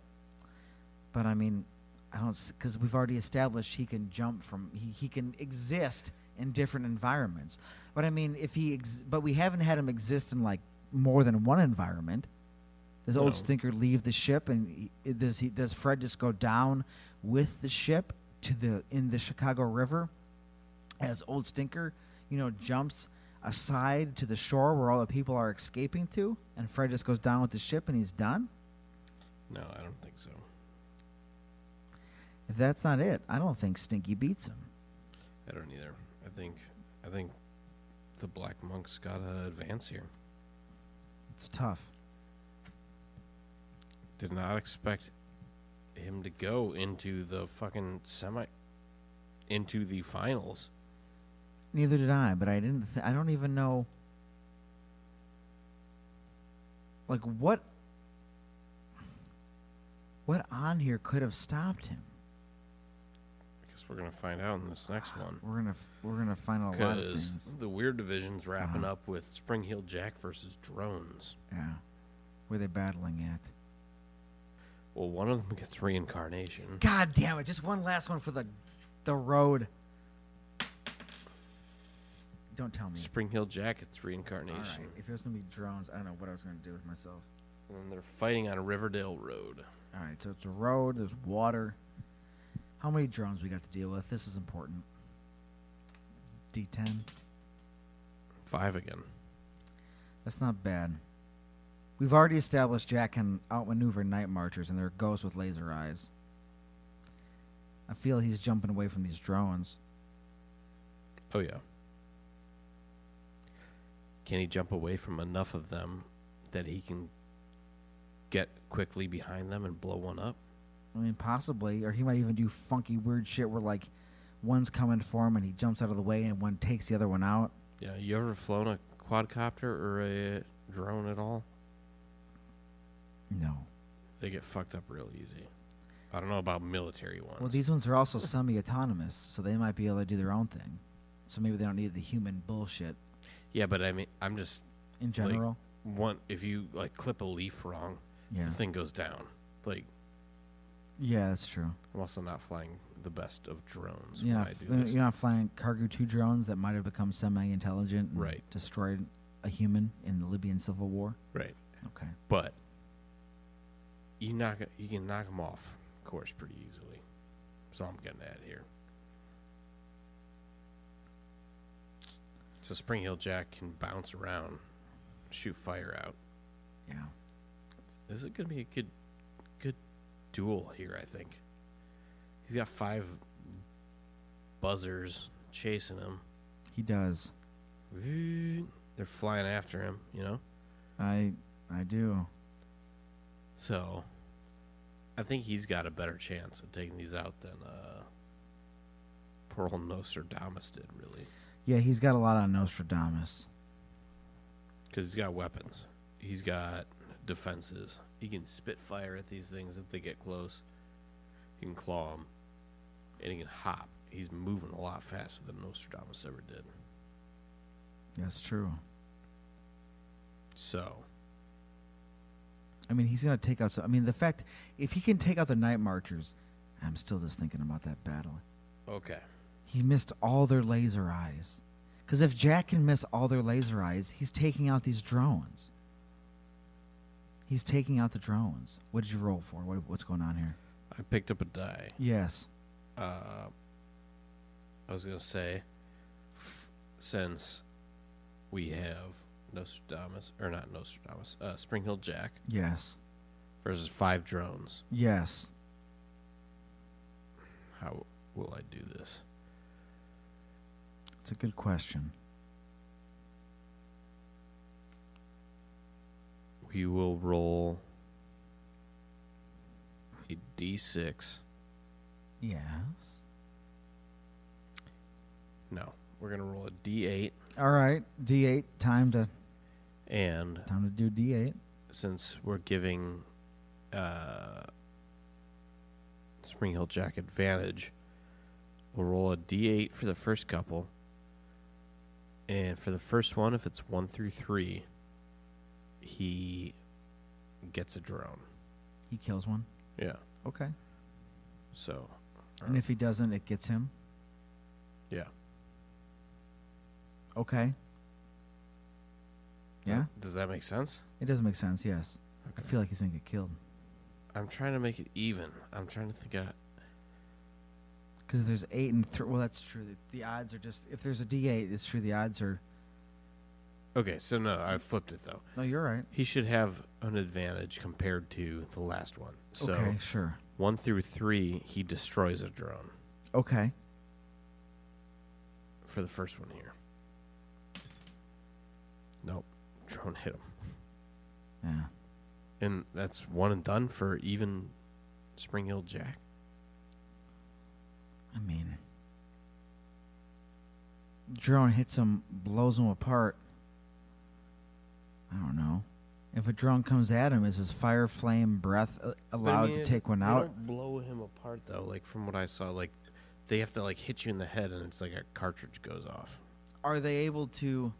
A: But I mean, I don't because we've already established he can jump from he, he can exist in different environments. But I mean, if he ex- but we haven't had him exist in like more than one environment. Does
B: No.
A: old stinker leave the ship and he, does he does Fred just go down with the ship to the in the Chicago River as old stinker you know jumps aside to the shore where all the people are escaping to and Fred just goes down with the ship and he's done?
B: No, I don't think so.
A: If that's not it, I don't think Stinky beats him.
B: I don't either. I think I think the black monks gotta advance here.
A: It's tough.
B: Did not expect him to go into the fucking semi into the finals.
A: Neither did I, but I didn't. Th- I don't even know. Like what? What on here could have stopped him?
B: I guess we're gonna find out in this next one.
A: We're gonna f- we're gonna find out a lot of
B: Because
A: things.
B: the weird division's wrapping
A: Uh-huh.
B: up with Spring Heel Jack versus drones.
A: Yeah, were they battling at?
B: Well, one of them gets reincarnation.
A: God damn it! Just one last one for the the road. Don't tell me.
B: Spring Heel Jack gets
A: Mm. All
B: reincarnation.
A: right. If it was gonna be drones, I don't know what I was gonna do with myself.
B: And then they're fighting on Riverdale Road.
A: All right, so it's a road. There's water. How many drones we got to deal with? This is important. D10.
B: Five again.
A: That's not bad. We've already established Jack can outmaneuver night marchers and their ghosts with laser eyes. I feel he's jumping away from these drones.
B: Oh, yeah. Can he jump away from enough of them that he can get quickly behind them and blow one up?
A: I mean, possibly, or he might even do funky, weird shit where like one's coming for him and he jumps out of the way and one takes the other one out.
B: Yeah, you ever flown a quadcopter or a drone at all?
A: No.
B: They get fucked up real easy. I don't know about military ones.
A: Well, these ones are also semi-autonomous, so they might be able to do their own thing. So maybe they don't need the human bullshit
B: yeah, but I mean, I'm just
A: in general.
B: one if you like clip a leaf wrong,
A: yeah.
B: the thing goes down. Like
A: Yeah, that's true.
B: I'm also not flying the best of drones
A: You're
B: when
A: not,
B: I do
A: fl-
B: this.
A: you're not flying Cargo 2 drones that might have become semi-intelligent and
B: Right.
A: destroyed a human in the Libyan civil war.
B: Right,
A: Okay.
B: but you knock it- you can knock them off course pretty easily. So I'm getting at here. So Spring Hill Jack can bounce around, shoot fire out.
A: Yeah.
B: This is gonna be a good, good duel here. I think he's got five buzzers chasing him.
A: He does.
B: They're flying after him, you know?
A: I I do.
B: So I think he's got a better chance of taking these out than uh poor old Nostradamus did, really.
A: Yeah, he's got a lot on Nostradamus.
B: Because he's got weapons. He's got defenses. He can spit fire at these things if they get close. He can claw them. And he can hop. he's moving a lot faster than Nostradamus ever did.
A: That's true.
B: So
A: I mean, he's going to take out. So, I mean, the fact if he can take out the night marchers, I'm still just thinking about that battle.
B: okay,
A: He missed all their laser eyes. Because if Jack can miss all their laser eyes, he's taking out these drones. He's taking out the drones. What did you roll for? What, what's going on here?
B: I picked up a die.
A: Yes.
B: Uh, I was gonna say since we have Nostradamus or not Nostradamus, uh, Spring Hill Jack
A: Yes.
B: versus five drones.
A: Yes.
B: How will I do this?
A: It's a good question.
B: We will roll a d6.
A: Yes.
B: No, we're gonna roll a d8,
A: All right. D8. Time to
B: and
A: time to do D8.
B: since we're giving uh, Spring Hill Jack advantage, we'll roll a d8 for the first couple. And for the first one, if it's 1 through 3, he gets a drone.
A: He kills one.
B: Yeah.
A: Okay.
B: So,
A: And if he doesn't, it gets him.
B: yeah.
A: Okay. Yeah.
B: Does that make sense?
A: It does make sense. Yes. I feel like he's gonna get killed
B: I'm trying to make it even. I'm trying to think of.
A: because there's eight and three. Well, that's true. The, the odds are just if there's a D8, it's true. The odds are.
B: Okay, so no, I flipped it though.
A: No, you're right.
B: He should have an advantage compared to the last one. So,
A: okay. Sure.
B: one through three, he destroys a drone
A: Okay.
B: for the first one here. Nope, drone hit him,
A: Yeah.
B: and that's one and done for even Spring Hill Jack.
A: I mean, drone hits him, blows him apart. I don't know. If a drone comes at him, is his fire, flame, breath uh, allowed to take one out?
B: blow him apart though. Like from what I saw, like they have to like hit you in the head, and it's like a cartridge goes off.
A: Are they able to?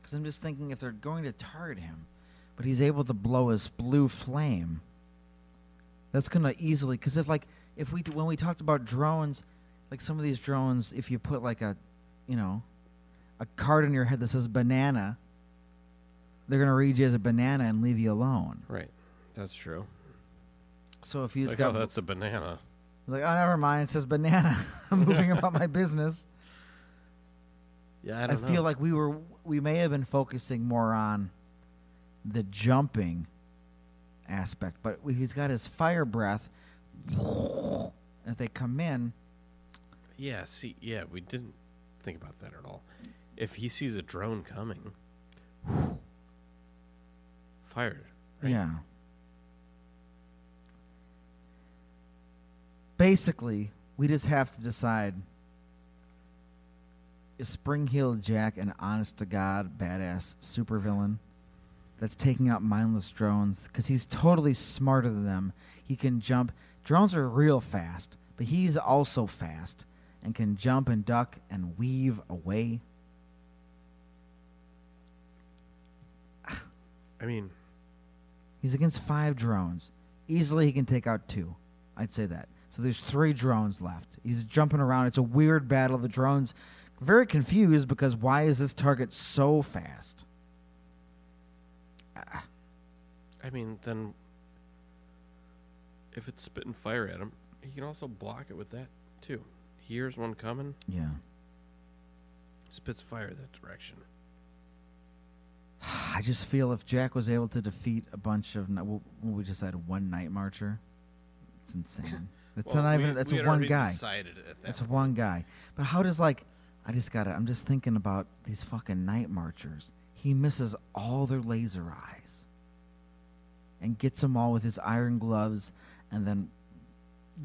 A: Because I'm just thinking if they're going to target him, but he's able to blow his blue flame. That's gonna easily because if like if we when we talked about drones, like some of these drones, if you put like a, you know, a card on your head that says banana, they're gonna read you as a banana and leave you alone.
B: Right, that's true.
A: So if you just
B: Like,
A: got
B: oh, that's a banana.
A: like oh never mind, it says banana. I'm moving about my business.
B: Yeah, I
A: I,
B: don't know.
A: feel like we were we may have been focusing more on the jumping aspect, but we- he's got his fire breath. If they come in,
B: Yeah, see, yeah, we didn't think about that at all. If he sees a drone coming, fired. Right.
A: yeah. Basically, we just have to decide: is Spring Hill Jack an honest to god badass supervillain? that's taking out mindless drones because he's totally smarter than them. He can jump. Drones are real fast, but he's also fast and can jump and duck and weave away.
B: I mean,
A: He's against five drones. Easily, he can take out two. I'd say that. So there's three drones left. He's jumping around. It's a weird battle. The drones very confused because why is this target so fast?
B: I mean, then if it's spitting fire at him, he can also block it with that too. He hears one coming,
A: Yeah.
B: spits fire that direction.
A: I just feel if Jack was able to defeat a bunch of, ni- well, we just had one night marcher. It's insane. That's
B: Well,
A: not
B: we-
A: even. That's
B: we
A: a
B: had
A: one
B: already
A: guy.
B: Decided at that
A: That's
B: point.
A: one guy. But how does like? I just got to I'm just thinking about these fucking night marchers. He misses all their laser eyes, and gets them all with his iron gloves, and then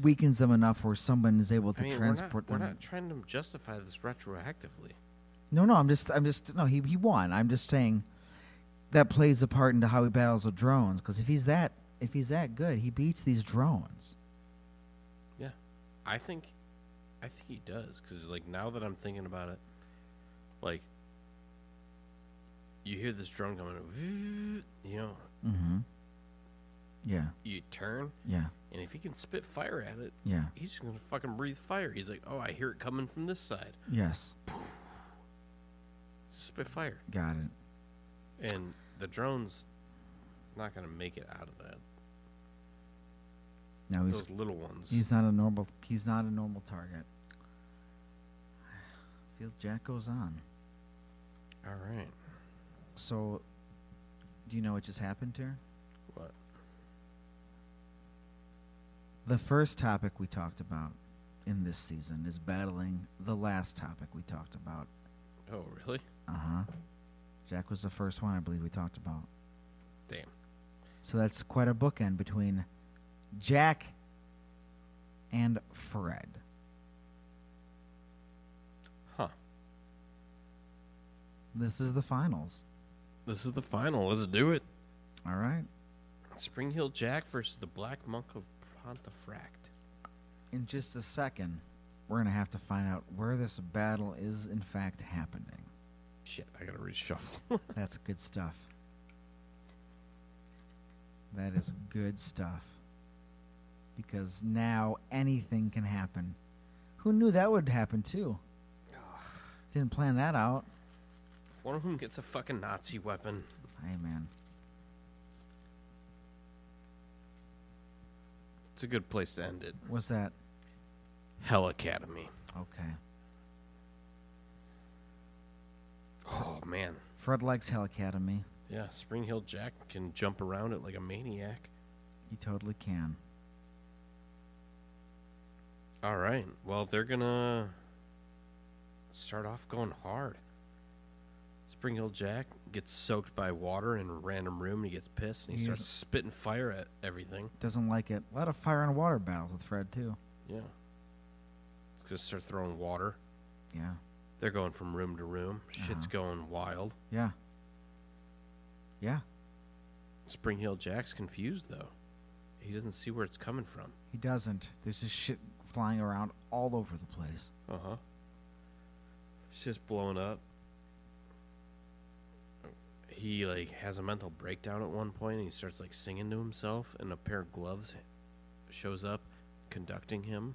A: weakens them enough where someone is able to
B: I mean, we're not,
A: transport
B: we're
A: them.
B: not trying to justify this retroactively.
A: No, no, I'm just, I'm just, no, he, he won. I'm just saying that plays a part into how he battles the drones. Because if he's that, if he's that good, he beats these drones.
B: Yeah. I think I think he does because like now that I'm thinking about it, like you hear this drum coming, you know,
A: Mm-hmm. Yeah.
B: you turn,
A: Yeah.
B: and if he can spit fire at it,
A: Yeah.
B: he's just gonna fucking breathe fire. He's like, oh, I hear it coming from this side,
A: Yes.
B: spit fire,
A: Got it.
B: and the drone's not gonna make it out of that.
A: No, he's
B: Those little ones.
A: he's not a normal he's not a normal target. Feels Jack goes on.
B: All right,
A: So, do you know what just happened here?
B: what?
A: The first topic we talked about in this season is battling the last topic we talked about.
B: Oh, really?
A: Uh huh. Jack was the first one I believe we talked about.
B: Damn.
A: So that's quite a bookend between Jack and Fred.
B: Huh.
A: This is the finals.
B: This is the final. Let's do it.
A: All right.
B: Spring Hill Jack versus the Black Monk of Pontefract.
A: In just a second, we're going to have to find out where this battle is, in fact, happening.
B: Shit, I gotta reshuffle.
A: That's good stuff. That is good stuff. Because now anything can happen. Who knew that would happen too? Didn't plan that out.
B: One of them gets a fucking Nazi weapon.
A: Hey man.
B: It's a good place to end it.
A: What's that?
B: Hell Academy.
A: Okay.
B: Oh man.
A: Fred likes Hell Academy.
B: Yeah, Spring Hill Jack can jump around it like a maniac.
A: He totally can.
B: All right. Well, they're gonna start off going hard. Spring Hill Jack gets soaked by water in a random room and he gets pissed and he
A: He's-
B: starts spitting fire at everything.
A: Doesn't like it. A lot of fire and water battles with Fred too.
B: Yeah. He's gonna start throwing water.
A: Yeah.
B: They're going from room to room.
A: Uh-huh.
B: Shit's going wild.
A: Yeah. Yeah.
B: Spring Hill Jack's confused though. He doesn't see where it's coming from.
A: He doesn't. There's just shit flying around all over the place.
B: Uh huh. Shit's blowing up. He like has a mental breakdown at one point, and he starts like singing to himself, and a pair of gloves shows up, conducting him.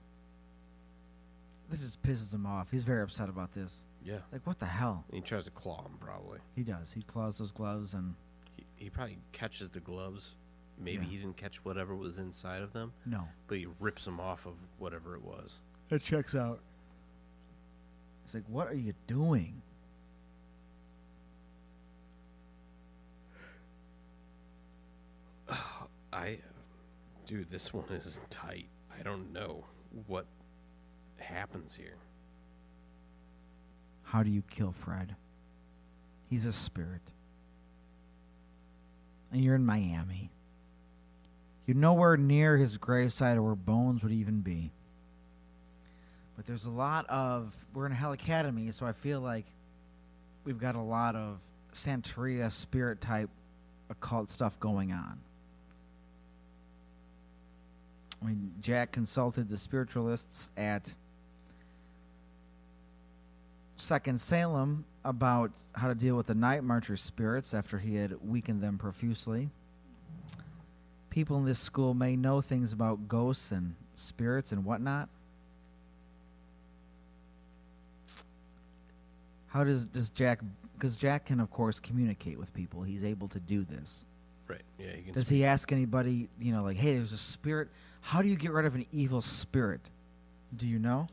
A: This just pisses him off. He's very upset about this.
B: Yeah.
A: Like, what the hell?
B: And he tries to claw him probably.
A: He does. He claws those gloves and
B: He, he probably catches the gloves. Maybe
A: Yeah.
B: he didn't catch whatever was inside of them,
A: no,
B: but he rips them off of whatever it was.
A: it checks out. It's like, what are you doing?
B: I, dude, this one is tight. I don't know what happens here.
A: How do you kill Fred? He's a spirit. And you're in Miami. You're nowhere near his gravesite or where bones would even be. But there's a lot of. We're in Hell Academy, so I feel like we've got a lot of Santeria spirit type occult stuff going on. I mean, Jack consulted the spiritualists at Second Salem about how to deal with the Night Marcher spirits after he had weakened them profusely. People in this school may know things about ghosts and spirits and whatnot. How does does Jack? Because Jack can, of course, communicate with people. He's able to do this.
B: Right. Yeah. He can
A: Does he ask anybody? You know, like, hey, there's a spirit. How do you get rid of an evil spirit? Do you know?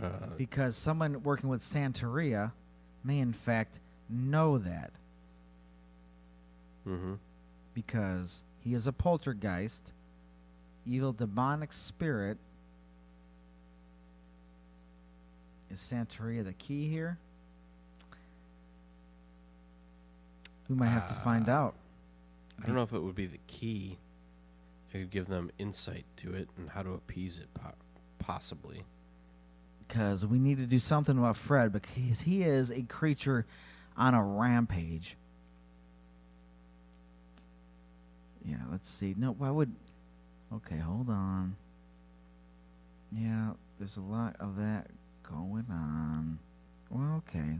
B: Uh,
A: because someone working with Santeria may, in fact, know that
B: mm-hmm.
A: because he is a poltergeist, evil demonic spirit. Is Santeria the key here? We might have to find
B: Uh,
A: out.
B: I don't know if it would be the key. It could give them insight to it and how to appease it, po- possibly.
A: because we need to do something about Fred because he is a creature on a rampage. Yeah, let's see. No, why would? Okay, hold on. Yeah, there's a lot of that going on. Well, okay.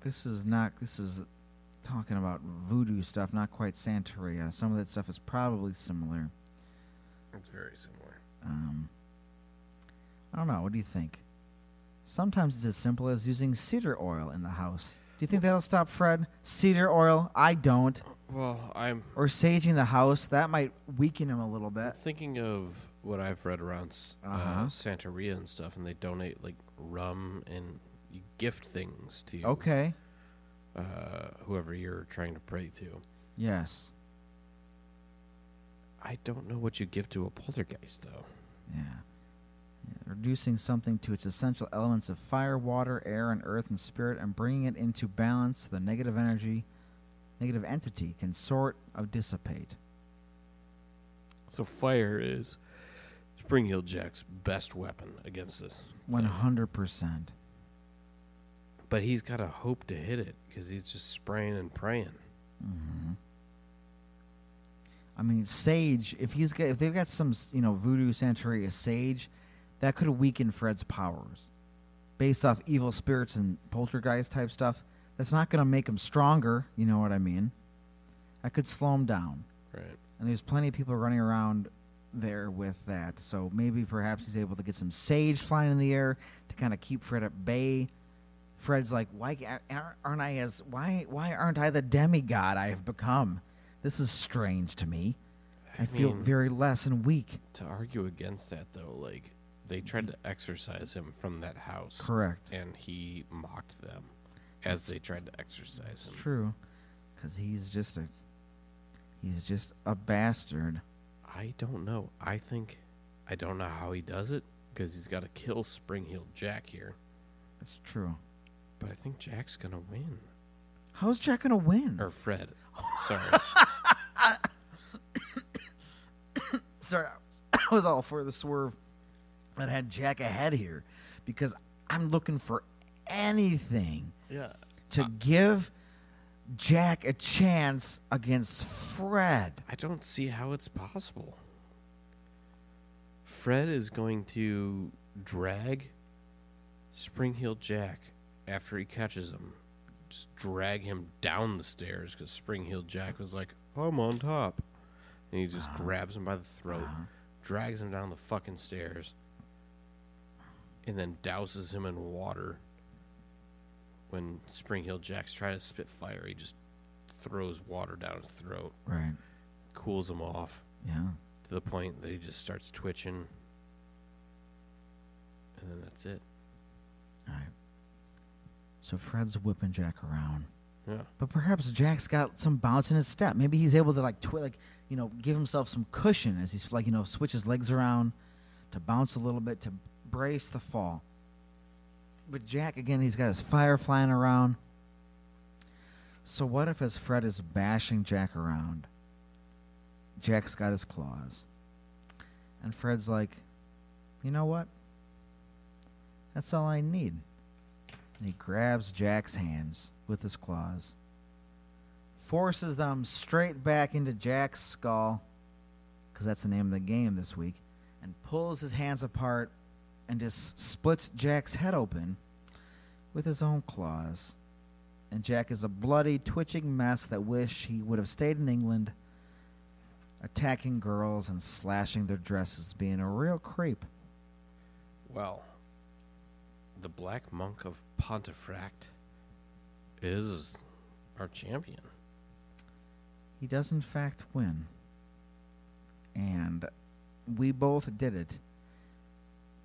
A: This is not. This is talking about voodoo stuff, not quite Santeria. Some of that stuff is probably similar.
B: It's very similar.
A: Um, I don't know. What do you think? Sometimes it's as simple as using cedar oil in the house. Do you think that'll stop Fred? Cedar oil? I don't.
B: Well, I'm
A: Or saging the house? That might weaken him a little bit.
B: thinking of what I've read around s- uh
A: Uh-huh.
B: Santeria and stuff, and they donate like rum and you gift things to
A: Okay.
B: uh, whoever you're trying to pray to.
A: Yes.
B: I don't know what you give to a poltergeist though.
A: Yeah. Yeah, Reducing something to its essential elements of fire, water, air, and earth and spirit, and bringing it into balance, the negative energy, negative entity can sort of dissipate.
B: So fire is Spring Hill Jack's best weapon against this,
A: 100%.
B: but he's got to hope to hit it because he's just spraying and praying.
A: I mean, sage. If he's got, if they've got some, you know, voodoo Santeria sage, that could weaken Fred's powers, based off evil spirits and poltergeist type stuff. That's not going to make him stronger. You know what I mean? That could slow him down.
B: Right.
A: And there's plenty of people running around there with that. So maybe perhaps he's able to get some sage flying in the air to kind of keep Fred at bay. Fred's like, why ca- aren't- aren't I as why why aren't I the demigod I have become? This is strange to me. I, feel
B: mean-
A: very less and weak.
B: To argue against that though, like they tried to exorcise him from that house.
A: Correct.
B: and he mocked them as they tried to exercise
A: It's
B: him.
A: true, because he's just a he's just a bastard.
B: I don't know. I think I don't know how he does it because he's got to kill Springheel Jack here.
A: It's true.
B: But I think Jack's gonna win
A: How's Jack gonna win?
B: or Fred. Sorry,
A: sorry, I was all for the swerve that had Jack ahead here because I'm looking for anything
B: yeah,
A: to give Jack a chance against Fred.
B: I don't see how it's possible. Fred is going to drag Springheel Jack after he catches him. Just drag him down the stairs because Springheel Jack was like, I'm on top. And he just grabs him by the throat, drags him down the fucking stairs, and then douses him in water. When Springheel Jack's trying to spit fire, he just throws water down his throat
A: Right.
B: cools him off
A: Yeah.
B: to the point that he just starts twitching. And then that's it.
A: All right. So Fred's whipping Jack around.
B: Yeah.
A: But perhaps Jack's got some bounce in his step. Maybe he's able to like twi- like you know give himself some cushion as he's like you know switch his legs around to bounce a little bit to brace the fall. But Jack again, he's got his fire flying around. So what if as Fred is bashing Jack around, Jack's got his claws, and Fred's like, you know what? That's all I need and he grabs Jack's hands with his claws, forces them straight back into Jack's skull, 'cause that's the name of the game this week, and pulls his hands apart and just splits Jack's head open with his own claws. And Jack is a bloody, twitching mess that wish he would have stayed in England, attacking girls and slashing their dresses, being a real creep.
B: Well, the Black Monk of Pontefract is our champion.
A: He does, in fact, win. And we both did it.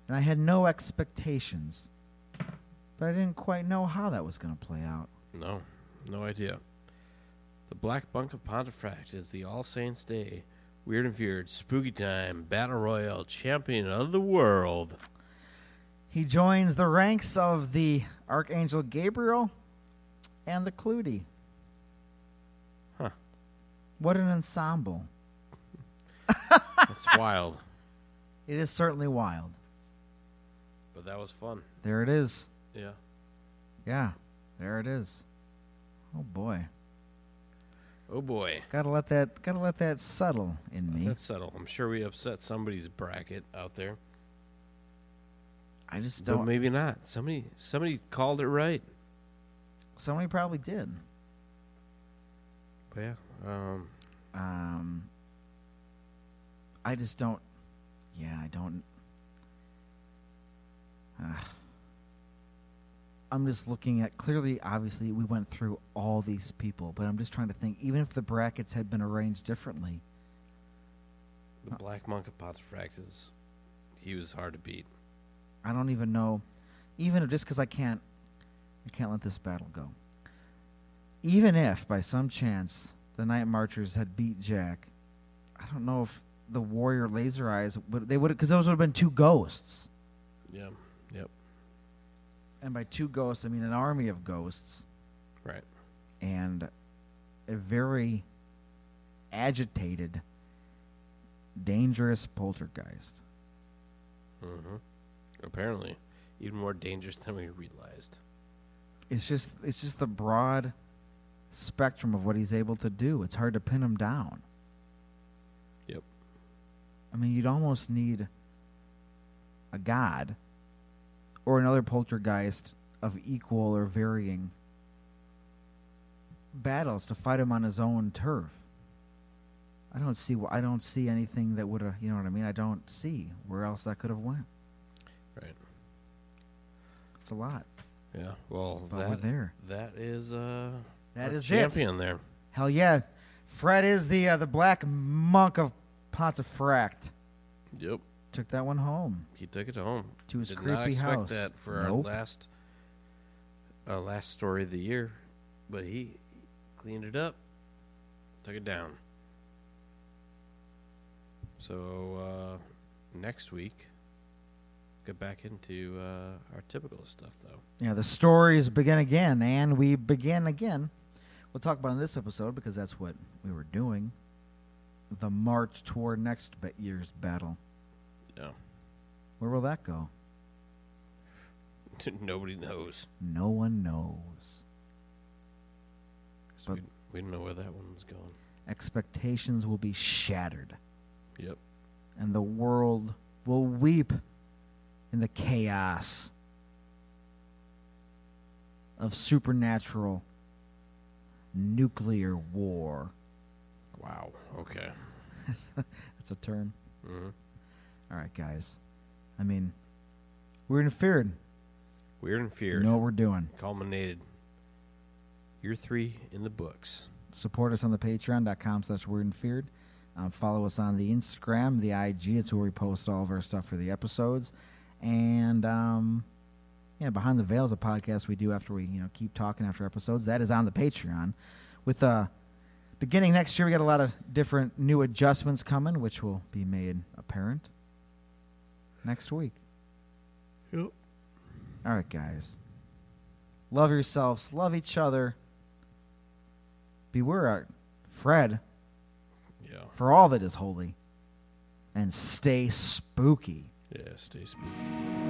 A: And I had no expectations. But I didn't quite know how that was going to play out.
B: No, no idea. The Black Monk of Pontefract is the All Saints Day, Weird and Feared, Spooky Time, Battle Royal, Champion of the World.
A: He joins the ranks of the Archangel Gabriel and the Clutie.
B: Huh.
A: What an ensemble.
B: That's wild.
A: It is certainly wild.
B: But that was fun.
A: There it is.
B: Yeah.
A: Yeah, there it is. Oh boy.
B: Oh boy.
A: Gotta let that gotta let that settle in me.
B: That's settle. I'm sure we upset somebody's bracket out there.
A: I just
B: But
A: don't.
B: maybe not. Somebody somebody called it right.
A: Somebody probably did.
B: But yeah. Um,
A: Um, I just don't. Yeah, I don't. Ah. I'm just looking at clearly, obviously, we went through all these people, but I'm just trying to think. Even if the brackets had been arranged differently, Uh
B: the Black Monk of Potsfraxes, he was hard to beat.
A: I don't even know. Even if just because I can't, I can't let this battle go. Even if by some chance the Night Marchers had beat Jack, I don't know if the Warrior Laser Eyes would. They would because those would have been two ghosts.
B: Yeah. Yep.
A: and by two ghosts, I mean an army of ghosts
B: Right.
A: and a very agitated, dangerous poltergeist.
B: Mm-hmm. Apparently, even more dangerous than we realized.
A: It's just it's just the broad spectrum of what he's able to do. It's hard to pin him down.
B: Yep.
A: I mean, you'd almost need a god or another poltergeist of equal or varying battles to fight him on his own turf. I don't see. wh- I don't see anything that would. have You know what I mean? I don't see where else that could have went.
B: Right.
A: It's a lot,
B: Yeah. Well,
A: but we're
B: that
A: there.
B: that is uh
A: That
B: our
A: is it.
B: champion there.
A: Hell yeah, Fred is the uh, the black monk of Pontefract.
B: Yep.
A: Took that one home.
B: He took it home.
A: To his
B: Did not
A: creepy
B: expect
A: house.
B: that for
A: Nope.
B: our last uh, last story of the year, but he cleaned it up, took it down. So uh, next week, get back into uh, our typical stuff though.
A: Yeah, the stories begin again, and we begin again. We'll talk about it in this episode because that's what we were doing. The march toward next ba- year's battle.
B: Yeah.
A: Where will that go?
B: Nobody knows.
A: No one knows.
B: 'cause
A: But-
B: we, we don't know where that one was going.
A: Expectations will be shattered,
B: Yep.
A: and the world will weep in the chaos of supernatural nuclear war.
B: Wow. Okay.
A: That's a term.
B: hmm
A: All right, guys. I mean, we're in fear.
B: Weird and
A: You
B: feared.
A: know what we're doing.
B: Culminated. Year three in the books.
A: Support us on the patreon.com slash weird and feared. Um, follow us on the Instagram, the IG. It's where we post all of our stuff for the episodes. And, um, yeah, Behind the Veil is a podcast we do after we, you know, keep talking after episodes. That is on the Patreon. With, uh, beginning next year, we got a lot of different new adjustments coming, which will be made apparent next week.
B: Yep.
A: All right, guys. Love yourselves. Love each other. Beware our Fred
B: Yeah.
A: for all that is holy. And stay spooky.
B: Yeah. Stay spooky.